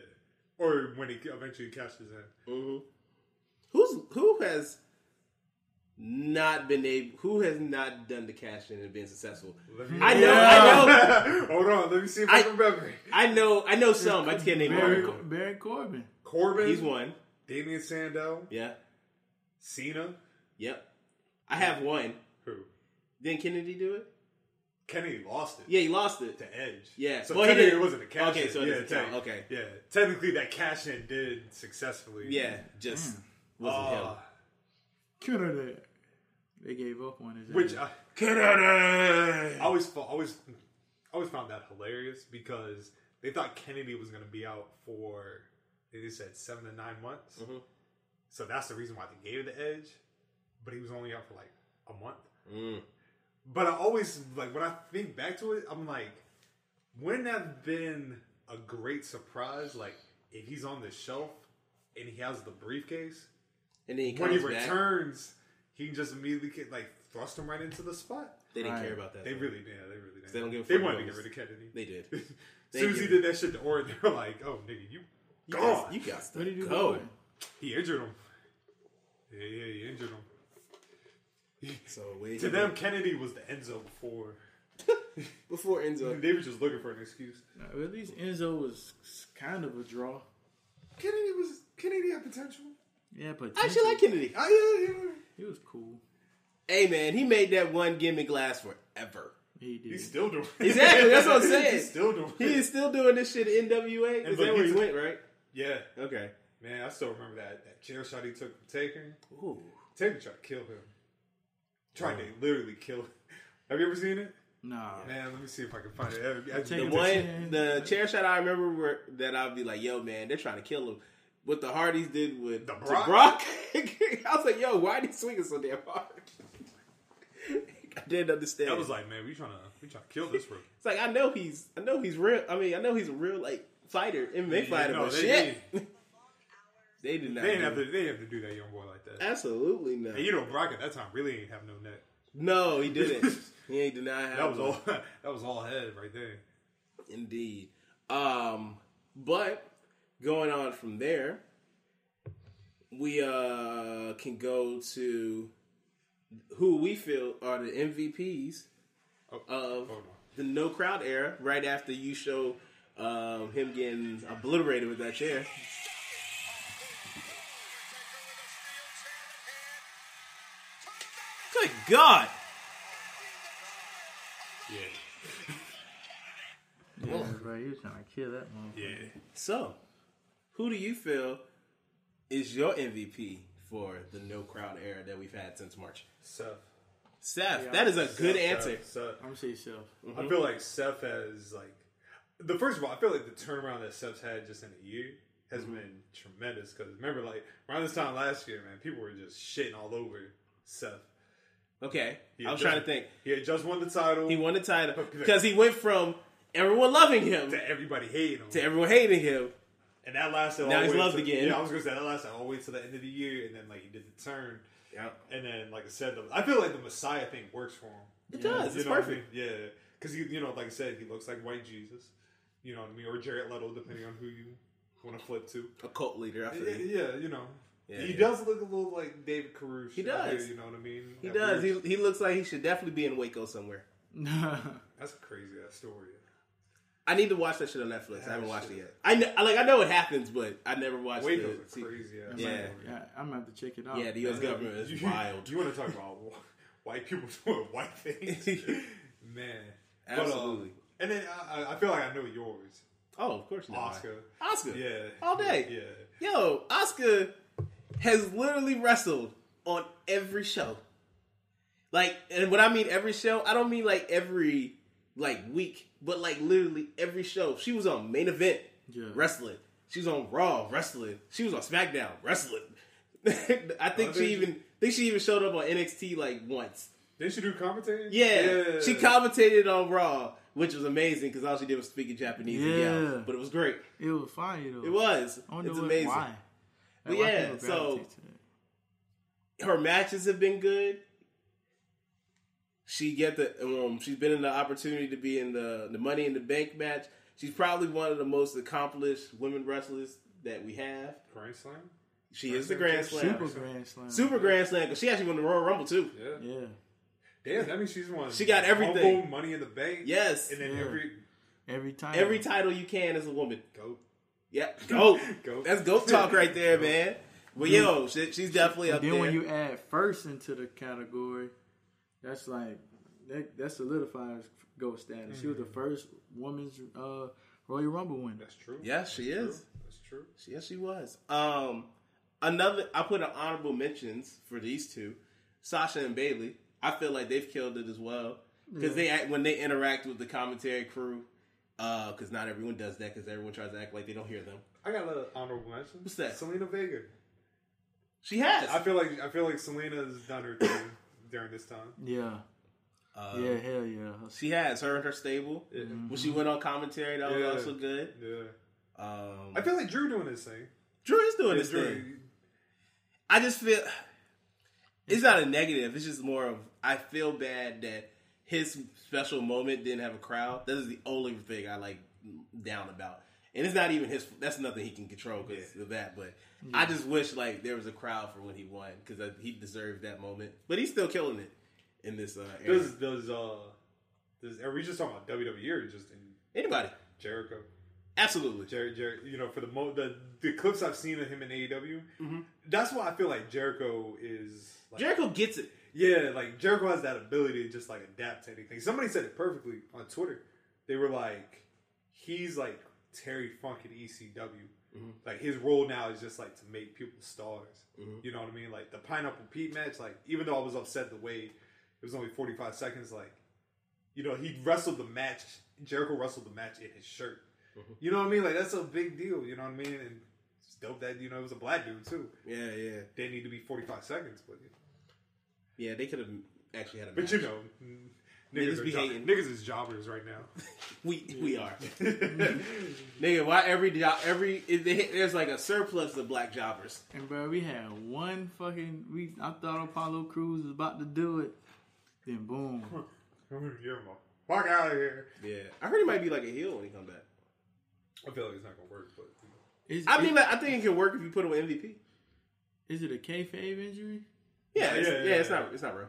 Speaker 1: Or when he eventually cashes in.
Speaker 4: Mm-hmm. Who's who has not been able? Who has not done the cash in and been successful?
Speaker 1: me-
Speaker 4: I know. I know.
Speaker 1: Hold on. Let me see if I,
Speaker 4: I,
Speaker 1: can remember.
Speaker 4: I know. I know some. I can't name
Speaker 6: Barry,
Speaker 4: all.
Speaker 6: Co- Barry Corbin.
Speaker 1: Corbin.
Speaker 4: He's one.
Speaker 1: Damian Sandow.
Speaker 4: Yeah.
Speaker 1: Cena.
Speaker 4: Yep. I have one.
Speaker 1: Who?
Speaker 4: Didn't Kennedy do it?
Speaker 1: Kennedy lost it.
Speaker 4: Yeah, he lost it.
Speaker 1: To Edge.
Speaker 4: Yeah.
Speaker 1: So
Speaker 4: Well, he
Speaker 1: technically
Speaker 4: did-
Speaker 1: it wasn't a cash
Speaker 4: Okay,
Speaker 1: in.
Speaker 4: so it
Speaker 1: yeah,
Speaker 4: doesn't count.
Speaker 1: tech-
Speaker 4: Okay.
Speaker 1: Yeah. Technically that cash in did successfully.
Speaker 4: Yeah. Just oh. wasn't him.
Speaker 1: Uh,
Speaker 6: Kennedy. They gave up on his.
Speaker 1: Which uh,
Speaker 6: ass.
Speaker 1: I, Kennedy. I always fo- always always found that hilarious because they thought Kennedy was going to be out for they said seven to nine months. So that's the reason why they gave the edge, but he was only out for like a month. But I always like when I think back to it, I'm like, wouldn't that have been a great surprise? Like if he's on the shelf and he has the briefcase,
Speaker 4: And then he
Speaker 1: when he
Speaker 4: comes back.
Speaker 1: returns, he can just immediately get, like thrust him right into the spot.
Speaker 4: They didn't Right. care about that,
Speaker 1: They
Speaker 4: though.
Speaker 1: really did. They really did.
Speaker 4: They don't give a
Speaker 1: They
Speaker 4: fuck
Speaker 1: wanted to get
Speaker 4: about
Speaker 1: rid of
Speaker 4: this.
Speaker 1: Kennedy.
Speaker 4: They did. They
Speaker 1: Susie
Speaker 4: give-
Speaker 1: did that shit to Orton. They were like, "Oh nigga, you
Speaker 4: You
Speaker 1: gone.
Speaker 4: got- you got to
Speaker 1: What did he do
Speaker 4: go.
Speaker 1: to Orton? He injured him. Yeah, yeah, he injured him.
Speaker 4: So wait.
Speaker 1: To them, Kennedy was the Enzo before.
Speaker 4: before Enzo,
Speaker 1: they were just looking for an excuse.
Speaker 6: Nah, at least Enzo was kind of a draw.
Speaker 1: Kennedy was Kennedy had potential.
Speaker 6: Yeah, but
Speaker 4: I actually like Kennedy.
Speaker 1: I, yeah, yeah.
Speaker 6: He was cool.
Speaker 4: Hey man, he made that one gimmick last forever.
Speaker 6: He did.
Speaker 1: He's still doing it.
Speaker 4: Exactly. That's what I'm saying.
Speaker 1: He's still doing
Speaker 4: He
Speaker 1: it.
Speaker 4: is still doing this shit at NWA.
Speaker 1: And
Speaker 4: is
Speaker 1: look,
Speaker 4: that where he
Speaker 1: he's-
Speaker 4: went? Right.
Speaker 1: Yeah.
Speaker 4: Okay.
Speaker 1: Man, I still remember that that chair shot he took from Taker.
Speaker 4: Ooh.
Speaker 1: Taker tried to kill him. Tried to literally kill him. Have you ever seen it?
Speaker 6: Nah.
Speaker 1: Man, let me see if I can find it. I- I-
Speaker 4: The one, the chair shot I remember were, that I'd be like, "Yo, man, they're trying to kill him." What the Hardys did with to
Speaker 1: Brock?
Speaker 4: Brock. I was like, "Yo, why are they swinging so damn hard?" I didn't understand.
Speaker 1: I was like, man, we trying to we trying to kill this room.
Speaker 4: It's like I know he's I know he's real. I mean, I know he's a real like fighter, MMA
Speaker 1: Yeah,
Speaker 4: fighter,
Speaker 1: no,
Speaker 4: but
Speaker 1: they-
Speaker 4: shit, they did
Speaker 1: They
Speaker 4: not.
Speaker 1: didn't
Speaker 4: do
Speaker 1: have to.
Speaker 4: it.
Speaker 1: They didn't have to do that, young boy, like that.
Speaker 4: Absolutely not.
Speaker 1: And you know, Brock at that time really ain't have no neck.
Speaker 4: no, he didn't. he ain't did not have
Speaker 1: That was
Speaker 4: one.
Speaker 1: all. that was all head right there.
Speaker 4: Indeed. Um, but going on from there, we uh can go to who we feel are the MVPs of the no crowd era. Right after you show um, him getting obliterated with that chair. Good God!
Speaker 1: Yeah.
Speaker 6: Yeah, bro, he was trying to kill that motherfucker.
Speaker 4: So, who do you feel is your MVP for the no crowd era that we've had since March?
Speaker 1: Seth.
Speaker 4: Seth,
Speaker 6: Yeah,
Speaker 4: that is a
Speaker 6: Seth,
Speaker 4: good
Speaker 1: Seth,
Speaker 4: answer.
Speaker 1: Seth.
Speaker 6: I'm gonna say self.
Speaker 1: I feel like Seth has like the first of all, I feel like the turnaround that Seth's had just in a year has
Speaker 6: Mm-hmm.
Speaker 1: been tremendous. Because remember, like around this time last year, man, people were just shitting all over Seth.
Speaker 4: Okay,
Speaker 1: He
Speaker 4: I
Speaker 1: had
Speaker 4: was
Speaker 1: just-
Speaker 4: trying to think.
Speaker 1: He had just won the title.
Speaker 4: He won the title because he went from everyone loving him
Speaker 1: to everybody hating him,
Speaker 4: to everyone hating him.
Speaker 1: and that lasted. all
Speaker 4: Now
Speaker 1: the
Speaker 4: he's
Speaker 1: way
Speaker 4: loved
Speaker 1: to-
Speaker 4: again.
Speaker 1: Yeah, I was gonna say that lasted all the way to the end of the year, and then like he did the turn. Yeah, and then like I said, the, I feel like the Messiah thing works for him.
Speaker 4: It does.
Speaker 1: You
Speaker 4: It's
Speaker 1: know what I
Speaker 4: perfect.
Speaker 1: mean? Yeah, because he, you know, like I said, he looks like white Jesus. You know what I mean, or Jared Leto, depending on who you want to flip to.
Speaker 4: A cult leader, I
Speaker 1: Yeah,
Speaker 4: feel.
Speaker 1: yeah, you know.
Speaker 4: Yeah,
Speaker 1: he
Speaker 4: yeah.
Speaker 1: does look a little like David Caruso.
Speaker 4: He
Speaker 1: out
Speaker 4: does.
Speaker 1: here, you know what I mean?
Speaker 4: He
Speaker 1: That
Speaker 4: does. He,
Speaker 1: weird-
Speaker 4: he looks like he should definitely be in Waco somewhere.
Speaker 1: That's a crazy ass story.
Speaker 4: I need to watch that shit on Netflix. I haven't watched it yet. I kn- I- like I know it happens, but I never watched it.
Speaker 1: Waco's a crazy ass
Speaker 4: Yeah.
Speaker 1: movie.
Speaker 6: Yeah, I'm gonna have to check it out.
Speaker 4: Yeah, the U.S. government is
Speaker 1: You-
Speaker 4: wild.
Speaker 1: You want to talk about wh- white people doing white things, man? But, um,
Speaker 4: Absolutely.
Speaker 1: and then I, I- I feel like I know yours.
Speaker 4: Oh, of course, you know
Speaker 1: Oscar.
Speaker 4: mine. Oscar.
Speaker 1: yeah,
Speaker 4: all day.
Speaker 1: yeah.
Speaker 4: Yo, Oscar has literally wrestled on every show. Like, and when I mean every show, I don't mean like every like week, but like literally every show. She was on main event
Speaker 6: Yeah.
Speaker 4: wrestling. She was on Raw wrestling. She was on SmackDown wrestling. I think she even think she even showed up on NXT like once.
Speaker 1: Did she do commentating?
Speaker 4: Yeah. She commentated on Raw, which was amazing because all she did was speak in Japanese and
Speaker 6: Yeah.
Speaker 4: yell. But it was great.
Speaker 6: It was fire though.
Speaker 4: It was.
Speaker 6: I wonder
Speaker 4: It's
Speaker 6: what-
Speaker 4: amazing.
Speaker 6: Why?
Speaker 4: But
Speaker 6: Like, why
Speaker 4: yeah,
Speaker 6: people
Speaker 4: so
Speaker 6: gravitate to that?
Speaker 4: her matches have been good. She get the um, she's been in the opportunity to be in the the Money in the Bank match. She's probably one of the most accomplished women wrestlers that we have.
Speaker 1: Grand Slam.
Speaker 4: She is the Grand Slam,
Speaker 6: Super Grand Slam.
Speaker 4: Super Grand Slam, because she actually won the Royal Rumble too.
Speaker 1: Yeah.
Speaker 6: Yeah.
Speaker 1: Damn, that means she's one.
Speaker 4: She got everything.
Speaker 1: Humble, money in the bank.
Speaker 4: Yes.
Speaker 1: and then
Speaker 4: Yeah.
Speaker 1: every
Speaker 6: Every time.
Speaker 4: Every title you can as a woman.
Speaker 1: Goat.
Speaker 4: Yep, goat.
Speaker 1: Goat.
Speaker 4: That's goat talk right there, man. But yo, she, she's definitely
Speaker 6: and
Speaker 4: up
Speaker 6: then
Speaker 4: there.
Speaker 6: when you add first into the category, that's like that that solidifies goat status. She was
Speaker 1: Mm-hmm.
Speaker 6: the first woman's uh, Royal Rumble winner. That's
Speaker 1: true.
Speaker 4: Yeah, she is.
Speaker 1: That's true.
Speaker 4: Yes, she was. Um, another. I put an honorable mentions for these two, Sasha and Bailey. I feel like they've killed it as well because
Speaker 6: Yeah.
Speaker 4: they act, when they interact with the commentary crew. Because not everyone does that because everyone tries to act like they don't hear them.
Speaker 1: I got another honorable mention.
Speaker 4: What's that?
Speaker 1: Selena Vega.
Speaker 4: She has.
Speaker 1: I feel like I feel like Selena's done her thing during this time.
Speaker 6: Yeah.
Speaker 4: Um,
Speaker 6: yeah, hell yeah.
Speaker 4: She has her and her stable. When she went on commentary, that was
Speaker 1: Yeah.
Speaker 4: also good.
Speaker 1: Yeah.
Speaker 4: Um,
Speaker 1: I feel like Drew doing his thing.
Speaker 4: Drew is doing
Speaker 1: Yeah,
Speaker 4: this
Speaker 1: Drew.
Speaker 4: thing. I just feel it's not a negative. It's just more of I feel bad that his special moment didn't have a crowd. That is the only thing I like down about, and it's not even his. That's nothing he can control because of that. But I just wish like there was a crowd for when he won because he deserved that moment. But he's still killing it in this uh, era.
Speaker 1: Does does uh does are we just talking about WWE or just in
Speaker 4: Anybody.
Speaker 1: Jericho?
Speaker 4: Absolutely.
Speaker 1: Jer- Jer- you know, for the mo the the clips I've seen of him in AEW, that's why I feel like Jericho is like,
Speaker 4: Mm-hmm. Jericho gets it.
Speaker 1: Yeah, like Jericho has that ability to just like adapt to anything. Somebody said it perfectly on Twitter. They were like, he's like Terry Funk in ECW.
Speaker 4: Mm-hmm.
Speaker 1: Like his role now is just like to make people stars.
Speaker 4: Mm-hmm.
Speaker 1: You know what I mean? Like the Pineapple Pete match. Like even though I was upset the way it was only forty five seconds, like you know he wrestled the match. Jericho wrestled the match in his shirt.
Speaker 4: Mm-hmm.
Speaker 1: You know what I mean? Like that's a big deal. You know what I mean? And it's dope that you know it was a black dude too.
Speaker 4: Yeah, yeah,
Speaker 1: They need to be forty five seconds, but you know.
Speaker 4: yeah. They could have actually had a.
Speaker 1: But you
Speaker 4: match.
Speaker 1: know, n-
Speaker 4: Niggas
Speaker 1: niggas, are
Speaker 4: be
Speaker 1: job-
Speaker 4: hating.
Speaker 1: niggas is jobbers right now.
Speaker 4: We we are. Nigga, why every job every if they hit, there's like a surplus of black jobbers.
Speaker 6: And bro, we had one fucking we I thought Apollo Cruz was about to do it. Then boom.
Speaker 1: You're mo- Fuck out of here.
Speaker 4: Yeah, I heard he might be like a heel when he come back.
Speaker 1: I feel like it's not gonna work, but
Speaker 6: Is,
Speaker 4: I mean, like, I think it can work if you put him with MVP.
Speaker 6: is it a kayfabe injury? Yeah,
Speaker 4: Yeah, it's, yeah,
Speaker 6: yeah, yeah,
Speaker 4: it's
Speaker 6: yeah.
Speaker 4: not it's not real.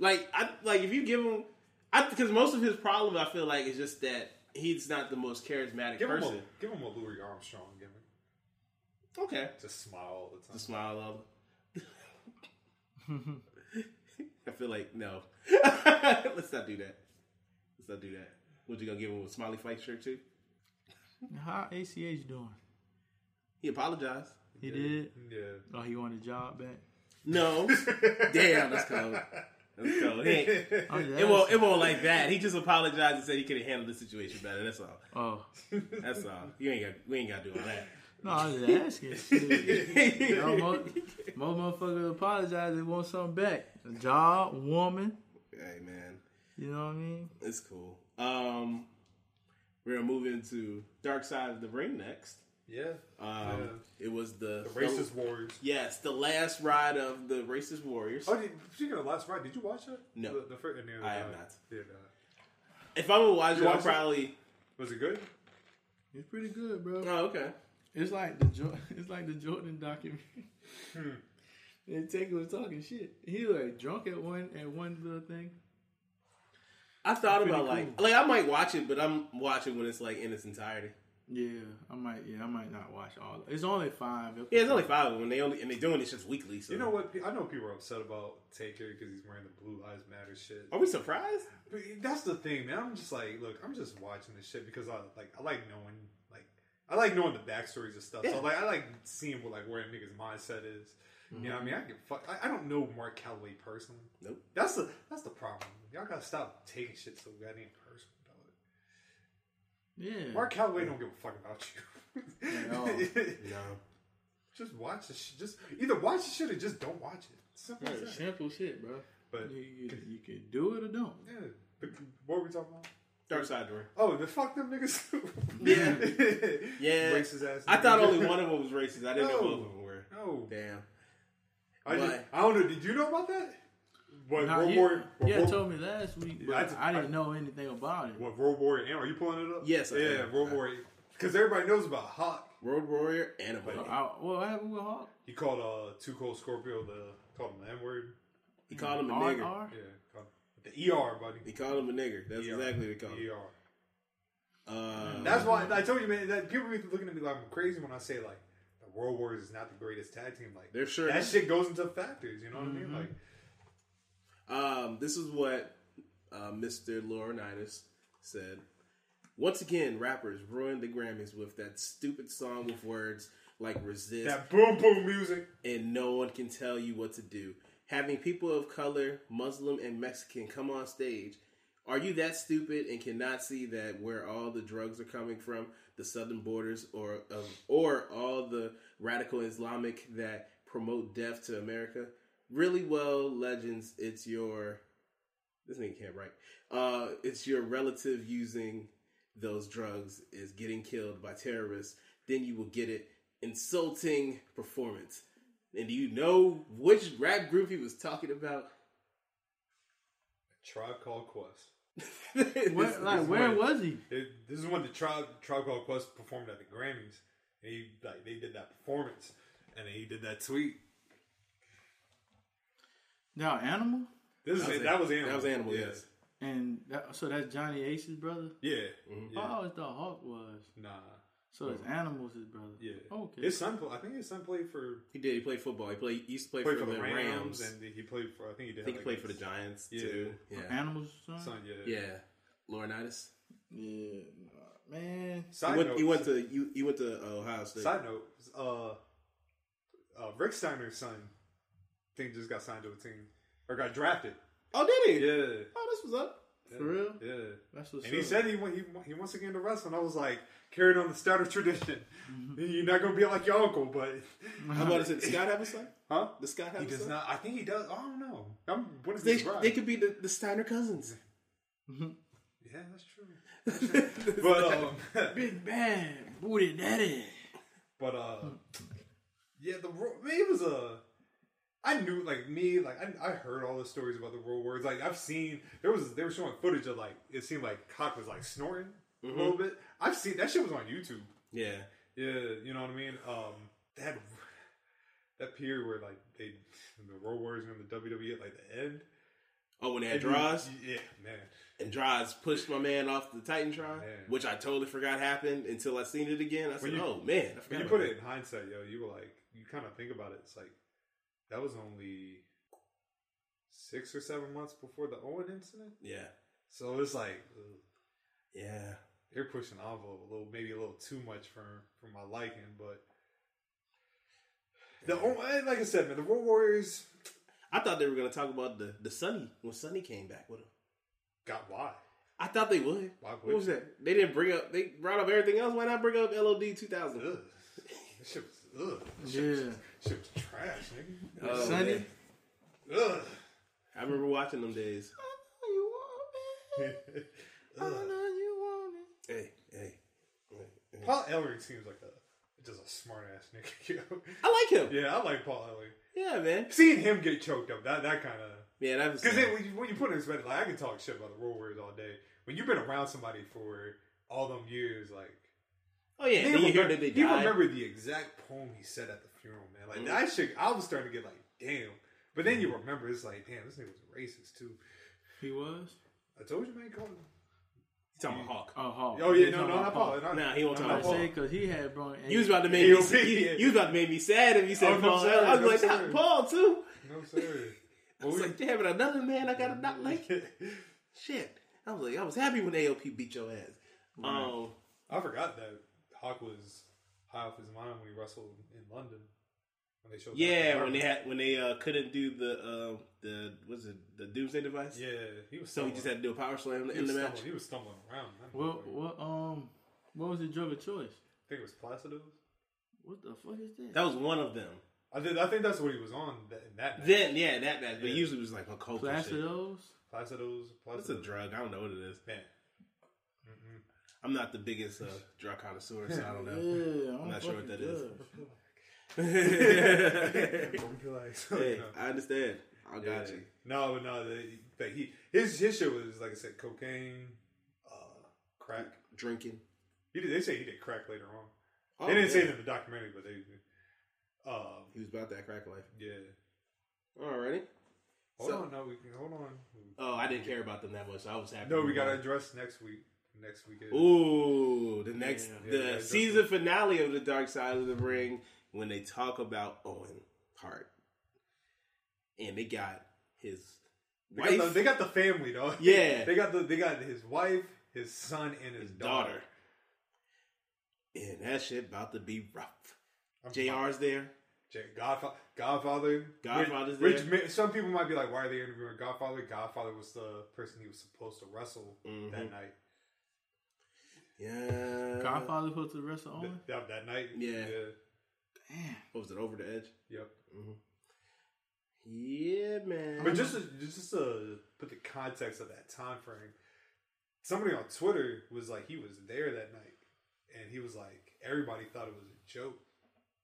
Speaker 4: Like I like if you give him, I because most of his problem I feel like is just that he's not the most charismatic
Speaker 1: give him
Speaker 4: person.
Speaker 1: a give him a Louis Armstrong gimmick.
Speaker 4: Okay,
Speaker 1: Just smile all the time.
Speaker 4: the smile of. I feel like no. Let's not do that. Let's not do that. What you gonna give him a smiley fight shirt too?
Speaker 6: How ACH doing?
Speaker 4: He apologized.
Speaker 6: He did?
Speaker 1: Yeah.
Speaker 6: Oh, he wanted the job back.
Speaker 4: No. Damn, that's cold. That's cold. He ain't-
Speaker 6: Oh,
Speaker 4: it won't. It won't like that. He just apologized and said he could have handled the situation better. That's all.
Speaker 6: Oh.
Speaker 4: That's all. You ain't got. We ain't got to do all that.
Speaker 6: No, I was just asking. shit. you know, most, most motherfuckers apologize and want something back. A job, woman.
Speaker 4: Hey man,
Speaker 6: You know what I mean?
Speaker 4: it's cool. Um, we're gonna move into Dark Side of the Ring next.
Speaker 1: Yeah.
Speaker 4: Um, It was the,
Speaker 1: The Racist Warriors.
Speaker 4: Yes, the last ride of the Racist Warriors.
Speaker 1: Oh, did, speaking of last ride, did you watch that?
Speaker 4: No.
Speaker 1: the, the uh, first.
Speaker 4: I have not.
Speaker 1: Yeah,
Speaker 4: If I'm gonna watch
Speaker 1: You
Speaker 4: it, I'll
Speaker 1: watched it?
Speaker 4: probably.
Speaker 1: Was it good?
Speaker 6: It's pretty good, bro.
Speaker 4: Oh, okay.
Speaker 6: It's like the jo- it's like the Jordan documentary.
Speaker 4: Hmm.
Speaker 6: And Taker was talking shit. He was like drunk at one at one little thing.
Speaker 4: I thought
Speaker 6: Pretty
Speaker 4: about
Speaker 6: cool.
Speaker 4: like like I might watch it, but I'm watching when it's like in its entirety.
Speaker 6: Yeah, I might. Yeah, I might not watch all. It's only five. episodes.
Speaker 4: Yeah, it's only five of them. They only and they doing this just weekly. So
Speaker 1: You know what? I know people are upset about Taker because he's wearing the Blue Lives Matter shit.
Speaker 4: Are we surprised?
Speaker 1: But that's the thing, man. I'm just like, look, I'm just watching this shit because I like, I like knowing, like, I like knowing the backstories of stuff.
Speaker 4: Yeah.
Speaker 1: So like, I like seeing what like where a nigga's mindset is. You know what I mean? I can fuck. I, I don't know Mark Calloway personally.
Speaker 4: Mm-hmm. Nope.
Speaker 1: That's the that's the problem. Y'all gotta stop taking shit so goddamn personal.
Speaker 4: Mm.
Speaker 6: Yeah.
Speaker 1: Mark Calloway don't give a fuck about you.
Speaker 6: No.
Speaker 4: No.
Speaker 1: Just watch the shit. Just either watch the shit or just don't watch it. Simple
Speaker 6: Right,
Speaker 1: as that.
Speaker 6: simple shit, bro.
Speaker 1: But
Speaker 6: you, you, you can do it or don't.
Speaker 1: Yeah. But what were we talking about?
Speaker 4: Dark Side Door.
Speaker 1: Oh, the fuck them niggas.
Speaker 4: Yeah. yeah.
Speaker 1: Racist ass.
Speaker 4: I thought
Speaker 1: niggas.
Speaker 4: only one of them was racist. I didn't
Speaker 1: No.
Speaker 4: know both of them were.
Speaker 1: No.
Speaker 4: Damn.
Speaker 1: I, just,
Speaker 4: But-
Speaker 1: I don't know. Did you know about that? What
Speaker 6: Nah,
Speaker 1: World
Speaker 6: you,
Speaker 1: War? what
Speaker 6: yeah,
Speaker 1: World-
Speaker 6: told me last week, but
Speaker 1: I
Speaker 6: I,
Speaker 1: just-
Speaker 6: didn't know anything about it.
Speaker 1: What World War? Am? Are you pulling it up?
Speaker 4: Yes, I
Speaker 1: yeah,
Speaker 4: am.
Speaker 1: World War. Because everybody knows about Hawk.
Speaker 4: Road Warrior and a
Speaker 1: But-
Speaker 4: buddy.
Speaker 6: I, well, what happened with Hawk?
Speaker 1: He called uh two cold Scorpio the called him the N word.
Speaker 4: He called him a
Speaker 6: R&R?
Speaker 4: nigger.
Speaker 1: Yeah, called, the ER buddy.
Speaker 4: He called him a nigger. That's exactly what he called him.
Speaker 1: ER.
Speaker 4: Uh,
Speaker 1: That's why I told you, man. That people be looking at me like I'm crazy when I say like the World Warriors is not the greatest tag team. Like
Speaker 4: They're sure
Speaker 1: that
Speaker 4: not.
Speaker 1: shit goes into factors. You know what
Speaker 6: Mm-hmm.
Speaker 1: I mean? Like
Speaker 4: Um, this is what uh, Mr. Laurinaitis said. Once again, rappers ruined the Grammys with that stupid song with words like resist
Speaker 1: that boom boom music.
Speaker 4: and no one can tell you what to do. Having people of color, Muslim, and Mexican come on stage. Are you that stupid and cannot see that where all the drugs are coming from, the southern borders, or of, or all the radical Islamic that promote death to America? Really well, legends. It's your this nigga can't write. Uh, it's your relative using those drugs is getting killed by terrorists. Then you will get it. Insulting performance. And do you know which rap group he was talking about?
Speaker 1: Tribe Called Quest.
Speaker 6: Where-
Speaker 1: This-
Speaker 6: like,
Speaker 1: this is
Speaker 6: where
Speaker 1: when-
Speaker 6: was he?
Speaker 1: it- this is when the Tribe Tribe Called Quest performed at the Grammys. And he like they did that performance, and he did that tweet.
Speaker 6: Now, Animal?
Speaker 1: This is
Speaker 4: That was
Speaker 1: it. That was
Speaker 4: it.
Speaker 1: animal.
Speaker 4: That was Animal,
Speaker 1: Yeah.
Speaker 4: yes.
Speaker 6: And that, so that's Johnny Ace's brother?
Speaker 1: Yeah.
Speaker 4: Mm-hmm.
Speaker 6: Oh, I
Speaker 1: yeah.
Speaker 6: always thought Hawk was.
Speaker 1: Nah.
Speaker 6: So it's Animal's his brother.
Speaker 1: Yeah.
Speaker 6: Okay.
Speaker 1: His son. pl- I think his son played for
Speaker 4: He did. He played football. He played. He used to play
Speaker 1: played
Speaker 4: for, the Rams.
Speaker 1: and he played for. I think he did.
Speaker 4: I think he
Speaker 1: like,
Speaker 4: played for the Giants
Speaker 1: Yeah.
Speaker 4: too. Yeah.
Speaker 6: Animal's son?
Speaker 1: Son. Yeah.
Speaker 4: Yeah. Laurinaitis.
Speaker 6: Yeah. nah, Man.
Speaker 4: He
Speaker 1: Side
Speaker 4: went,
Speaker 1: note.
Speaker 4: he went to you. He went to uh, Ohio State.
Speaker 1: Side note. Uh, uh, Rick Steiner's son. I think just got signed to a team or got drafted.
Speaker 4: Oh, did he?
Speaker 1: Yeah.
Speaker 4: Oh, this was up.
Speaker 1: Yeah.
Speaker 6: For real?
Speaker 1: Yeah.
Speaker 6: That's what's
Speaker 1: And he
Speaker 6: up.
Speaker 1: said he went, he, he wants to get into wrestling. I was like, carried on the starter tradition. You're not gonna be like your uncle, but
Speaker 4: How Mm-hmm. about is it? Scott have a son?
Speaker 1: huh?
Speaker 4: Does Scott have
Speaker 1: He
Speaker 4: a
Speaker 1: does
Speaker 4: son?
Speaker 1: not. I think he does. I don't know. I'm. What is
Speaker 4: They,
Speaker 1: this? Right?
Speaker 4: they could be the, the Steiner cousins.
Speaker 1: yeah, that's true. but um,
Speaker 6: Big Bang. Booty Daddy.
Speaker 1: But uh, yeah, the Ro- man, it was a. I knew like me like I, I heard all the stories about the World Wars. Like I've seen there was they were showing footage of like it seemed like cock was like snorting a little bit. I've seen that shit was on YouTube.
Speaker 4: Mm-hmm. Yeah.
Speaker 1: Yeah, you know what I mean. Um, that that period where like they the World Wars and the WWE at like the end.
Speaker 4: Oh, when they had
Speaker 1: And you-
Speaker 4: draws
Speaker 1: Yeah, man.
Speaker 4: and draws pushed my man off the Titantron,
Speaker 1: Man.
Speaker 4: which I totally forgot happened until I seen it again. I said,
Speaker 1: When you-
Speaker 4: "Oh man, I
Speaker 1: When you
Speaker 4: forgot." about
Speaker 1: put
Speaker 4: that.
Speaker 1: it in hindsight, yo, you were like, you kind of think about it. It's like that was only six or seven months before the Owen incident.
Speaker 4: Yeah.
Speaker 1: So it's like ugh,
Speaker 4: Yeah.
Speaker 1: they're pushing the envelope a little, maybe a little too much for for my liking. But the O- eh, like I said, man, the World Warriors
Speaker 4: I thought they were gonna talk about the the Sunny when Sunny came back with him.
Speaker 1: got why?
Speaker 4: I thought they would.
Speaker 1: Why would
Speaker 4: what was
Speaker 1: you?
Speaker 4: that? They didn't bring up. They brought up everything else. Why not bring up LOD 2000?
Speaker 1: Ugh. That shit was ugh. That shit,
Speaker 6: Yeah.
Speaker 1: shit was trash, nigga.
Speaker 4: Oh,
Speaker 6: Sonny?
Speaker 4: man.
Speaker 1: Ugh.
Speaker 4: I remember watching them days.
Speaker 6: You want me? I know you want me.
Speaker 4: Hey, hey. hey, hey.
Speaker 1: Paul Ellering seems like a just a smart ass nigga. yo.
Speaker 4: I like him. Yeah,
Speaker 1: yeah, I like Paul Ellering.
Speaker 4: man.
Speaker 1: Seeing him get choked up, that that kind of
Speaker 4: Yeah, that was.
Speaker 1: because when you, when you put it in perspective, like I can talk shit about the World Warriors all day. When you've been around somebody for all them years, like
Speaker 4: oh yeah, then you hear that they
Speaker 1: you
Speaker 4: died. Mm.
Speaker 1: remember the exact poem he said at the funeral, man. Like that shit, I was starting to get like, damn. But then you remember, it's like, damn, this nigga was racist too.
Speaker 6: He was?
Speaker 1: I told you, man. Call
Speaker 4: He's talking about Hawk.
Speaker 6: Oh, Hawk.
Speaker 1: Oh, yeah,
Speaker 6: He's
Speaker 1: no,
Speaker 6: talking
Speaker 1: no,
Speaker 6: about
Speaker 1: not Paul. Not-
Speaker 4: Nah, he won't
Speaker 1: not
Speaker 4: talk about
Speaker 1: Paul.
Speaker 4: Paul.
Speaker 6: Because he had bro.
Speaker 4: You was about to make me.
Speaker 1: AOP,
Speaker 4: you,
Speaker 1: yeah.
Speaker 4: you was about to make me sad if you
Speaker 1: Oh,
Speaker 4: said
Speaker 1: no,
Speaker 4: Paul.
Speaker 1: sir,
Speaker 4: I was
Speaker 1: no,
Speaker 4: like,
Speaker 1: sir.
Speaker 4: "Not Paul too.
Speaker 1: No sir.
Speaker 4: I was like, damn it, another man. I gotta not like shit. I was like, I was happy when AOP beat your ass. Um,
Speaker 1: I forgot that Hawk was high off his mind when he wrestled in London when they showed. up at
Speaker 4: yeah,
Speaker 1: the
Speaker 4: when they
Speaker 1: apartment.
Speaker 4: had when they uh, couldn't do the uh, the was it the Doomsday device?
Speaker 1: Yeah, he was.
Speaker 4: So he just had to do a power slam
Speaker 1: He was
Speaker 4: in the
Speaker 1: stumbling-
Speaker 4: match.
Speaker 1: He was stumbling around. I
Speaker 6: What what um what was the drug of choice?
Speaker 1: think it was Placido's.
Speaker 6: What the fuck is that?
Speaker 4: That was one of them.
Speaker 1: I, did, I think that's what he was on th- in that match.
Speaker 4: Then yeah, that match. But
Speaker 1: Yeah.
Speaker 4: usually it was like a coke. and shit.
Speaker 6: Placidos.
Speaker 1: Placido's.
Speaker 4: It's a
Speaker 1: Placido's.
Speaker 4: drug. I don't know what it is.
Speaker 1: Man.
Speaker 4: I'm not the biggest uh, drug connoisseur, so I don't know.
Speaker 6: Yeah,
Speaker 4: I'm,
Speaker 6: I'm
Speaker 4: not sure what that
Speaker 6: fucking
Speaker 4: is.
Speaker 1: Don't be like-
Speaker 4: hey, I understand. I got
Speaker 1: Yeah.
Speaker 4: you.
Speaker 1: No, but no, the, but he his his shit was like I said, cocaine, uh, crack.
Speaker 4: Drinking.
Speaker 1: He did, they say he did crack later on.
Speaker 4: Oh,
Speaker 1: they didn't say
Speaker 4: yeah.
Speaker 1: it in the documentary, but they, um,
Speaker 4: He was about that crack life.
Speaker 1: yeah.
Speaker 4: Alrighty.
Speaker 1: Hold
Speaker 4: So-
Speaker 1: on, no, we can hold on.
Speaker 4: Oh, I didn't care about them that much. So I was happy.
Speaker 1: No, we
Speaker 4: got
Speaker 1: gotta address next week. Next weekend.
Speaker 4: Ooh, the next
Speaker 1: Yeah,
Speaker 4: the
Speaker 1: yeah, yeah,
Speaker 4: season finale of the Dark Side of the Ring when they talk about Owen Hart, and they got his
Speaker 1: They
Speaker 4: wife.
Speaker 1: got, the, they got the family dog.
Speaker 4: Yeah.
Speaker 1: they got the they got his wife, his son, and his, daughter.
Speaker 4: daughter. And that shit about to be rough.
Speaker 1: I'm
Speaker 4: JR's there.
Speaker 1: Jay- Godfa- Godfather.
Speaker 4: Godfather's
Speaker 1: which,
Speaker 4: there.
Speaker 1: Which ma- some people might be like, why are they interviewing Godfather? Godfather was the person he was supposed to wrestle
Speaker 4: Mm-hmm.
Speaker 1: that night.
Speaker 4: Yeah.
Speaker 6: Godfather put to wrestle
Speaker 1: Th-
Speaker 6: on.
Speaker 1: that, that night.
Speaker 4: Oh. Yeah.
Speaker 1: yeah.
Speaker 4: What was it over the edge?
Speaker 1: Yep.
Speaker 4: Yeah, man.
Speaker 1: But just to, just to put the context of that time frame, somebody on Twitter was like, he was there that night, and he was like, everybody thought it was a joke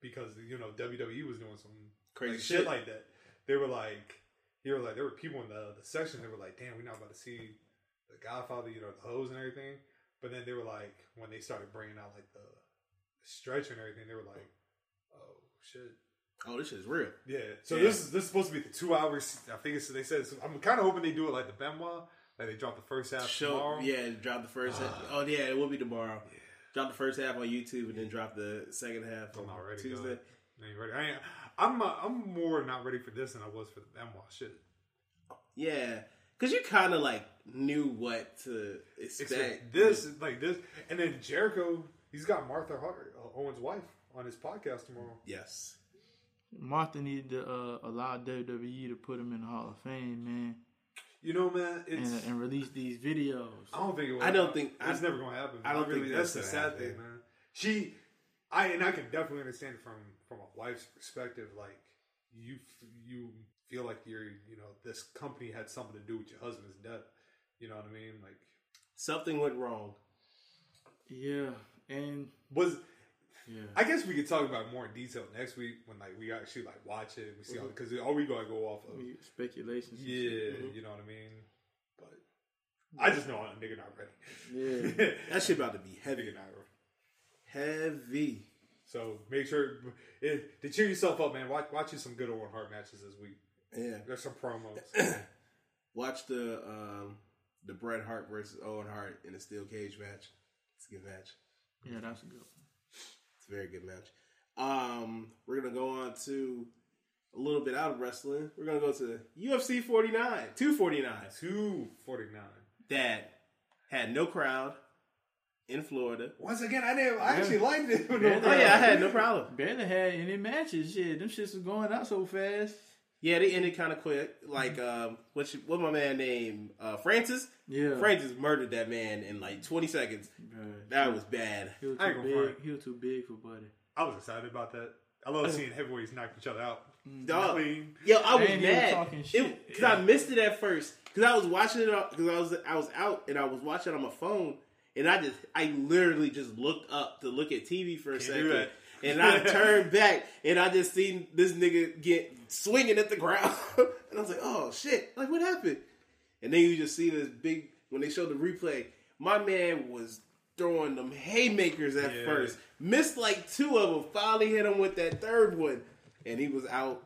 Speaker 1: because you know WWE was doing some
Speaker 4: Crazy
Speaker 1: like, shit.
Speaker 4: shit.
Speaker 1: like that. They were like, they were like, there were people in the, the section that were like, damn, we're not about to see the Godfather, you know, the hose and everything. But then they were like, when they started bringing out like the stretch and everything, they were like, oh shit.
Speaker 4: oh, this shit's real.
Speaker 1: Yeah. So
Speaker 4: Yeah.
Speaker 1: this is this is supposed to be the two hours. I think it's, they said. it's- I'm kind of hoping they do it like the Benoit, like they drop the first half
Speaker 4: Show,
Speaker 1: tomorrow. Ah,
Speaker 4: yeah, drop the first. half. Oh yeah, it will be tomorrow. Drop the first half on YouTube and then drop the second half on
Speaker 1: I'm not ready.
Speaker 4: Tuesday.
Speaker 1: Tuesday. I ain't ready. I ain't, I'm uh, I'm more not ready for this than I was for the Benoit shit.
Speaker 4: Yeah, because you kind of like knew what to expect.
Speaker 1: Except this is like this, and then Jericho. He's got Martha Hart, uh, Owen's wife, on his podcast tomorrow.
Speaker 4: Yes.
Speaker 6: Martha needed to uh, allow WWE to put him in the Hall of Fame, man,
Speaker 1: You know, man, it's.
Speaker 6: and, and release these videos.
Speaker 1: I don't think it will.
Speaker 4: I don't think-
Speaker 1: it's
Speaker 4: I-
Speaker 1: never gonna happen.
Speaker 4: I don't
Speaker 1: really,
Speaker 4: think
Speaker 1: that's the
Speaker 4: that's
Speaker 1: sad
Speaker 4: gonna
Speaker 1: thing,
Speaker 4: happen.
Speaker 1: man. She, I and I can definitely understand it from from a wife's perspective. Like you, f- you feel like you're, you know, this company had something to do with your husband's death. You know what I mean? Like
Speaker 4: Something went wrong.
Speaker 6: Yeah, and
Speaker 1: was.
Speaker 6: yeah,
Speaker 1: I guess we could talk about it more in detail next week when like we actually like watch it and we see
Speaker 6: Uh-huh.
Speaker 1: all because all we gonna go off of
Speaker 6: We- speculations. and
Speaker 1: yeah
Speaker 6: shit.
Speaker 1: you know what I mean but I just know I'm nigga not ready
Speaker 6: yeah.
Speaker 4: That shit about to be heavy.
Speaker 1: nigga not ready
Speaker 4: Heavy.
Speaker 1: So make sure eh, to cheer yourself up, man. Watch watch you some good Owen Hart matches this week.
Speaker 4: Yeah.
Speaker 1: There's some promos.
Speaker 4: Watch the um the Bret Hart versus Owen Hart in a steel cage match. It's a good match.
Speaker 6: Yeah, that's a good. One.
Speaker 4: It's a very good match. Um, we're gonna go on to a little bit out of wrestling. We're gonna go to UFC 49, 249,
Speaker 1: Two forty nine.
Speaker 4: that had no crowd in Florida.
Speaker 1: Once again, I didn't. I actually liked it. with
Speaker 6: Yeah, they-
Speaker 1: no
Speaker 4: Oh
Speaker 1: crowd.
Speaker 4: yeah, I had no problem.
Speaker 6: Barely had any matches. Shit, them shits was going out so fast.
Speaker 4: Yeah, they ended kind of quick. Like, um, what what my man named uh, Francis?
Speaker 6: Yeah.
Speaker 4: Francis murdered that man in like 20 seconds.
Speaker 6: Bruh.
Speaker 4: That was bad.
Speaker 6: He was
Speaker 1: I ain't
Speaker 6: too
Speaker 1: gonna front.
Speaker 6: big. He was too big for Buddy.
Speaker 1: I was excited about that. I love seeing heavyweights knock each other out.
Speaker 4: Dog.
Speaker 1: Clean.
Speaker 4: Yo, I was
Speaker 6: And he was
Speaker 4: mad
Speaker 6: talking shit.
Speaker 4: because I missed it at first because I was watching it because I was I was out and I was watching it on my phone and I just I literally just looked up to look at TV for a
Speaker 1: do
Speaker 4: second
Speaker 1: that.
Speaker 4: and I turned back and I just seen this nigga get swinging at the ground and I was like, oh shit, like what happened? And then you just see this big when they show the replay, my man was throwing them haymakers at
Speaker 1: Yeah.
Speaker 4: first, missed like two of them, finally hit him with that third one, and he was out.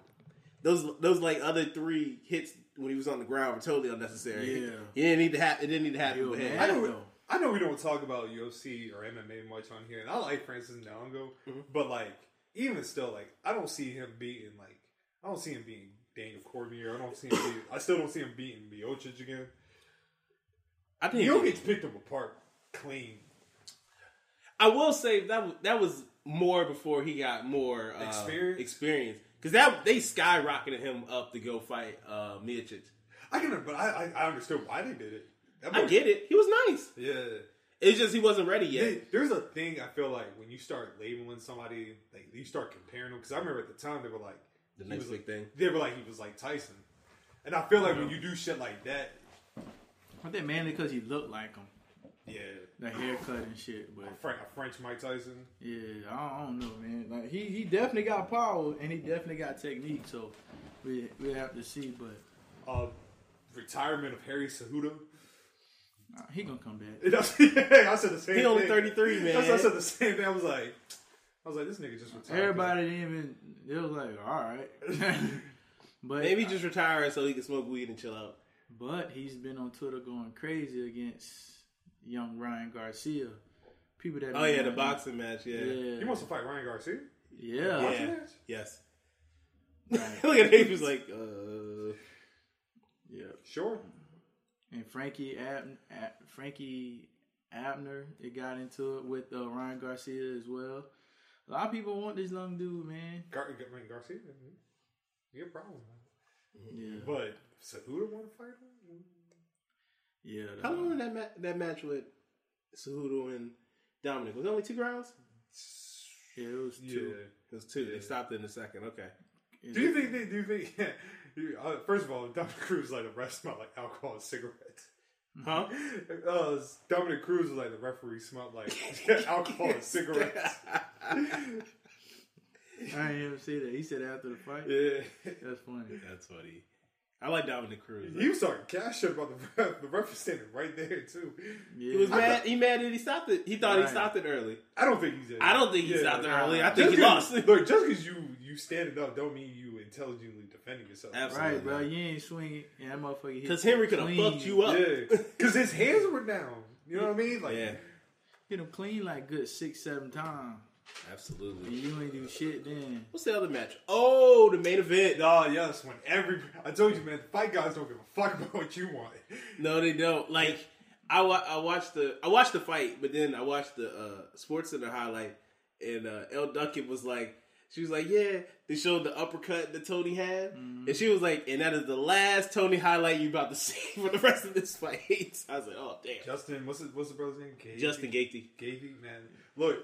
Speaker 4: Those those like other three hits when he was on the ground were totally unnecessary.
Speaker 1: Yeah.
Speaker 4: It didn't need to happen. It didn't need to happen. but hey.
Speaker 1: I know, we- I know we don't talk about UFC or MMA much on here, and I like Francis Ngannou,
Speaker 4: Mm-hmm.
Speaker 1: but like even still, like I don't see him beating like I don't see him beating Daniel Cormier. I don't see him. Beating, I still don't see him beating Miocic again.
Speaker 4: I think-
Speaker 1: Miocic picked him apart clean.
Speaker 4: I will say that was, that was more before he got more uh,
Speaker 1: Experience?
Speaker 4: Experience, because that they skyrocketed him up to go fight uh, Miocic.
Speaker 1: I can, but I, I I understood why they did it.
Speaker 4: I get it. He was nice.
Speaker 1: Yeah.
Speaker 4: It's just he wasn't ready yet.
Speaker 1: There- There's a thing I feel like when you start labeling somebody, like you start comparing them. Because I remember at the time they were like
Speaker 4: The
Speaker 1: he
Speaker 4: next
Speaker 1: was
Speaker 4: big
Speaker 1: like-
Speaker 4: thing.
Speaker 1: They were like he was like Tyson, and I feel like
Speaker 6: Yeah.
Speaker 1: when you do shit like that,
Speaker 6: I think mainly because he looked like him.
Speaker 1: yeah,
Speaker 6: The haircut and shit, but
Speaker 1: a French, Mike Tyson.
Speaker 6: Yeah, I don't, I don't know, man. Like he, he definitely got power and he definitely got technique. So we we have to see, but
Speaker 1: uh, retirement of Harry Cejudo.
Speaker 6: uh, he gonna come back.
Speaker 1: And I, yeah, I said the same.
Speaker 6: He only
Speaker 1: thing.
Speaker 6: 33, man.
Speaker 1: That's- I said the same thing. I was like, I was like, this nigga just retired.
Speaker 6: Everybody didn't even. It was like, all right. but
Speaker 4: Maybe just retire so he can smoke weed and chill out.
Speaker 6: But he's been on Twitter going crazy against young Ryan Garcia. People that
Speaker 4: Oh, yeah, the boxing match, yeah.
Speaker 6: yeah.
Speaker 1: He wants to fight Ryan Garcia.
Speaker 6: Yeah.
Speaker 4: Yeah. Yes. Look at Dave. He's like, uh,
Speaker 6: yeah,
Speaker 1: sure.
Speaker 6: And Frankie Ab- Ab- Frankie Abner, it got into it with uh, Ryan Garcia as well. A lot of people want this young dude, man.
Speaker 1: Gar- Gar- Ryan Garcia, mhm. you have a problem. man.
Speaker 6: Yeah.
Speaker 1: but Cejudo want to fight him.
Speaker 6: Yeah.
Speaker 4: How long was that ma- that match with Cejudo and Dominic? Was it only two rounds?
Speaker 6: Yeah, it was
Speaker 1: two.
Speaker 4: It was two. They stopped it in the second. Okay.
Speaker 1: Do you think? They, do you think? you- uh, first of all, Dominic Cruz like the rest smelled like alcohol and cigarettes.
Speaker 6: Hmm.
Speaker 4: Huh?
Speaker 1: Uh, Dominic Cruz was like the referee smelled like alcohol and cigarettes.
Speaker 6: I didn't even see that. He said after the fight.
Speaker 1: Yeah.
Speaker 6: That's funny.
Speaker 4: That's funny. I like Dominic Cruz.
Speaker 1: He was talking cash shit about the ref. The ref was standing right there too.
Speaker 4: He was mad. he mad that he stopped it. He thought
Speaker 1: Right.
Speaker 4: he stopped it early.
Speaker 1: I don't think he did.
Speaker 4: I don't think he
Speaker 1: Yeah.
Speaker 4: stopped it early. I
Speaker 1: Just
Speaker 4: think he
Speaker 1: 'cause-
Speaker 4: lost.
Speaker 1: Look, just because you you standing up, don't mean you intelligently defending yourself.
Speaker 6: Right, bro. You ain't swinging. And that motherfucker hit
Speaker 1: Because Henry coulda
Speaker 6: clean.
Speaker 1: fucked you up. Yeah. 'Cause his hands were down. You know what I mean? Like- Yeah.
Speaker 6: Hit him clean like good six, seven times.
Speaker 4: Absolutely.
Speaker 6: And you ain't do shit then.
Speaker 4: What's the other match? Oh, the main event.
Speaker 1: Oh, yes. When every I told you, man, the fight guys don't give a fuck about what you want.
Speaker 4: No, they don't. Like I, wa- I watched the I watched the fight, but then I watched the uh, Sports Center highlight, and uh, El Duncan was like, she was like, yeah, they showed the uppercut that Tony had, and she was like, and that is the last Tony highlight you about to see for the rest of this fight. I was like, oh damn,
Speaker 1: Justin, what's his, what's the brother's name? Gaethje?
Speaker 4: Justin Gaethje.
Speaker 1: Gaethje, man, look.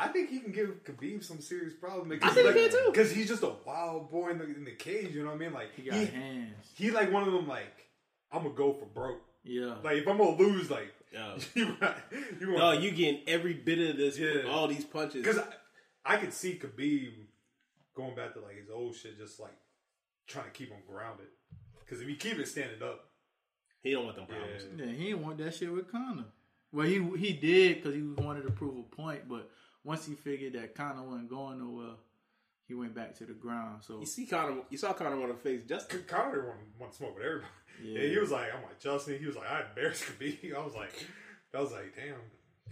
Speaker 1: I think he can give Khabib some serious problem.
Speaker 4: I think he can, too.
Speaker 1: Because he's just a wild boy in the, in the cage. You know what I mean? Like he
Speaker 6: got hands.
Speaker 1: He like one of them. Like I'm gonna go for broke.
Speaker 6: Yeah.
Speaker 1: Like if I'm gonna lose, like
Speaker 4: you no, you getting every bit of this, all these punches.
Speaker 1: because I, I could see Khabib going back to like his old shit, just like trying to keep him grounded. Because if he keep it standing up,
Speaker 4: he don't want them
Speaker 1: problems.
Speaker 6: Yeah, he didn't want that shit with Connor. Well, he he did because he wanted to prove a point, but once he figured that Connor wasn't going nowhere, he went back to the ground. So
Speaker 4: You see Connor, you saw Connor want to face Justin.
Speaker 1: Connor want, want to smoke with everybody. Yeah. he was like, I'm like Justin. He was like, I embarrassed Khabib. I was like, I was like, damn,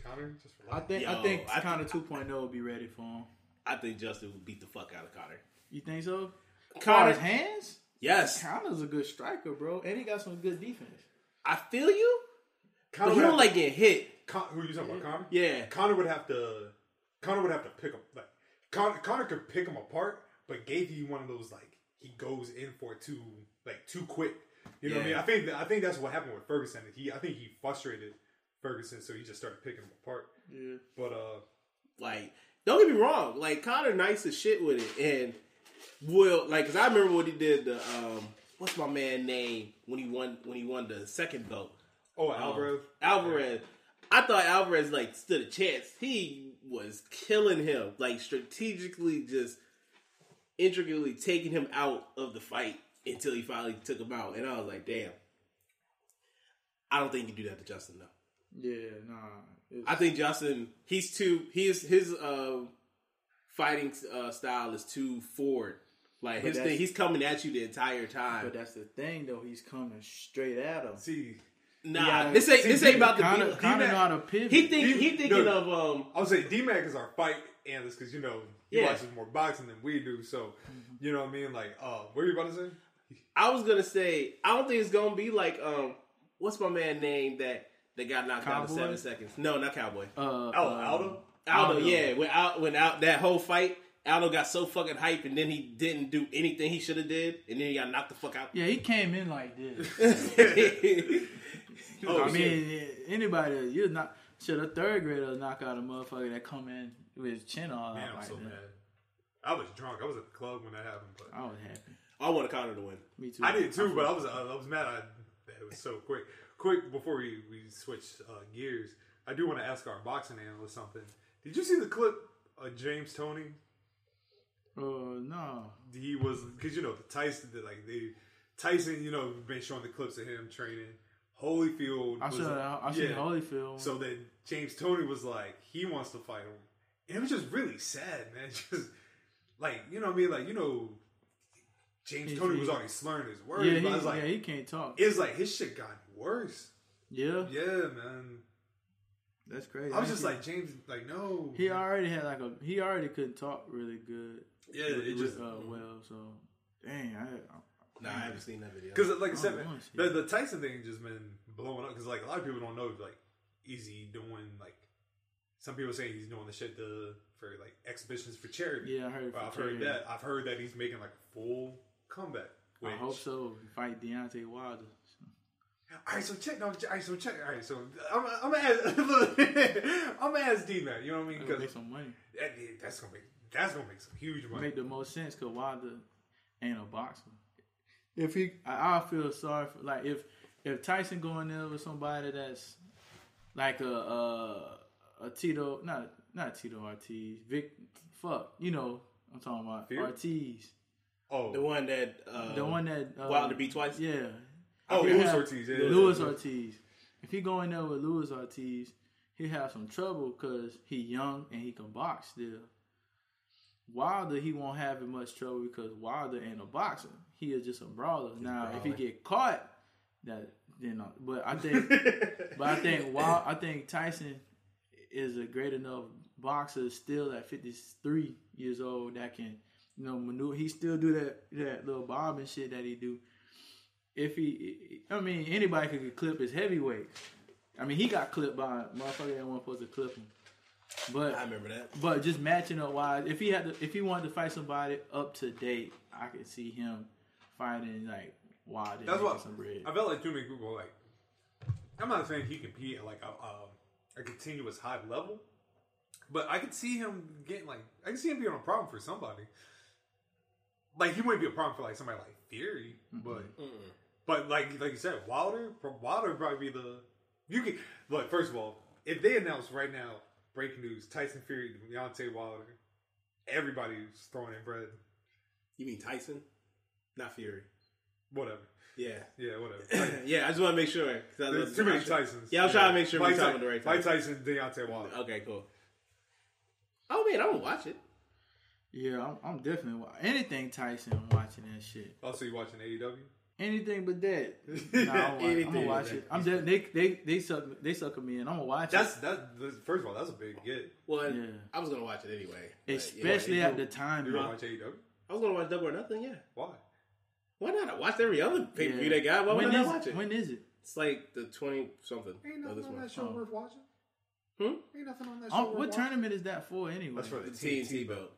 Speaker 1: Connor, just
Speaker 6: I
Speaker 1: relax.
Speaker 6: think I think Connor 2.0 will be ready for him.
Speaker 4: I think Justin would beat the fuck out of Connor.
Speaker 6: You think so?
Speaker 4: Connor-
Speaker 6: Connor's hands?
Speaker 4: Yes.
Speaker 6: Connor's a good striker, bro, and he got some good defense.
Speaker 4: I feel you.
Speaker 1: Connor
Speaker 4: but he
Speaker 1: would
Speaker 4: don't
Speaker 1: have
Speaker 4: like
Speaker 1: to-
Speaker 4: getting hit.
Speaker 1: Con- who you talking about, Connor?
Speaker 4: Yeah.
Speaker 1: Connor would have to. Connor would have to pick him. Like Connor, Connor could pick him apart, but Gaethje one of those like he goes in for it too like too quick. You know what I mean?
Speaker 4: Yeah.
Speaker 1: I think I think that's what happened with Ferguson. He I think he frustrated Ferguson, so he just started picking him apart.
Speaker 6: Yeah.
Speaker 1: But uh,
Speaker 4: Like, don't get me wrong. Like Connor, nice as shit with it, and will like because I remember what he did. The um, what's my man name when he won when he won the second belt.
Speaker 1: Oh,
Speaker 4: Um,
Speaker 1: Alvarez?
Speaker 4: Alvarez. I thought Alvarez like stood a chance. He was killing him, like strategically, just intricately taking him out of the fight until he finally took him out. And I was like, damn. I don't think you can do that to Justin though.
Speaker 6: Yeah, nah.
Speaker 4: I think Justin, he's too his his uh, fighting uh, style is too forward
Speaker 6: Like
Speaker 4: But
Speaker 6: his
Speaker 4: that's-
Speaker 6: thing, he's coming at you the entire time.
Speaker 4: But that's the thing, though. He's coming straight at him.
Speaker 1: See,
Speaker 6: Nah, this ain't this ain't about the
Speaker 4: Connor,
Speaker 6: beat.
Speaker 4: Connor
Speaker 6: He
Speaker 4: know how to pivot.
Speaker 6: He think he thinking
Speaker 1: no,
Speaker 6: of um.
Speaker 1: I would say D Mac is our fight analyst because you know he
Speaker 6: Yeah. Mm-hmm.
Speaker 1: watches more boxing than we do. So you know what I mean. Like, uh, what were you about to say?
Speaker 6: I was gonna say I don't think it's gonna be like um. What's my man name that that got knocked out in
Speaker 4: Cowboy?
Speaker 6: seven seconds? No, not cowboy.
Speaker 4: Uh, oh,
Speaker 6: Aldo. Aldo. Yeah, when out when out that whole fight, Aldo got so fucking hype, and then he didn't do anything he should have did, and then he got knocked the fuck out.
Speaker 4: Yeah, he came in like this.
Speaker 6: Oh,
Speaker 4: I
Speaker 6: shit.
Speaker 4: mean, anybody you not should a third grader knock out a motherfucker that come in with his chin all
Speaker 1: Man,
Speaker 4: out
Speaker 1: I'm
Speaker 4: like
Speaker 1: so
Speaker 4: that.
Speaker 1: mad. I was drunk. I was at the club when that happened. But
Speaker 4: I was happy.
Speaker 6: I wanted Connor to win.
Speaker 4: Me too.
Speaker 1: I did too, but I was I was mad. I, that it was so quick. Quick before we we switch uh, gears, I do want to ask our boxing analyst something. Did you see the clip of James Tony?
Speaker 4: Oh no,
Speaker 1: he was because you know the Tyson the, like they Tyson you know been showing the clips of him training. Holyfield,
Speaker 4: I
Speaker 1: was-
Speaker 4: saw that. I seen Holyfield.
Speaker 1: So then James Tony was like he wants to fight him, and it was just really sad, man. Just like you know what I mean, like you know. James
Speaker 4: He's-
Speaker 1: Tony
Speaker 4: he-
Speaker 1: was already slurring his words,
Speaker 4: Yeah,
Speaker 1: but
Speaker 4: he-
Speaker 1: I was like,
Speaker 4: yeah, he can't talk.
Speaker 1: It's like his shit got worse.
Speaker 4: Yeah,
Speaker 1: yeah, man.
Speaker 4: That's crazy.
Speaker 1: I was
Speaker 4: Thank
Speaker 1: just
Speaker 4: you.
Speaker 1: like James, like no,
Speaker 4: He already had like a. He already couldn't talk really good.
Speaker 1: Yeah,
Speaker 4: with-
Speaker 1: it
Speaker 4: with,
Speaker 1: just-
Speaker 4: uh, well. So, dang, I. I
Speaker 6: Nah, I haven't seen that video.
Speaker 1: Because, like I
Speaker 4: Oh,
Speaker 1: said,
Speaker 4: I wanna see
Speaker 1: the,
Speaker 4: it.
Speaker 1: the Tyson thing just been blowing up. Because, like, a lot of people don't know, like, is he doing, like, some people say he's doing the shit to, for, like, exhibitions for charity.
Speaker 4: Yeah, I heard it
Speaker 1: Well,
Speaker 4: for
Speaker 1: I've
Speaker 4: charity.
Speaker 1: heard that. I've heard that he's making, like, a full comeback.
Speaker 4: I
Speaker 1: Which,
Speaker 4: hope so. Fight Deontay Wilder.
Speaker 1: All right, so check. No, all right, so check. All right, so I'm, I'm gonna ask. look, I'm gonna ask D man. You know what I mean?
Speaker 4: That'll
Speaker 1: Because
Speaker 4: make some money.
Speaker 1: That, that's gonna make that's gonna make some huge money.
Speaker 4: Make the most sense because Wilder ain't a boxer. If he, I, I feel sorry for like if if Tyson going there with somebody that's like a a, a Tito, not not Tito Ortiz, Vic, fuck, you know, I'm talking about
Speaker 6: Fury?
Speaker 4: Ortiz.
Speaker 1: Oh,
Speaker 6: the one that uh,
Speaker 4: the one that uh,
Speaker 6: Wilder beat twice.
Speaker 4: Yeah.
Speaker 6: Oh,
Speaker 4: He'll
Speaker 6: Luis
Speaker 4: have-
Speaker 6: Ortiz, yeah.
Speaker 4: Luis Ortiz. If he go in there with Luis Ortiz, he have some trouble because he young and he can box still. Wilder, he won't have as much trouble because Wilder ain't a boxer. He is just a brawler. now, if he
Speaker 6: brawler.
Speaker 4: get caught, that you know. But I think, but I think, Wild, I think Tyson is a great enough boxer still at 53 years old that can you know maneuver he still do that that little bob and shit that he do if he i mean anybody could get clipped as heavyweight i mean he got clipped by a motherfucker that wasn't supposed to clip him but i
Speaker 6: remember that
Speaker 4: but just matching up wise if he had to if he wanted to fight somebody up to date i could see him fighting like wild
Speaker 1: That's what
Speaker 4: some bread.
Speaker 1: I felt like too many people like. I'm not saying he compete at like a, um, a continuous high level, but I could see him getting like I could see him being a problem for somebody. Like he wouldn't be a problem for like somebody like Fury,
Speaker 4: Mm-hmm.
Speaker 1: but but like like you said, Wilder pro- Wilder would probably be the you could look first of all if they announce right now breaking news Tyson Fury Deontay Wilder, everybody's throwing in bread
Speaker 6: You mean Tyson, not Fury?
Speaker 1: whatever
Speaker 6: Yeah.
Speaker 1: yeah whatever.
Speaker 6: yeah, I just want to make sure. 'cause I
Speaker 1: There's
Speaker 6: love-
Speaker 1: too many
Speaker 6: I'm sure-
Speaker 1: Tysons.
Speaker 6: Yeah, I'm trying to make sure
Speaker 1: Mike
Speaker 6: we're talking the right
Speaker 1: Mike
Speaker 6: Tyson.
Speaker 1: Tyson, Deontay Wilder.
Speaker 6: Okay, cool. Oh man, I'm gonna watch it.
Speaker 4: yeah i'm, I'm definitely wa- anything tyson I'm watching that shit
Speaker 1: Also, you watching E AEW?
Speaker 4: Anything but that. Nah, I'm, wa- I'm
Speaker 1: Anything
Speaker 4: gonna watch
Speaker 1: but
Speaker 4: it. I'm de- they they they suck they sucking me in. I'm gonna watch
Speaker 1: That's
Speaker 4: it.
Speaker 1: that's first of all, that's a big get.
Speaker 6: Well,
Speaker 4: Yeah.
Speaker 6: I was gonna watch it anyway. but, yeah.
Speaker 4: Especially at the time.
Speaker 1: You
Speaker 4: man.
Speaker 1: gonna watch AEW?
Speaker 6: I was gonna watch Double or Nothing. Yeah.
Speaker 1: Why?
Speaker 6: Why not? I watched every other pay per view
Speaker 4: Yeah.
Speaker 6: they got. Why
Speaker 4: When
Speaker 6: would I
Speaker 4: is-
Speaker 6: not watch it?
Speaker 4: When is it?
Speaker 6: It's like the twenty something.
Speaker 1: Ain't
Speaker 6: of
Speaker 1: nothing
Speaker 6: this
Speaker 1: on
Speaker 6: one.
Speaker 1: that show worth watching.
Speaker 6: Hmm?
Speaker 1: Ain't nothing on that show.
Speaker 4: Oh,
Speaker 1: worth
Speaker 4: what
Speaker 1: watching.
Speaker 4: tournament is that for anyway?
Speaker 6: That's for the TNT belt.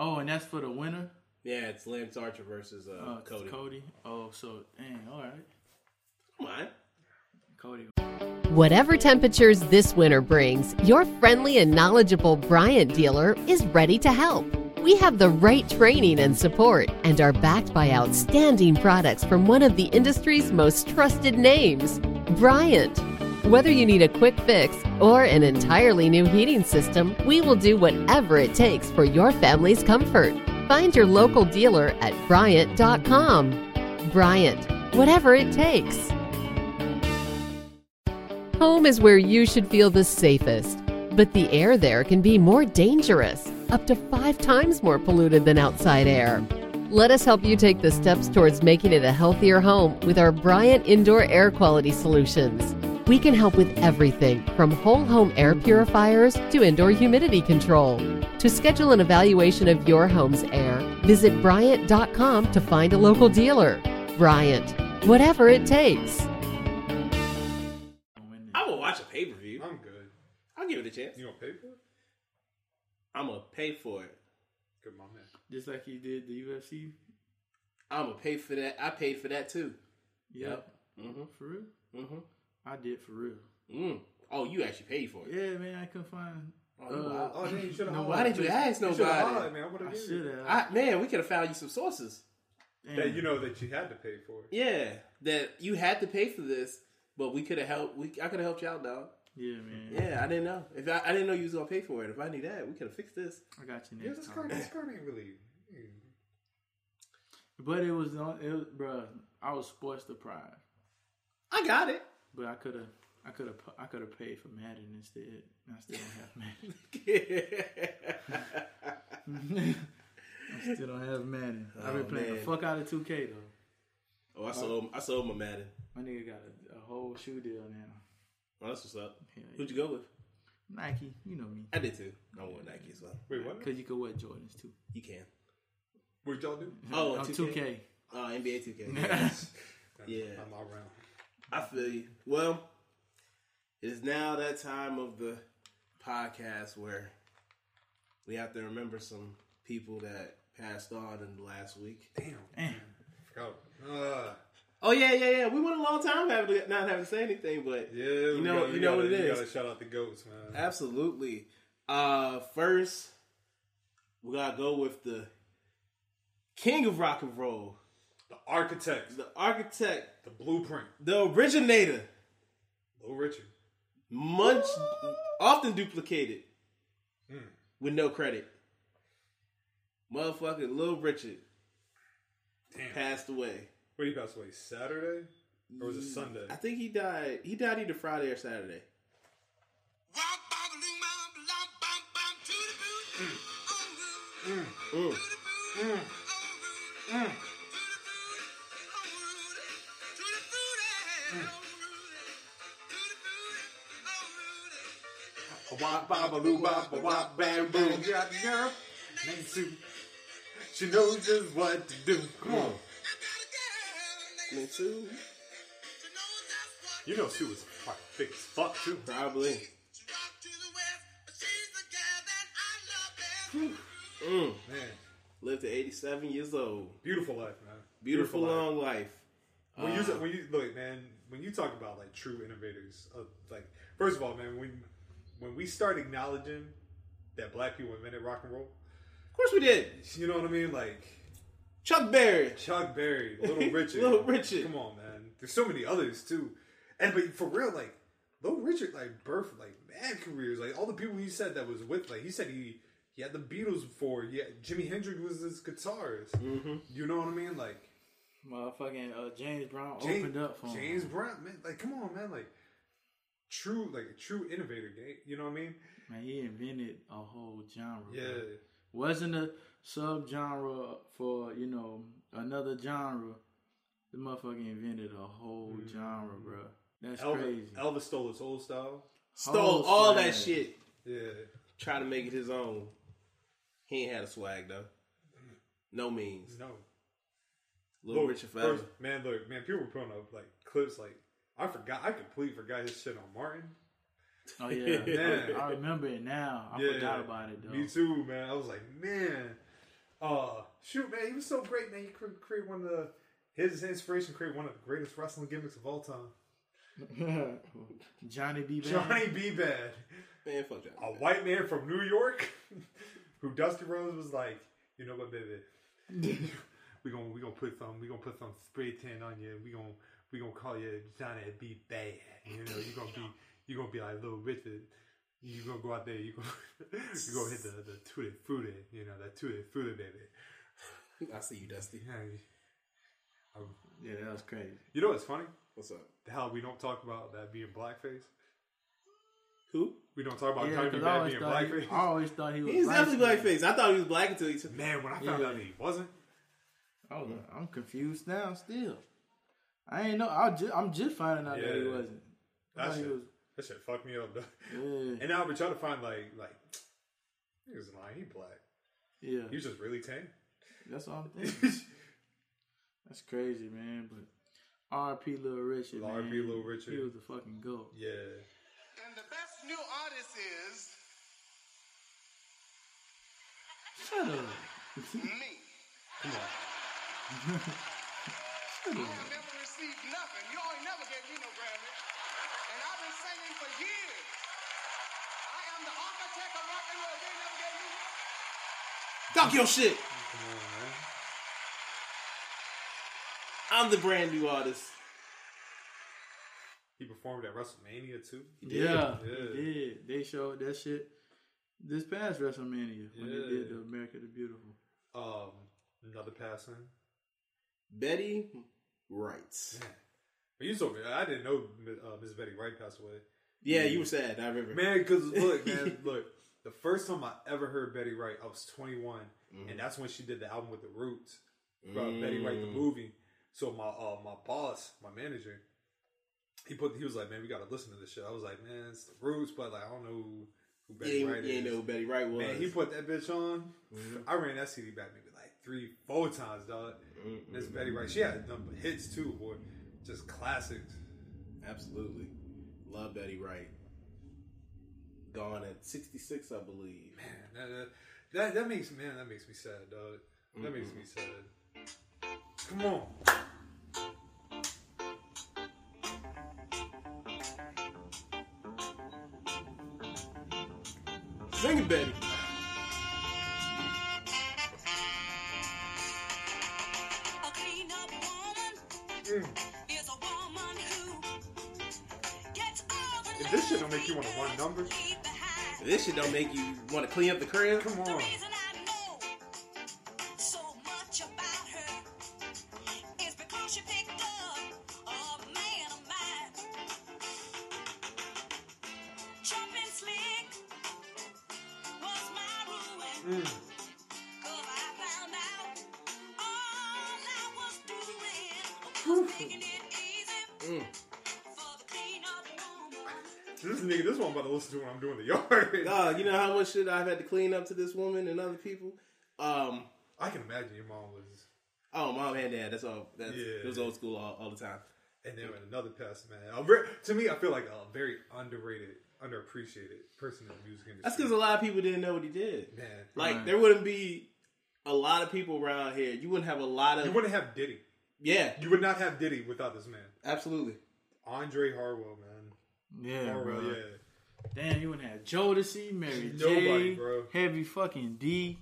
Speaker 4: Oh, and that's for the winner.
Speaker 6: Yeah, it's Lance Archer versus uh,
Speaker 4: Uh,
Speaker 6: Cody.
Speaker 4: Cody. Oh, so dang. All right,
Speaker 6: Come on.
Speaker 4: Cody.
Speaker 8: Whatever temperatures this winter brings, your friendly and knowledgeable Bryant dealer is ready to help. We have the right training and support and are backed by outstanding products from one of the industry's most trusted names, Bryant. Whether you need a quick fix or an entirely new heating system, we will do whatever it takes for your family's comfort. Find your local dealer at Bryant.com. Bryant, whatever it takes. Home is where you should feel the safest, but the air there can be more dangerous, up to five times more polluted than outside air. Let us help you take the steps towards making it a healthier home with our Bryant Indoor Air Quality Solutions. We can help with everything from whole home air purifiers to indoor humidity control. To schedule an evaluation of your home's air, visit Bryant.com to find a local dealer. Bryant, whatever it takes.
Speaker 4: I will watch a pay per view. I'm good. I'll give it a chance. You gonna pay for it? I'm gonna pay for it. Good mom.
Speaker 6: Just like you did the UFC.
Speaker 4: I'm gonna pay for that. I paid for that too.
Speaker 6: Yep. For real?
Speaker 4: Mm-hmm.
Speaker 6: I did for real.
Speaker 4: Mm. Oh, you actually paid for it.
Speaker 6: Yeah, man, I couldn't find. uh,
Speaker 4: Oh, you wild. Oh,
Speaker 1: then you
Speaker 4: should've hollered. Why did you ask
Speaker 1: You should've
Speaker 4: nobody?
Speaker 1: hollered, man. I would've
Speaker 6: I
Speaker 1: given
Speaker 6: should
Speaker 1: you.
Speaker 6: have.
Speaker 4: I, man, we could have found you some sources.
Speaker 1: That you know that you had to pay for it.
Speaker 4: Yeah, that you had to pay for this, but we could have helped. We I could have helped you out, dog.
Speaker 6: Yeah, man.
Speaker 4: Yeah, I didn't know. If I, I didn't know you was gonna pay for it. If I knew that, we could have fixed this.
Speaker 6: I got you
Speaker 1: Yeah,
Speaker 6: next
Speaker 1: this card,
Speaker 6: time.
Speaker 1: this card ain't really.
Speaker 6: But it was on. It was, bruh, I was sports deprived.
Speaker 4: I got it.
Speaker 6: But I could have. I could have. I could have paid for Madden instead. and I still don't have Madden. I still don't have Madden. I've
Speaker 4: Oh,
Speaker 6: been playing the
Speaker 4: man.
Speaker 6: fuck out of 2K though.
Speaker 4: Oh, I sold. I sold my Madden.
Speaker 6: My nigga got a, a whole shoe deal now.
Speaker 4: Oh, that's what's up. Who'd you go with?
Speaker 6: Nike, you know me.
Speaker 4: I did too. I wore Nike as well.
Speaker 1: Wait, what?
Speaker 6: Because you could wear Jordans too.
Speaker 4: You can.
Speaker 1: What y'all do?
Speaker 4: Oh,
Speaker 6: Oh,
Speaker 4: 2K.
Speaker 6: 2K.
Speaker 4: Oh, NBA 2K. Yeah. yeah. I'm all around. I feel you. Well, it is now that time of the podcast where we have to remember some people that passed on in the last week. Damn.
Speaker 1: Forgot. Uh,
Speaker 4: Oh yeah, yeah, yeah. We went a long time having not having to say anything, but yeah, you
Speaker 1: we
Speaker 4: know,
Speaker 1: gotta-
Speaker 4: you
Speaker 1: we
Speaker 4: know what it
Speaker 1: gotta-
Speaker 4: is.
Speaker 1: we gotta shout out the goats, man.
Speaker 4: Absolutely. Uh, first, we gotta go with the king of rock and roll, the architect, the architect, the blueprint, the originator, Little Richard, much often duplicated with no credit. Motherfucking Little Richard passed away.
Speaker 1: what he passed away Saturday or was it Sunday?
Speaker 4: I think he died. He died either Friday or Saturday. Mm.
Speaker 6: Mm.
Speaker 1: Mm. Wop babaloo bop wop bam boom. Got girl named Sue. She knows just what to do. Come on.
Speaker 4: Me too.
Speaker 1: You know Sue was fucking thick as fuck too.
Speaker 4: Probably. Mm. Lived to 87 years old.
Speaker 1: Beautiful life, man. Beautiful
Speaker 4: Beautiful,
Speaker 1: life.
Speaker 4: long life.
Speaker 1: When
Speaker 4: Uh,
Speaker 1: you when you look, man, when you talk about like true innovators, uh, like first of all, man, when when we start acknowledging that black people invented rock and roll,
Speaker 4: of course we did.
Speaker 1: You know what I mean? Like
Speaker 4: Chuck Berry,
Speaker 1: Chuck Berry, Little Richard,
Speaker 4: Little Richard.
Speaker 1: Come on, man. There's so many others too, and but for real, like Little Richard, like birth, like mad careers, like all the people he said that was with, like he said he he had the Beatles before, yeah, Jimi Hendrix was his guitarist.
Speaker 4: Mm-hmm.
Speaker 1: You know what I mean? Like
Speaker 6: Motherfucking uh, James Brown
Speaker 1: James,
Speaker 6: opened up for him.
Speaker 1: James Brown, man. Like, come on, man. Like, true, like a true innovator. gang, You know what I mean?
Speaker 6: Man, he invented a whole genre. bro.
Speaker 1: Yeah.
Speaker 6: Wasn't a subgenre for, you know, another genre. The motherfucker invented a whole
Speaker 4: Mm-hmm.
Speaker 6: genre, bro. That's
Speaker 1: Elvis,
Speaker 6: crazy.
Speaker 1: Elvis stole his whole style.
Speaker 4: Stole all that shit.
Speaker 1: Yeah.
Speaker 4: Try to make it his own. He ain't had a swag though. No means.
Speaker 1: No.
Speaker 4: Little
Speaker 1: Look,
Speaker 4: Richard forever.
Speaker 1: first- man, look, man. People were putting up like clips. Like, I forgot. I completely forgot his shit on Martin.
Speaker 6: Oh, yeah.
Speaker 1: Man.
Speaker 6: I, I remember it now. I
Speaker 1: Yeah.
Speaker 6: forgot about it, though.
Speaker 1: Me too, man. I was like, man. Uh, shoot, man. He was so great, man. He cre- created one of the his inspiration created one of the greatest wrestling gimmicks of all time.
Speaker 6: Johnny B. Bad.
Speaker 1: Johnny B. Oh, Bad.
Speaker 4: Man, fuck that.
Speaker 1: A white man from New York who Dusty Rose was like, you know what, baby? we gonna we gonna put some we gonna put some spray tan on you. We gonna we gonna call you Johnny B. Bad. You know you gonna be you gonna be like Little Richard. You gonna go out there. You gonna you gonna hit the the tutti frutti. You know that tutti frutti, baby.
Speaker 4: I see you, Dusty.
Speaker 6: Yeah, that was crazy.
Speaker 1: You know what's funny?
Speaker 4: What's up?
Speaker 1: How we don't talk about that being blackface.
Speaker 4: Who?
Speaker 1: We don't talk about
Speaker 6: Yeah,
Speaker 1: Johnny B.
Speaker 6: 'cause I always
Speaker 1: Oh, Bad being
Speaker 6: thought he-
Speaker 1: blackface.
Speaker 6: I always thought he was
Speaker 4: He's definitely
Speaker 6: light-skinned.
Speaker 4: blackface. I thought he was black until he took.
Speaker 1: Man, when I found
Speaker 6: Yeah.
Speaker 1: out that he wasn't,
Speaker 6: Hold on, I'm confused now. Still, I ain't know. I ju- I'm just finding out that he
Speaker 1: Yeah.
Speaker 6: wasn't. I
Speaker 1: That
Speaker 6: thought he
Speaker 1: shit,
Speaker 6: was.
Speaker 1: that shit fucked me up. Though. And now I've been trying to find like like he was lying. He black.
Speaker 6: Yeah.
Speaker 1: He was just really tan.
Speaker 6: That's all I'm thinking. That's crazy, man. But R.P. Little Richard, man.
Speaker 1: R.P. Little Richard.
Speaker 6: He was the fucking goat.
Speaker 1: Yeah.
Speaker 10: And the best new artist is
Speaker 6: Shut up.
Speaker 10: me.
Speaker 6: Come on.
Speaker 10: I
Speaker 6: Shut up.
Speaker 10: have never received nothing. You all ain't never gave me no Grammy. And I've been singing for years. I am the architect of rock and roll. They never gave me.
Speaker 4: Duck your shit. I'm the brand new artist.
Speaker 1: He performed at WrestleMania too.
Speaker 6: Yeah,
Speaker 1: Yeah.
Speaker 6: he did. They showed that shit this past WrestleMania when they did
Speaker 1: Yeah.
Speaker 6: the America the Beautiful.
Speaker 1: Um, another passing.
Speaker 4: Betty Wright.
Speaker 1: You told me I didn't know uh, Miss Betty Wright passed away.
Speaker 4: Yeah, you were sad. I remember.
Speaker 1: Man, because look, man, look. The first time I ever heard Betty Wright, I was 21, and that's when she did the album with the Roots, from
Speaker 4: Mm-hmm. Mm.
Speaker 1: Betty Wright the movie. So my uh, my boss, my manager, he put he was like, man, we gotta listen to this shit. I was like, man, it's the Roots, but like I don't know who Betty
Speaker 4: You ain't-
Speaker 1: Wright
Speaker 4: you
Speaker 1: is.
Speaker 4: ain't know who Betty Wright
Speaker 1: Man,
Speaker 4: was.
Speaker 1: he put that bitch on.
Speaker 4: Mhm.
Speaker 1: I ran that CD back maybe like three, four times, dog. Miss Betty Wright, she had number hits too, boy, just classics.
Speaker 4: Absolutely. Love Betty Wright. Gone at 66, I believe.
Speaker 1: That, that, that, that makes man, that makes me sad, dog. That makes me sad. Come on.
Speaker 4: Sing it, Betty.
Speaker 11: A clean up woman is a woman who gets all the
Speaker 1: If this shit don't make you want to one number,
Speaker 4: This shit don't make you want to clean up the crib. Come
Speaker 1: on.
Speaker 11: so much about her is because she picked up a man of mine. Jumping slick was my ruin. 'Cause I found out all I was doing was making it easy for the clean up woman.
Speaker 1: This nigga, this one I'm about to listen to when I'm doing the yard.
Speaker 4: Dog, you know how much shit I've had to clean up to this woman and other people? Um,
Speaker 1: I can imagine your mom was.
Speaker 4: Oh, mom and dad. That's all. That's,
Speaker 1: Yeah.
Speaker 4: It was old school all, all the time.
Speaker 1: And then with another pass, man. A ver- to me, I feel like a very underrated, underappreciated person in the music industry.
Speaker 4: That's because a lot of people didn't know what he did.
Speaker 1: Man.
Speaker 4: Like
Speaker 1: Right.
Speaker 4: there wouldn't be a lot of people around here. You wouldn't have a lot of.
Speaker 1: You wouldn't have Diddy.
Speaker 4: Yeah.
Speaker 1: You would not have Diddy without this man.
Speaker 4: Absolutely.
Speaker 1: Andre Harwell, man.
Speaker 6: Yeah,
Speaker 1: Harwell,
Speaker 6: bro.
Speaker 1: Oh, yeah.
Speaker 6: Damn, you wouldn't have Jodeci, Mary J,
Speaker 1: Nobody, bro.
Speaker 6: Heavy fucking D.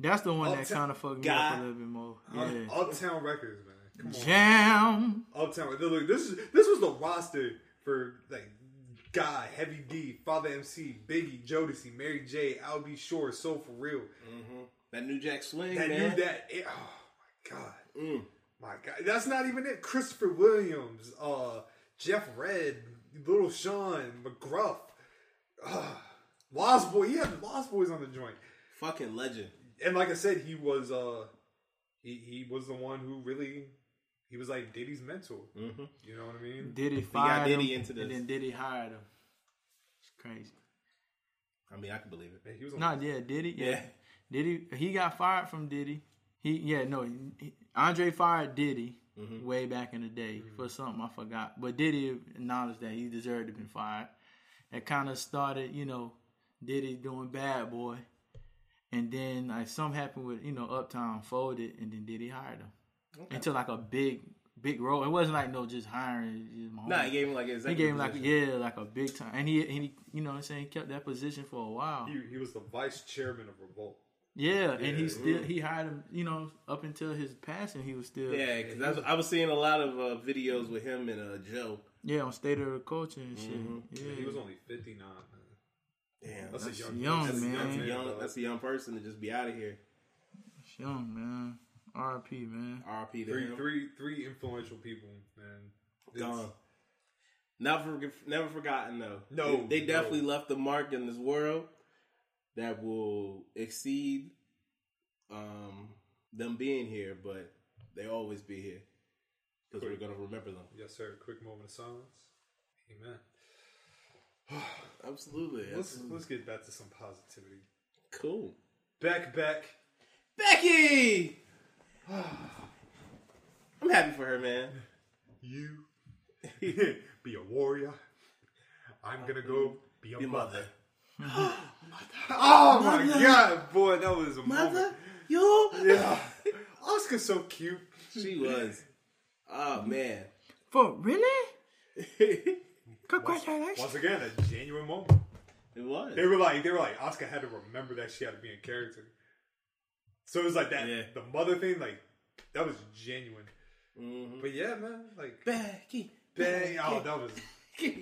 Speaker 6: That's the one that
Speaker 1: Uptown-
Speaker 6: kind of fucked me
Speaker 1: Guy.
Speaker 6: up a little bit more.
Speaker 1: Up-
Speaker 6: Yeah.
Speaker 1: Uptown Records, man. Come on.
Speaker 6: Jam.
Speaker 1: Uptown. Look, this is this was the roster for like Guy, Heavy D, Father MC, Biggie, Jodeci, Mary J, Al B. Shore, So For Real.
Speaker 4: Mm-hmm. That New Jack Swing,
Speaker 1: That
Speaker 4: man. Mm.
Speaker 1: new that. it- oh my god. My god. That's not even it. Christopher Williams, uh, Jeff Red, Little Sean, McGruff, uh, Lost Boy. He had Lost Boys on the joint.
Speaker 4: Fucking legend.
Speaker 1: And like I said, he was uh, he he was the one who really. He was like Diddy's mentor.
Speaker 4: Mm-hmm.
Speaker 1: You know what I mean?
Speaker 6: Diddy fired him, and then Diddy hired him. It's crazy.
Speaker 4: I mean, I can believe it.
Speaker 1: he was
Speaker 6: No, yeah, Diddy. Yeah. Diddy. He got fired from Diddy. He yeah no. he- he- Andre fired Diddy
Speaker 4: Mm-hmm.
Speaker 6: way back in the day for something I forgot, but Diddy acknowledged that he deserved to be fired. It kind of started, you know, Diddy doing Bad Boy, and then like something happened with you know Uptown folded, and then Diddy hired him
Speaker 4: Okay.
Speaker 6: into like a big big role. It wasn't like no just hiring. just my
Speaker 4: Nah,
Speaker 6: homie.
Speaker 4: he gave him, like, an
Speaker 6: he
Speaker 4: executive
Speaker 6: gave him like
Speaker 4: position.
Speaker 6: yeah like a big time, and he and he you know what I'm saying he kept that position for a while.
Speaker 1: He, he was the vice chairman of Revolt.
Speaker 6: Yeah,
Speaker 1: Yeah.
Speaker 6: and he still
Speaker 1: Mm.
Speaker 6: he hired him. You know, up until his passing, he was still
Speaker 4: Yeah, because I was, I was seeing a lot of uh, videos with him and uh, Joe.
Speaker 6: yeah on state of the culture and shit.
Speaker 4: Mhm.
Speaker 6: Yeah,
Speaker 1: He was only fifty nine.
Speaker 4: Damn,
Speaker 1: That's a young-
Speaker 4: that's,
Speaker 6: man.
Speaker 4: That's a young,
Speaker 6: Young.
Speaker 4: that's a young person to just be out of here.
Speaker 6: man. R.P. man.
Speaker 4: R.P. to
Speaker 1: Three,
Speaker 4: him.
Speaker 1: three, three influential people, man. It's-
Speaker 4: Gone. Never, forg- never forgotten though.
Speaker 1: No,
Speaker 4: they, they
Speaker 1: no.
Speaker 4: definitely left a mark in this world that will exceed um, them being here. But
Speaker 5: They always be here because we're gonna remember them.
Speaker 1: Yes, sir. Quick moment of silence. Amen.
Speaker 5: Absolutely.
Speaker 1: Let's
Speaker 5: absolutely.
Speaker 1: let's get back to some positivity.
Speaker 5: Cool.
Speaker 1: Back back.
Speaker 5: Becky. I'm happy for her, man.
Speaker 1: You be a warrior. I'm gonna go be a mother. Oh my
Speaker 5: Mother.
Speaker 1: god, boy, that was a moment.
Speaker 5: Yo.
Speaker 1: Yeah. Oscar's so cute.
Speaker 5: She was. Oh man.
Speaker 4: For really?
Speaker 1: Once,
Speaker 4: Congratulations.
Speaker 1: once again, a genuine moment.
Speaker 5: It was.
Speaker 1: They were like, they were like, Oscar had to remember that she had to be in character. So it was like that, the mother thing, like that was genuine. But yeah, man, like
Speaker 5: Mm-hmm. Becky,
Speaker 1: Becky, oh, that was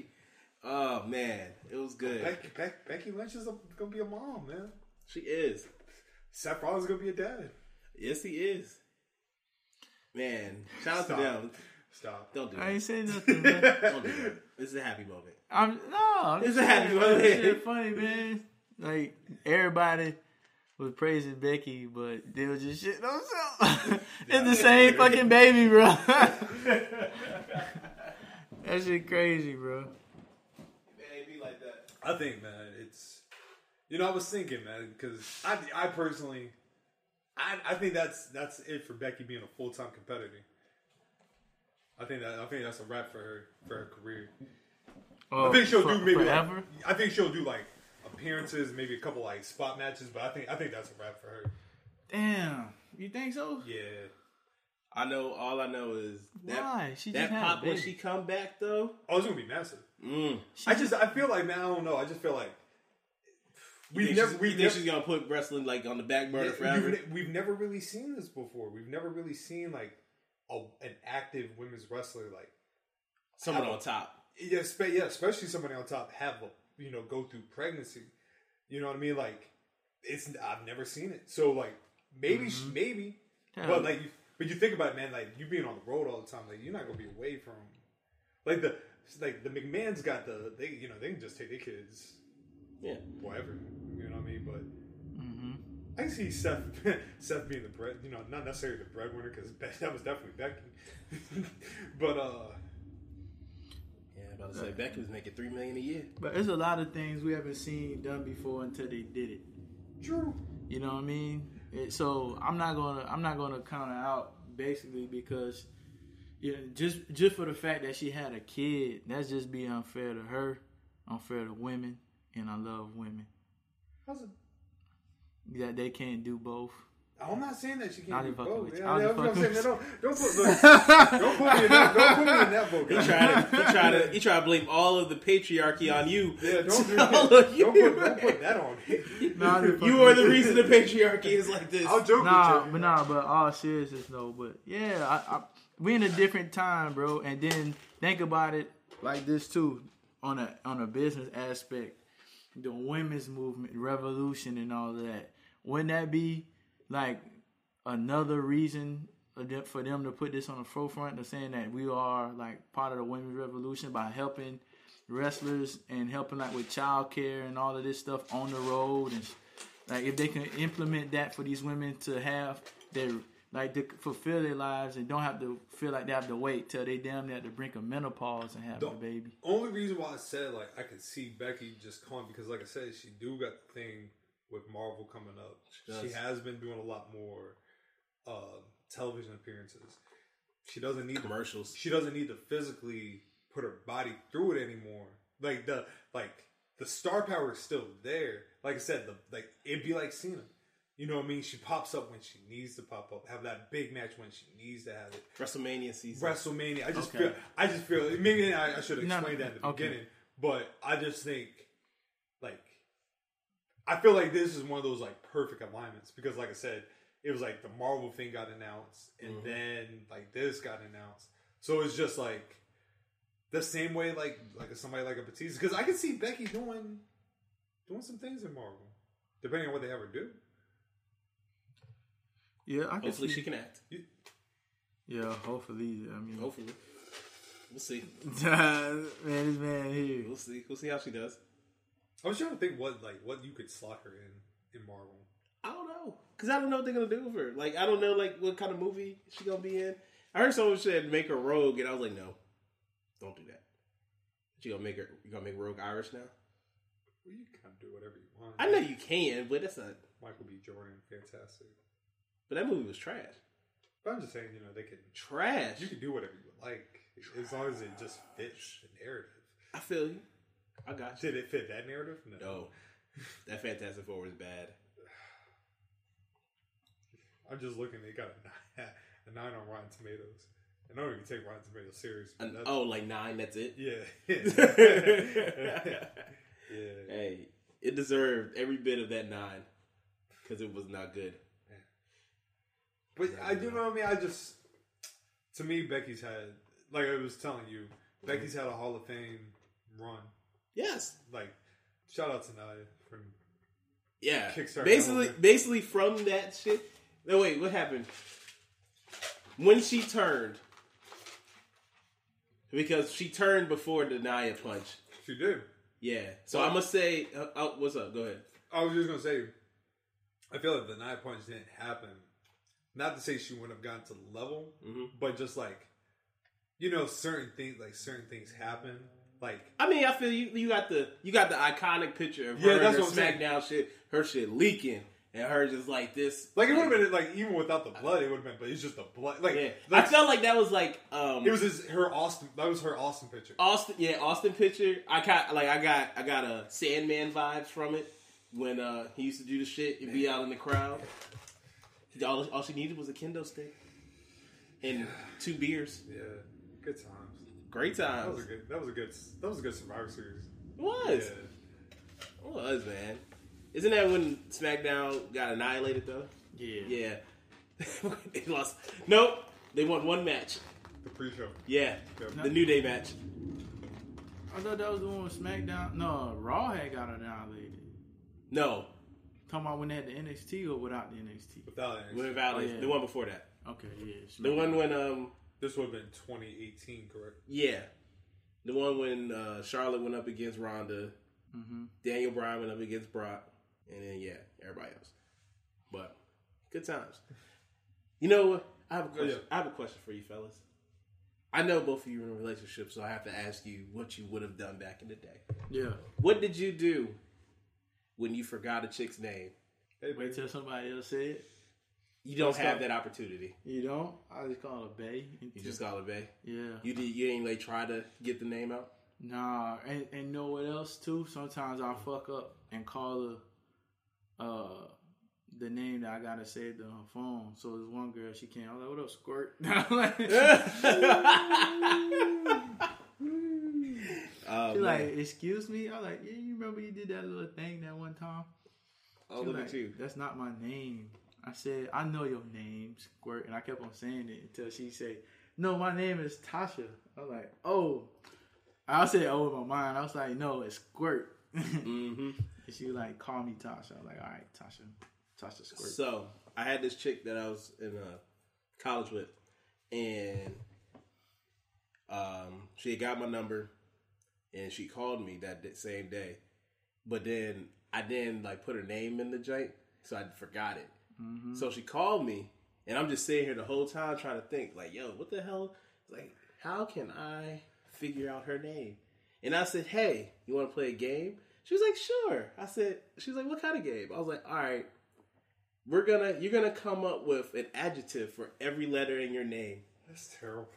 Speaker 5: Oh man, it was good.
Speaker 1: Becky, Becky, Becky Lynch is a, gonna be a mom, man.
Speaker 5: She is.
Speaker 1: Seth Rollins gonna be a dad.
Speaker 5: Yes, he is. Man, shout out
Speaker 1: Stop.
Speaker 5: to them.
Speaker 1: Stop.
Speaker 5: Don't do that.
Speaker 4: I ain't saying nothing, man.
Speaker 5: Don't do that. This is a happy moment.
Speaker 4: I'm no. I'm
Speaker 5: It's
Speaker 4: just
Speaker 5: a happy
Speaker 4: saying, like,
Speaker 5: moment.
Speaker 4: shit funny, man. Like everybody was praising Becky, but they were just shitting on something. it's the same fucking baby, bro. that shit crazy, bro.
Speaker 1: I think, man, it's you know I was thinking, man, because I I personally I I think that's that's it for Becky being a full time competitor. I think that I think that's a wrap for her for her career. I
Speaker 4: Oh,
Speaker 1: think she'll
Speaker 4: for-
Speaker 1: do maybe like,
Speaker 4: forever?
Speaker 1: I think she'll do like appearances, maybe a couple like spot matches, but I think I think that's a wrap for her.
Speaker 4: Damn, you think so?
Speaker 1: Yeah.
Speaker 5: I know. All I know is that
Speaker 4: Why? She
Speaker 5: that
Speaker 4: just had a
Speaker 5: pop when
Speaker 4: baby.
Speaker 5: she come back though.
Speaker 1: Oh, it's gonna be massive.
Speaker 5: Mm.
Speaker 1: I just I feel like man, I don't know. I just feel like
Speaker 5: We
Speaker 1: we've never
Speaker 5: we
Speaker 1: we
Speaker 5: think
Speaker 1: never
Speaker 5: she's gonna put wrestling like on the back burner
Speaker 1: We've
Speaker 5: forever.
Speaker 1: ne- we've never really seen this before. We've never really seen like a, an active women's wrestler like
Speaker 5: Someone
Speaker 1: have a-
Speaker 5: on top.
Speaker 1: Yeah, spe- yeah, especially somebody on top have a, you know go through pregnancy. You know what I mean? Like it's I've never seen it. So like maybe sh
Speaker 5: Mm-hmm.
Speaker 1: maybe,
Speaker 4: Yeah.
Speaker 1: but like you, but you think about it, man. Like you being on the road all the time, like you're not gonna be away from like the like the McMahon's got the they you know they can just take their kids
Speaker 5: Yeah.
Speaker 1: wherever. You know what I mean? But. I can see Seth, Seth being the bread, you know, not necessarily the breadwinner because that was definitely Becky, but uh,
Speaker 5: Yeah, I'm about to say Becky was making three million a year.
Speaker 4: But there's a lot of things we haven't seen done before until they did it.
Speaker 1: True.
Speaker 4: You know what I mean? It, so I'm not gonna I'm not gonna count her out basically because yeah, just just for the fact that she had a kid, that's just be unfair to her, unfair to women, and I love women
Speaker 1: how's it?
Speaker 4: that they can't do both.
Speaker 1: I'm not saying that she
Speaker 4: I'll
Speaker 1: can't do
Speaker 4: just fucking
Speaker 1: both.
Speaker 4: with you.
Speaker 1: Yeah,
Speaker 4: I'll
Speaker 1: yeah,
Speaker 4: just
Speaker 1: that's what I'm saying.
Speaker 4: fucking
Speaker 1: No,
Speaker 4: with
Speaker 1: Don't, don't, put, look, don't put me in that. Don't put me in that boat.
Speaker 5: He tried to he tried to he tried to blame all of the patriarchy on you.
Speaker 1: Yeah, don't do
Speaker 5: All
Speaker 1: that.
Speaker 5: of you.
Speaker 1: Don't put, don't put that on me.
Speaker 4: Nah, I'll just fucking
Speaker 5: You are
Speaker 4: with
Speaker 5: the reason the patriarchy is like this.
Speaker 1: I'll joke
Speaker 4: nah,
Speaker 1: with you.
Speaker 4: but nah, but all seriousness though. But yeah, I, I, we in a different time, bro. And then think about it like this too, on a on a business aspect, the women's movement, revolution, and all that. Wouldn't that be like another reason for them- for them to put this on the forefront? They're saying that we are like part of the women's revolution by helping wrestlers and helping like with childcare and all of this stuff on the road and like if they can implement that for these women to have their like to fulfill their lives and don't have to feel like they have to wait till they damn near at the brink of menopause and have a
Speaker 1: Don't-
Speaker 4: baby.
Speaker 1: Only reason why I said like I could see Becky just calling because like I said, she do got the thing with Marvel coming up.
Speaker 5: She does.
Speaker 1: She has been doing a lot more uh, television appearances. She doesn't need
Speaker 5: Commercials.
Speaker 1: To, she doesn't need to physically put her body through it anymore. Like the like the star power is still there. Like I said, the like it'd be like Cena. You know what I mean? She pops up when she needs to pop up. Have that big match when she needs to have it.
Speaker 5: WrestleMania season.
Speaker 1: WrestleMania. I just
Speaker 4: Okay.
Speaker 1: feel. I just feel. Maybe I, I should have
Speaker 4: No,
Speaker 1: explained
Speaker 4: no,
Speaker 1: that at the
Speaker 4: okay.
Speaker 1: beginning, but I just think, like, I feel like this is one of those like perfect alignments because, like I said, it was like the Marvel thing got announced, and
Speaker 4: Mm-hmm.
Speaker 5: Mhm.
Speaker 1: then like this got announced. So it's just like the same way, like like somebody like a Batista, because I can see Becky doing doing some things in Marvel, depending on what they have her do.
Speaker 4: Yeah, I can
Speaker 5: Hopefully
Speaker 4: see-
Speaker 5: she can act.
Speaker 4: Yeah, hopefully. I mean,
Speaker 5: Hopefully. We'll see.
Speaker 4: man, this man here.
Speaker 5: We'll see. We'll see how she does.
Speaker 1: I was trying to think what like what you could slot her in in Marvel.
Speaker 5: I don't know.
Speaker 4: because I don't know what they're gonna do with her. Like I don't know like what kind of movie she gonna be in. I heard someone said make her rogue, and I was like, no, don't do that. You gonna make her? You gonna make rogue Irish now?
Speaker 1: Well, you can do whatever you want.
Speaker 4: I know you can, but that's not.
Speaker 1: Michael B. Jordan, fantastic.
Speaker 4: But that movie was trash.
Speaker 1: But I'm just saying, you know, they can
Speaker 4: Trash.
Speaker 1: You can do whatever you would like as long as it just fits the narrative.
Speaker 4: I feel you. I got
Speaker 1: you. Did it fit that narrative? No.
Speaker 4: No, that Fantastic Four was bad.
Speaker 1: I'm just looking. They got a nine, a nine on Rotten Tomatoes. And I don't even take Rotten Tomatoes serious. but
Speaker 4: An-
Speaker 1: that's-
Speaker 4: oh, like nine. That's it.
Speaker 1: Yeah.
Speaker 4: Hey, it deserved every bit of that nine because it was not good.
Speaker 1: But I do know. what I mean, I just to me, Becky's had like I was telling you, Becky's had a Hall of Fame run.
Speaker 4: Yes.
Speaker 1: Like, shout out to Nadia from
Speaker 4: Yeah,
Speaker 1: Kickstarter.
Speaker 4: basically, basically from that shit. No, wait, what happened? When she turned, because she turned before the Naya punch.
Speaker 1: She did.
Speaker 4: Yeah. So I must say, uh, uh, what's up? Go ahead.
Speaker 1: I was just gonna say, I feel like the nine points didn't happen. Not to say she wouldn't have gotten to the level,
Speaker 4: Mm-hmm.
Speaker 1: but just like you know, certain things like certain things happen. Like
Speaker 4: I mean, I feel you. You got the you got the iconic picture of
Speaker 1: Yeah,
Speaker 4: her
Speaker 1: that's
Speaker 4: and her
Speaker 1: what I'm saying.
Speaker 4: SmackDown shit. Her shit leaking and her just like this.
Speaker 1: like it would have been like even without the blood, it would have been. But it's just the blood. Like,
Speaker 4: Yeah.
Speaker 1: like
Speaker 4: I felt like that was like Oh. um
Speaker 1: it was his, her Austin. That was her Austin picture.
Speaker 4: Austin, yeah, Austin picture. I got like I got I got a Sandman vibes from it when uh he used to do the shit. He'd be out in the crowd. All, all she needed was a kendo stick and two beers.
Speaker 1: Yeah, good times.
Speaker 4: Great
Speaker 1: That was
Speaker 4: times.
Speaker 1: a good. That was a good. That was a good Survivor Series.
Speaker 4: It was. It was man. Isn't that when SmackDown got annihilated though?
Speaker 6: Yeah.
Speaker 4: Yeah. they lost. Nope. They won one match.
Speaker 1: The pre-show.
Speaker 4: Yeah. The New Day match.
Speaker 6: I thought that was the one with SmackDown. No, Raw had got annihilated.
Speaker 4: No.
Speaker 6: Talking about when they had the NXT or without the NXT?
Speaker 1: Without NXT.
Speaker 4: Without NXT. The one before that.
Speaker 6: Oh, Okay, yeah.
Speaker 4: The
Speaker 6: SmackDown.
Speaker 4: one when um
Speaker 1: This would have been 2018, correct?
Speaker 4: Yeah, the one when uh, Charlotte went up against Ronda,
Speaker 6: Mhm.
Speaker 4: Daniel Bryan went up against Brock, and then yeah, everybody else. But good times. You know what? I have a
Speaker 1: Oh,
Speaker 4: question.
Speaker 1: yeah.
Speaker 4: I have a question for you, fellas. I know both of you are in a relationship, so I have to ask you what you would have done back in the day.
Speaker 6: Yeah.
Speaker 4: What did you do when you forgot a chick's name?
Speaker 6: Wait till somebody else say it.
Speaker 4: You don't
Speaker 6: Let's
Speaker 4: have
Speaker 6: go.
Speaker 4: that opportunity.
Speaker 6: You don't? I just call it Bay.
Speaker 4: You just call it bae.
Speaker 6: Yeah.
Speaker 4: You did. You ain't like try to get the name out.
Speaker 6: Nah, and and know what else too? Sometimes I fuck up and call her uh the name that I gotta save on her phone. So there's one girl she can't. I was like, "What up, squirt?"
Speaker 4: Oh,
Speaker 6: she like,
Speaker 4: man.
Speaker 6: "Excuse me." I was like, "Yeah, you remember you did that little thing that one time?"
Speaker 4: Oh,
Speaker 6: She
Speaker 4: look
Speaker 6: like,
Speaker 4: at you.
Speaker 6: That's not my name. I said, "I know your name, squirt," and I kept on saying it until she say, "No, my name is Tasha." I was like, "Oh." I said, "Oh," in my mind. I was like, "No, it's squirt."
Speaker 4: mm-hmm.
Speaker 6: And she was like, call me Tasha. I was like, all right, Tasha. Tasha Squirt.
Speaker 4: So I had this chick that I was in uh, college with, and um, she had got my number, and she called me that d- same day. But then I didn't like put her name in the joint, so I forgot it.
Speaker 6: Mhm.
Speaker 4: So she called me, and I'm just sitting here the whole time trying to think, like, yo, what the hell? Like, how can I figure out her name? And I said, hey, you want to play a game? She was like, sure. I said, she was like, what kind of game? I was like, all right, we're gonna, you're gonna come up with an adjective for every letter in your name.
Speaker 1: That's terrible.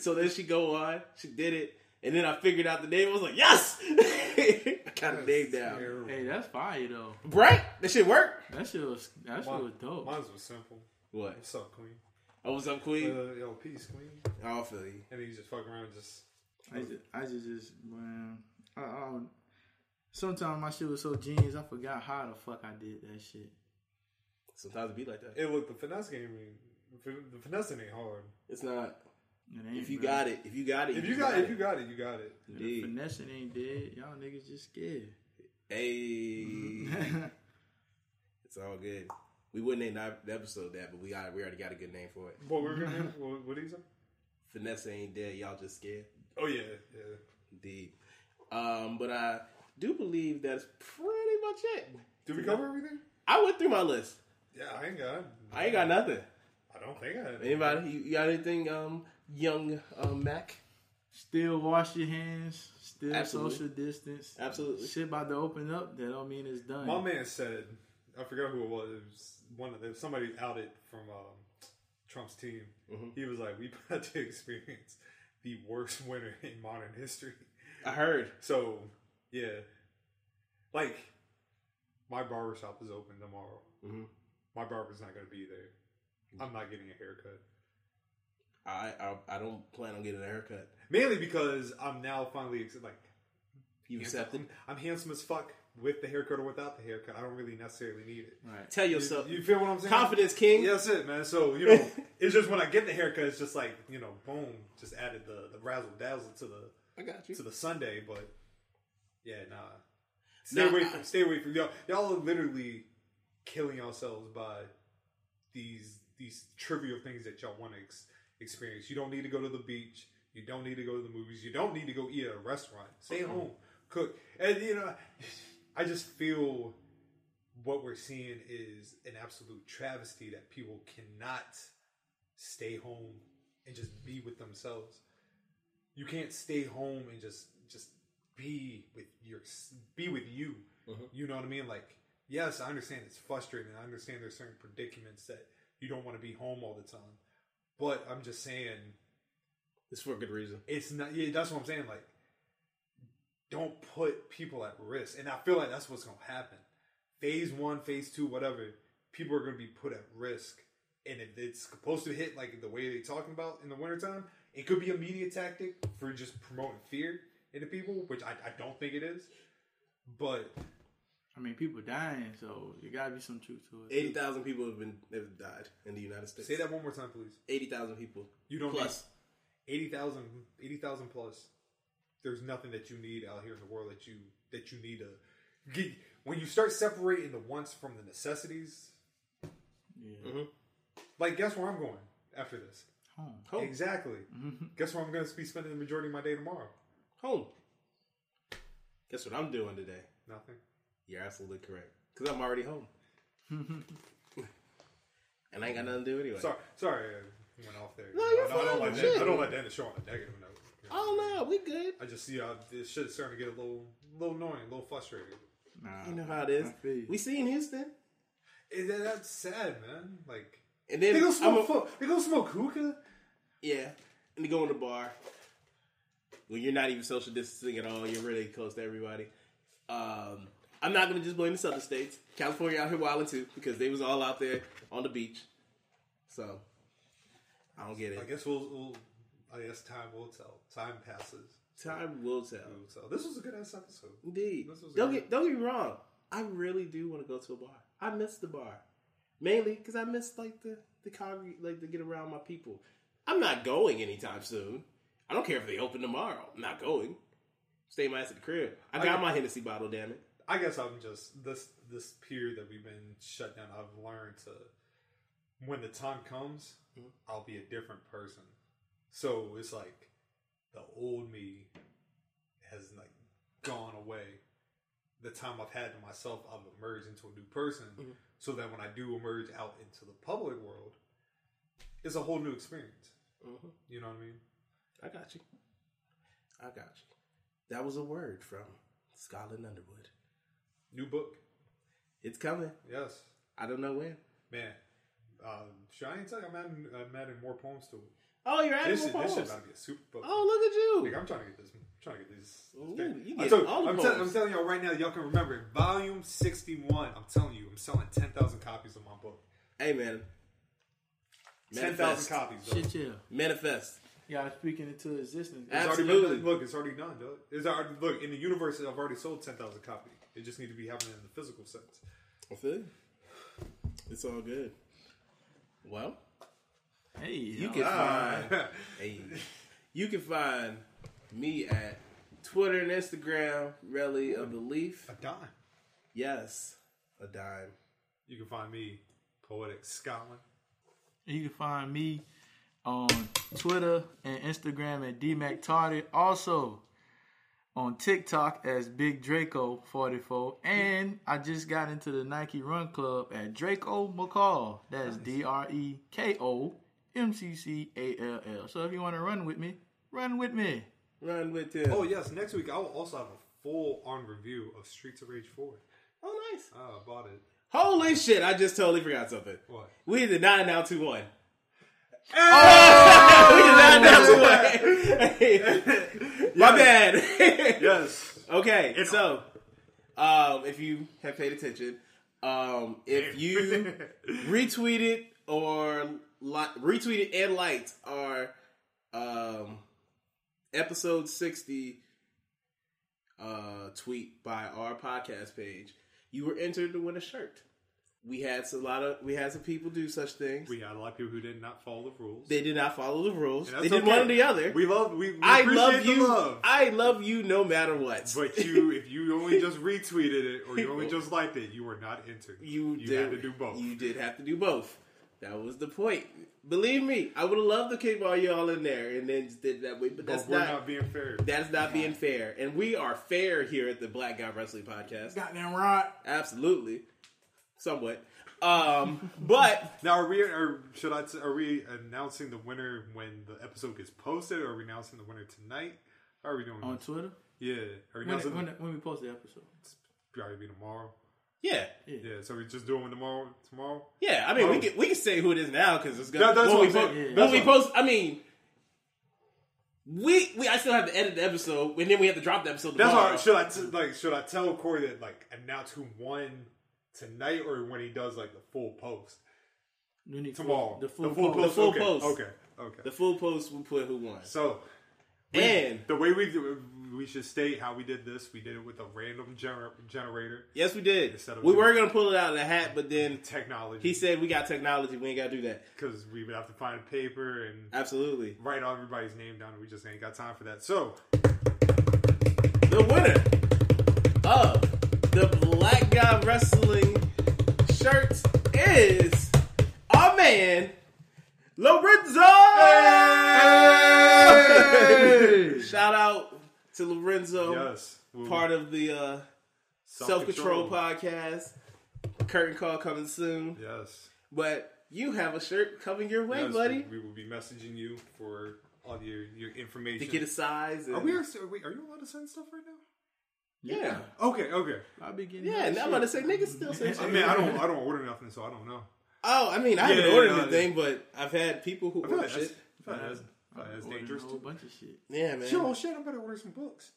Speaker 4: so then she go on, she did it, and then I figured out the name. I was like, yes, I got a name down.
Speaker 6: Hey, that's fire though.
Speaker 4: Right? That shit work.
Speaker 6: That shit was that shit
Speaker 1: Mine-
Speaker 6: was dope.
Speaker 1: Mine's was simple.
Speaker 4: What?
Speaker 1: What's up, Queen?
Speaker 4: Oh, what's up, Queen?
Speaker 1: Uh, yo, peace, Queen.
Speaker 4: I'll feel you.
Speaker 1: And then you just fuck around, and just
Speaker 6: I just, I just, just man, I, I don't. Sometimes my shit was so genius, I forgot how the fuck I did that shit.
Speaker 4: Sometimes it be like that.
Speaker 1: Hey, look, the finesse game, ain't- the finessing ain't hard.
Speaker 4: It's not.
Speaker 6: It ain't,
Speaker 4: If you
Speaker 6: bro.
Speaker 4: got it, if you got it,
Speaker 1: If you got, if you got it, you got it.
Speaker 6: The
Speaker 4: Indeed.
Speaker 6: Finessing ain't dead. Y'all niggas just scared.
Speaker 4: Hey, it's all good. We wouldn't name that the episode that, but we got we already got a good name for it.
Speaker 1: What we're gonna, what, what do you say?
Speaker 4: Finesse ain't dead. Y'all just scared.
Speaker 1: Oh yeah, yeah.
Speaker 4: Indeed. Um, but I do believe that's pretty much it.
Speaker 1: Did we cover everything?
Speaker 4: I went through my list.
Speaker 1: Yeah, I ain't got.
Speaker 4: I ain't got nothing.
Speaker 1: I don't think I. Had
Speaker 4: Anybody? You you got anything? Um, young um, Mac.
Speaker 6: Still wash your hands. Still
Speaker 4: Absolutely.
Speaker 6: social distance.
Speaker 4: Absolutely.
Speaker 6: Shit about to open up. That don't mean it's done.
Speaker 1: My man said, I forgot who it was. It was one of the, somebody outed from um, Trump's team. He was like, "We about to experience the worst winter in modern history."
Speaker 4: I heard.
Speaker 1: So, yeah, like my barber shop is open tomorrow.
Speaker 4: Mhm.
Speaker 1: My barber's not going to be there. I'm not getting a haircut.
Speaker 4: I, I I don't plan on getting a haircut.
Speaker 1: Mainly because I'm now finally ex- like
Speaker 4: You
Speaker 1: handsome.
Speaker 4: accepted?
Speaker 1: I'm handsome as fuck with the haircut or without the haircut. I don't really necessarily need it.
Speaker 6: Right.
Speaker 4: Tell yourself.
Speaker 1: You, feel what I'm saying?
Speaker 4: Confidence, king.
Speaker 1: Yeah, that's it, man. So you know, it's just when I get the haircut, it's just like you know, boom, just added the, the razzle dazzle to the
Speaker 4: I got you.
Speaker 1: to the Sunday. But yeah, nah. Stay
Speaker 4: Nah,
Speaker 1: away
Speaker 4: I-
Speaker 1: from stay away from y'all. Y'all are literally killing yourselves by these these trivial things that y'all want to ex- experience. You don't need to go to the beach. You don't need to go to the movies. You don't need to go eat at a restaurant. Stay
Speaker 4: Mhm.
Speaker 1: home, cook, and you know. I just feel what we're seeing is an absolute travesty that people cannot stay home and just be with themselves. You can't stay home and just just be with your be with you. You know what I mean? Like, yes, I understand it's frustrating. I understand there's certain predicaments that you don't want to be home all the time. But I'm just saying,
Speaker 4: It's for a good reason.
Speaker 1: it's not. Yeah, that's what I'm saying. Like, don't put people at risk. And I feel like that's what's going to happen. Phase one, phase two, whatever, people are going to be put at risk. And if it's supposed to hit like the way they're talking about in the wintertime, it could be a media tactic for just promoting fear into people, which I, I don't think it is. But
Speaker 6: I mean, people dying, so there gotta be some truth to it.
Speaker 4: Eighty thousand people have been have died in the United States.
Speaker 1: say that one more time, please.
Speaker 4: Eighty thousand people.
Speaker 1: You don't
Speaker 4: plus.
Speaker 1: need 80,000 80,000 plus. There's nothing that you need out here in the world that you that you need to get when you start separating the wants from the necessities.
Speaker 6: Yeah.
Speaker 4: Mm-hmm.
Speaker 1: Like guess where I'm going after this?
Speaker 6: Home.
Speaker 4: Oh.
Speaker 1: Exactly. Guess where I'm going to be spending the majority of my day tomorrow?
Speaker 4: Home. Guess what I'm doing today?
Speaker 1: Nothing.
Speaker 4: You're absolutely correct. Because I'm already home. and I ain't got nothing to do anyway.
Speaker 1: Sorry, sorry, I went off there.
Speaker 4: No, you're
Speaker 1: I don't- I don't
Speaker 4: fine.
Speaker 1: like
Speaker 4: Shit.
Speaker 1: that. I don't like that to show on a negative note.
Speaker 4: Oh no, we good.
Speaker 1: I just see how this shit's starting to get a little, little annoying, a little frustrated.
Speaker 4: You know how it is.
Speaker 6: I feel you.
Speaker 4: We seen Houston.
Speaker 1: And that- that's sad, man. Like
Speaker 4: And then
Speaker 1: they go
Speaker 4: I'm a-
Speaker 1: smoke, fu- they go smoke hookah.
Speaker 4: Yeah. And you go in the bar. When you're not even social distancing at all, you're really close to everybody. Um, I'm not gonna just blame the southern states. California out here wilding too, because they was all out there on the beach. So I don't get
Speaker 1: I
Speaker 4: it.
Speaker 1: guess we'll, we'll. I guess time will tell. Time passes.
Speaker 4: Time will tell.
Speaker 1: Time will tell. This was a good ass episode.
Speaker 4: Indeed.
Speaker 1: This was
Speaker 4: Don't
Speaker 1: good.
Speaker 4: get don't get me wrong. I really do want to go to a bar. I miss the bar, mainly because I miss like the the congre- like to get around my people. I'm not going anytime soon. I don't care if they open tomorrow. I'm not going. Stay my ass at the crib. I
Speaker 1: I
Speaker 4: got
Speaker 1: get-
Speaker 4: my Hennessy bottle. Damn it.
Speaker 1: I guess I'm just this this period that we've been shut down. I've learned to when the time comes, I'll be a different person. So it's like the old me has like gone away. The time I've had to myself, I've emerged into a new person. So that when I do emerge out into the public world, it's a whole new experience. You know what I mean?
Speaker 4: Mm-hmm. I got you. I got you. That was a word from Scotland Underwood.
Speaker 1: New book,
Speaker 4: It's coming.
Speaker 1: yes,
Speaker 4: I don't know when.
Speaker 1: man. Um, should I ain't tell you I'm adding, I'm adding more poems to it.
Speaker 4: Oh, you're adding
Speaker 1: This shit,
Speaker 4: more
Speaker 1: this shit
Speaker 4: poems.
Speaker 1: about to be a super book.
Speaker 4: Oh, look at
Speaker 1: Nigga,
Speaker 4: you.
Speaker 1: I'm trying to get this. I'm trying to get these.
Speaker 4: Ooh,
Speaker 1: this thing.
Speaker 4: you
Speaker 1: I'm,
Speaker 4: get
Speaker 1: tell-
Speaker 4: all the
Speaker 1: I'm, tell-
Speaker 4: poems.
Speaker 1: I'm telling y'all right now, y'all can remember it. Volume 61. I'm telling you, I'm selling 10,000 copies of my book.
Speaker 4: Hey man.
Speaker 1: 10,000 copies, though.
Speaker 6: Shit, yeah.
Speaker 4: Manifest.
Speaker 6: You gotta speak it into existence.
Speaker 1: It's already
Speaker 4: Absolutely.
Speaker 1: been done. Look, it's already done, dog. It's already, look, in the universe, I've already sold 10,000 copies. It just need to be happening in the physical sense.
Speaker 4: I feel you. It's all good. Well,
Speaker 6: Hey,
Speaker 4: you can find hey, you can find me at Twitter and Instagram, Relly of Belief.
Speaker 1: A dime.
Speaker 4: Yes, a dime.
Speaker 1: You can find me, Poetic Scotland.
Speaker 6: You can find me on Twitter and Instagram at DMacTardy. Also, on TikTok as Big Draco 44, and I just got into the Nike Run Club at Draco McCall. That's D R E K O M C C A L L. So if you want to run with me, run with me.
Speaker 4: Run with them.
Speaker 1: Oh yes, next week I will also have a full on review of Streets of Rage Four.
Speaker 4: Oh nice.
Speaker 1: Oh, I bought it.
Speaker 4: Holy shit! I just totally forgot something.
Speaker 1: What?
Speaker 4: We did not now two one. we did not announce one. My bad.
Speaker 1: yes.
Speaker 4: Okay. so, um, if you have paid attention, um, if you retweeted or li- retweeted and liked our um, episode sixty uh, tweet by our podcast page, you were entered to win a shirt. We had a lot of we had some people do such things.
Speaker 1: We had a lot of people who did not follow the rules.
Speaker 4: They did not follow the rules.
Speaker 1: And that's
Speaker 4: They did
Speaker 1: okay.
Speaker 4: one or the other.
Speaker 1: We love. We, we
Speaker 4: I
Speaker 1: appreciate
Speaker 4: love
Speaker 1: the
Speaker 4: you.
Speaker 1: love.
Speaker 4: I love you no matter what.
Speaker 1: But you, if you only just retweeted it or you only just liked it, you were not entered.
Speaker 4: You,
Speaker 1: You
Speaker 4: did,
Speaker 1: had to do both.
Speaker 4: You did have to do both. That was the point. Believe me, I would have loved to keep all y'all in there and then just did it that way.
Speaker 1: But
Speaker 4: But that's
Speaker 1: we're
Speaker 4: not,
Speaker 1: not being fair.
Speaker 4: That's not being fair. And we are fair here at the Black Guy Wrestling Podcast.
Speaker 6: Goddamn right.
Speaker 4: Absolutely. Somewhat. Um, but
Speaker 1: now, are we? Are, should I? T- are we announcing the winner when the episode gets posted? Or are we announcing the winner tonight? How are we doing
Speaker 6: On
Speaker 1: this?
Speaker 6: Twitter?
Speaker 1: Yeah. Are we
Speaker 6: When,
Speaker 1: announcing?
Speaker 6: when, when we post the episode.
Speaker 1: probably be tomorrow.
Speaker 4: Yeah.
Speaker 1: Yeah. So we just doing tomorrow. Tomorrow.
Speaker 4: Yeah, I mean, we
Speaker 1: Oh.
Speaker 4: can we can say who it is now because it's
Speaker 1: That-
Speaker 4: gonna.
Speaker 1: that's
Speaker 4: when
Speaker 1: what
Speaker 4: we
Speaker 1: I'm
Speaker 4: po-
Speaker 1: saying. Yeah.
Speaker 4: when
Speaker 1: That's
Speaker 4: we
Speaker 1: what-
Speaker 4: post, I mean, we we I still have to edit the episode, and then we have to drop the episode.
Speaker 1: That's
Speaker 4: tomorrow.
Speaker 1: why should I t- like should I tell Corey that like announce who won tonight or when he does like the full post tomorrow
Speaker 4: the full,
Speaker 1: post,
Speaker 4: The full
Speaker 1: okay.
Speaker 4: post.
Speaker 1: okay okay
Speaker 4: The full post will put who won.
Speaker 1: so we-
Speaker 4: and
Speaker 1: the way we do- we should state how we did this we did it with a random gener- generator
Speaker 4: yes, we did.
Speaker 1: Instead of-
Speaker 4: We were gonna pull it out of the hat, but then
Speaker 1: technology
Speaker 4: he said we got technology. We ain't gotta do that.
Speaker 1: because we would have to find paper and
Speaker 4: absolutely
Speaker 1: write all everybody's name down we just ain't got time for that so
Speaker 4: The winner of the Black Guy Wrestling shirt is our man Lorenzo. Shout out to Lorenzo.
Speaker 1: Yes.
Speaker 4: part of the uh, Self Control podcast. Curtain call coming soon.
Speaker 1: Yes.
Speaker 4: But you have a shirt coming your way,
Speaker 1: yes,
Speaker 4: buddy.
Speaker 1: we, we will be messaging you for all your your
Speaker 4: To
Speaker 1: information
Speaker 4: get a size. And
Speaker 1: are we are we, are you allowed to send stuff right now
Speaker 4: Yeah.
Speaker 1: Okay, okay.
Speaker 6: I'll be getting
Speaker 4: Yeah,
Speaker 6: that
Speaker 4: and I'm
Speaker 6: shit.
Speaker 4: about to say niggas still say
Speaker 1: I mean, I don't, I don't order nothing, so I don't know.
Speaker 4: Oh, I mean,
Speaker 1: Yeah,
Speaker 4: I haven't
Speaker 1: yeah,
Speaker 4: ordered
Speaker 1: yeah.
Speaker 4: anything, but I've had people who
Speaker 1: I feel
Speaker 4: order
Speaker 1: like that's,
Speaker 4: shit.
Speaker 1: I feel like that's, I feel like that's
Speaker 6: Ordering
Speaker 1: dangerous.
Speaker 6: A whole bunch of shit.
Speaker 4: Yeah, man.
Speaker 1: Shit, oh shit, I'm gonna order some books.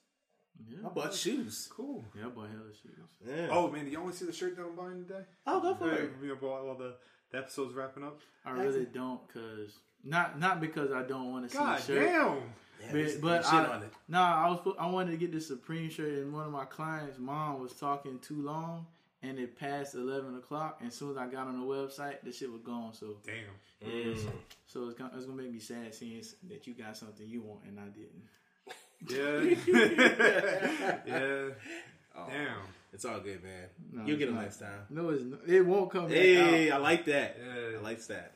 Speaker 6: Yeah,
Speaker 4: I bought shoes.
Speaker 1: Cool.
Speaker 6: Yeah, I bought hella shoes.
Speaker 4: Yeah.
Speaker 1: Oh man, do y'all want to see the shirt that I'm buying today?
Speaker 4: Oh, go for
Speaker 1: Yeah,
Speaker 4: it.
Speaker 1: You know, while all the, the episode's wrapping up.
Speaker 6: I really don't, cause not not because I don't want to see
Speaker 1: God
Speaker 6: the shirt.
Speaker 1: damn.
Speaker 4: Yeah,
Speaker 6: But,
Speaker 4: there's
Speaker 6: but
Speaker 4: shit
Speaker 6: I,
Speaker 4: on it.
Speaker 6: nah, I was fu- I wanted to get this Supreme shirt, and one of my clients' mom was talking too long, and it passed eleven o'clock. And as soon as I got on the website, the shit was gone. So
Speaker 1: Damn.
Speaker 6: Yeah,
Speaker 4: Mm.
Speaker 6: so, so it's gonna, it's gonna make me sad seeing s- that you got something you want and I didn't.
Speaker 1: Yeah. yeah.
Speaker 4: Oh,
Speaker 1: Damn.
Speaker 4: It's all good, man.
Speaker 6: No,
Speaker 4: You'll
Speaker 6: it's
Speaker 4: get them
Speaker 6: not.
Speaker 4: next time.
Speaker 6: No, it's not, it won't come. back
Speaker 4: Hey,
Speaker 6: out.
Speaker 4: I like that.
Speaker 1: Yeah.
Speaker 4: I like that.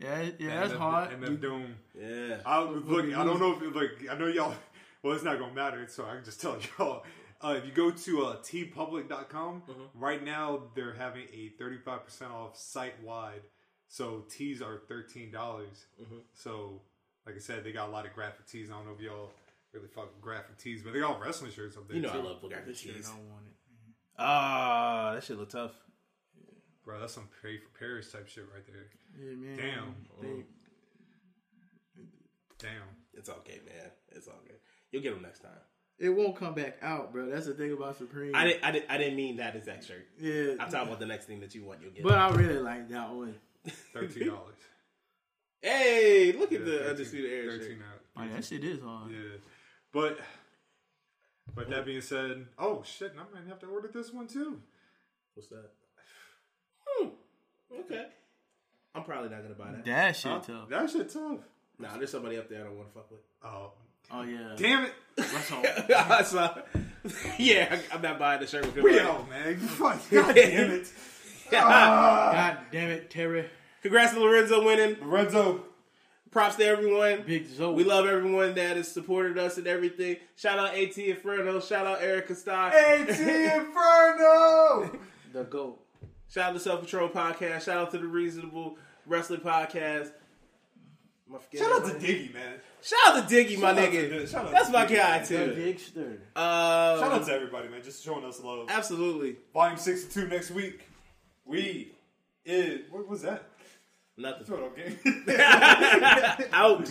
Speaker 6: yeah, it- yeah,
Speaker 1: And
Speaker 6: that's
Speaker 1: the-
Speaker 6: hard.
Speaker 1: And
Speaker 6: You-
Speaker 1: the doom.
Speaker 4: Yeah.
Speaker 1: I look. I don't know if like I know y'all. Well, it's not gonna matter. So I can just tell y'all. Uh, if you go to uh, tpublic.com
Speaker 4: Mm-hmm.
Speaker 1: right now, they're having a thirty-five percent off site-wide. So tees are thirteen dollars.
Speaker 4: Mm-hmm.
Speaker 1: So like I said, they got a lot of graphic tees. I don't know if y'all really fuck with graphic tees, but they got wrestling shirts up there.
Speaker 4: You know I
Speaker 1: too.
Speaker 4: love graphic
Speaker 6: Shit, I
Speaker 4: tees.
Speaker 6: don't want it.
Speaker 4: Ah, that shit look tough.
Speaker 1: Bro, that's some pay for Paris type shit right there.
Speaker 6: Yeah, man.
Speaker 1: Damn.
Speaker 6: They-
Speaker 4: Mm-hmm.
Speaker 1: Damn.
Speaker 4: It's okay, man. It's all good. You'll get them next time.
Speaker 6: it won't come back out, bro. That's the thing about Supreme.
Speaker 4: I didn't. I didn't. I didn't mean that exact shirt.
Speaker 6: Yeah.
Speaker 4: I'm talking about the next thing that you want. You'll get.
Speaker 6: But
Speaker 4: it.
Speaker 6: I really like that one.
Speaker 1: Thirteen dollars.
Speaker 4: hey, look at
Speaker 1: Yeah,
Speaker 4: the
Speaker 1: 13
Speaker 4: undisputed era shirt.
Speaker 1: 13
Speaker 6: Oh, that shit is hard.
Speaker 1: Yeah, but but that being said, oh shit, and I might have to order this one too.
Speaker 4: What's that? Hmm. Okay. I'm probably not gonna buy that.
Speaker 6: That shit
Speaker 1: Huh?
Speaker 6: tough.
Speaker 1: That shit tough.
Speaker 4: Nah, there's somebody up there I don't want to fuck with.
Speaker 1: Oh
Speaker 6: Oh yeah.
Speaker 1: damn it!
Speaker 6: That's all.
Speaker 4: That's not- yeah, I- I'm not buying the shirt with him.
Speaker 1: We out, man. Fuck, God damn it. Ah.
Speaker 6: God damn it, Terry.
Speaker 4: Congrats to Lorenzo winning.
Speaker 1: Lorenzo,
Speaker 4: Props to everyone. Big Zoe. We love everyone that has supported us and everything. Shout out AT Inferno. Shout out Erica Stein.
Speaker 1: AT Inferno.
Speaker 4: the GOAT. Shout out to Self Control Podcast. Shout out to the Reasonable Wrestling Podcast. Am I forgetting
Speaker 1: Shout out to
Speaker 4: his name?
Speaker 1: Diggy, man.
Speaker 4: Shout out to Diggy, my
Speaker 1: Shout out
Speaker 4: nigga.
Speaker 1: to- shout out
Speaker 4: That's
Speaker 1: to
Speaker 4: my
Speaker 1: Diggy.
Speaker 4: guy
Speaker 1: The
Speaker 4: too.
Speaker 6: Digster.
Speaker 4: Uh,
Speaker 1: Shout out to everybody, man. Just showing us love.
Speaker 4: Absolutely.
Speaker 1: Volume 62 next week. We is. What was that?
Speaker 4: Nothing.
Speaker 1: Okay.
Speaker 4: Out.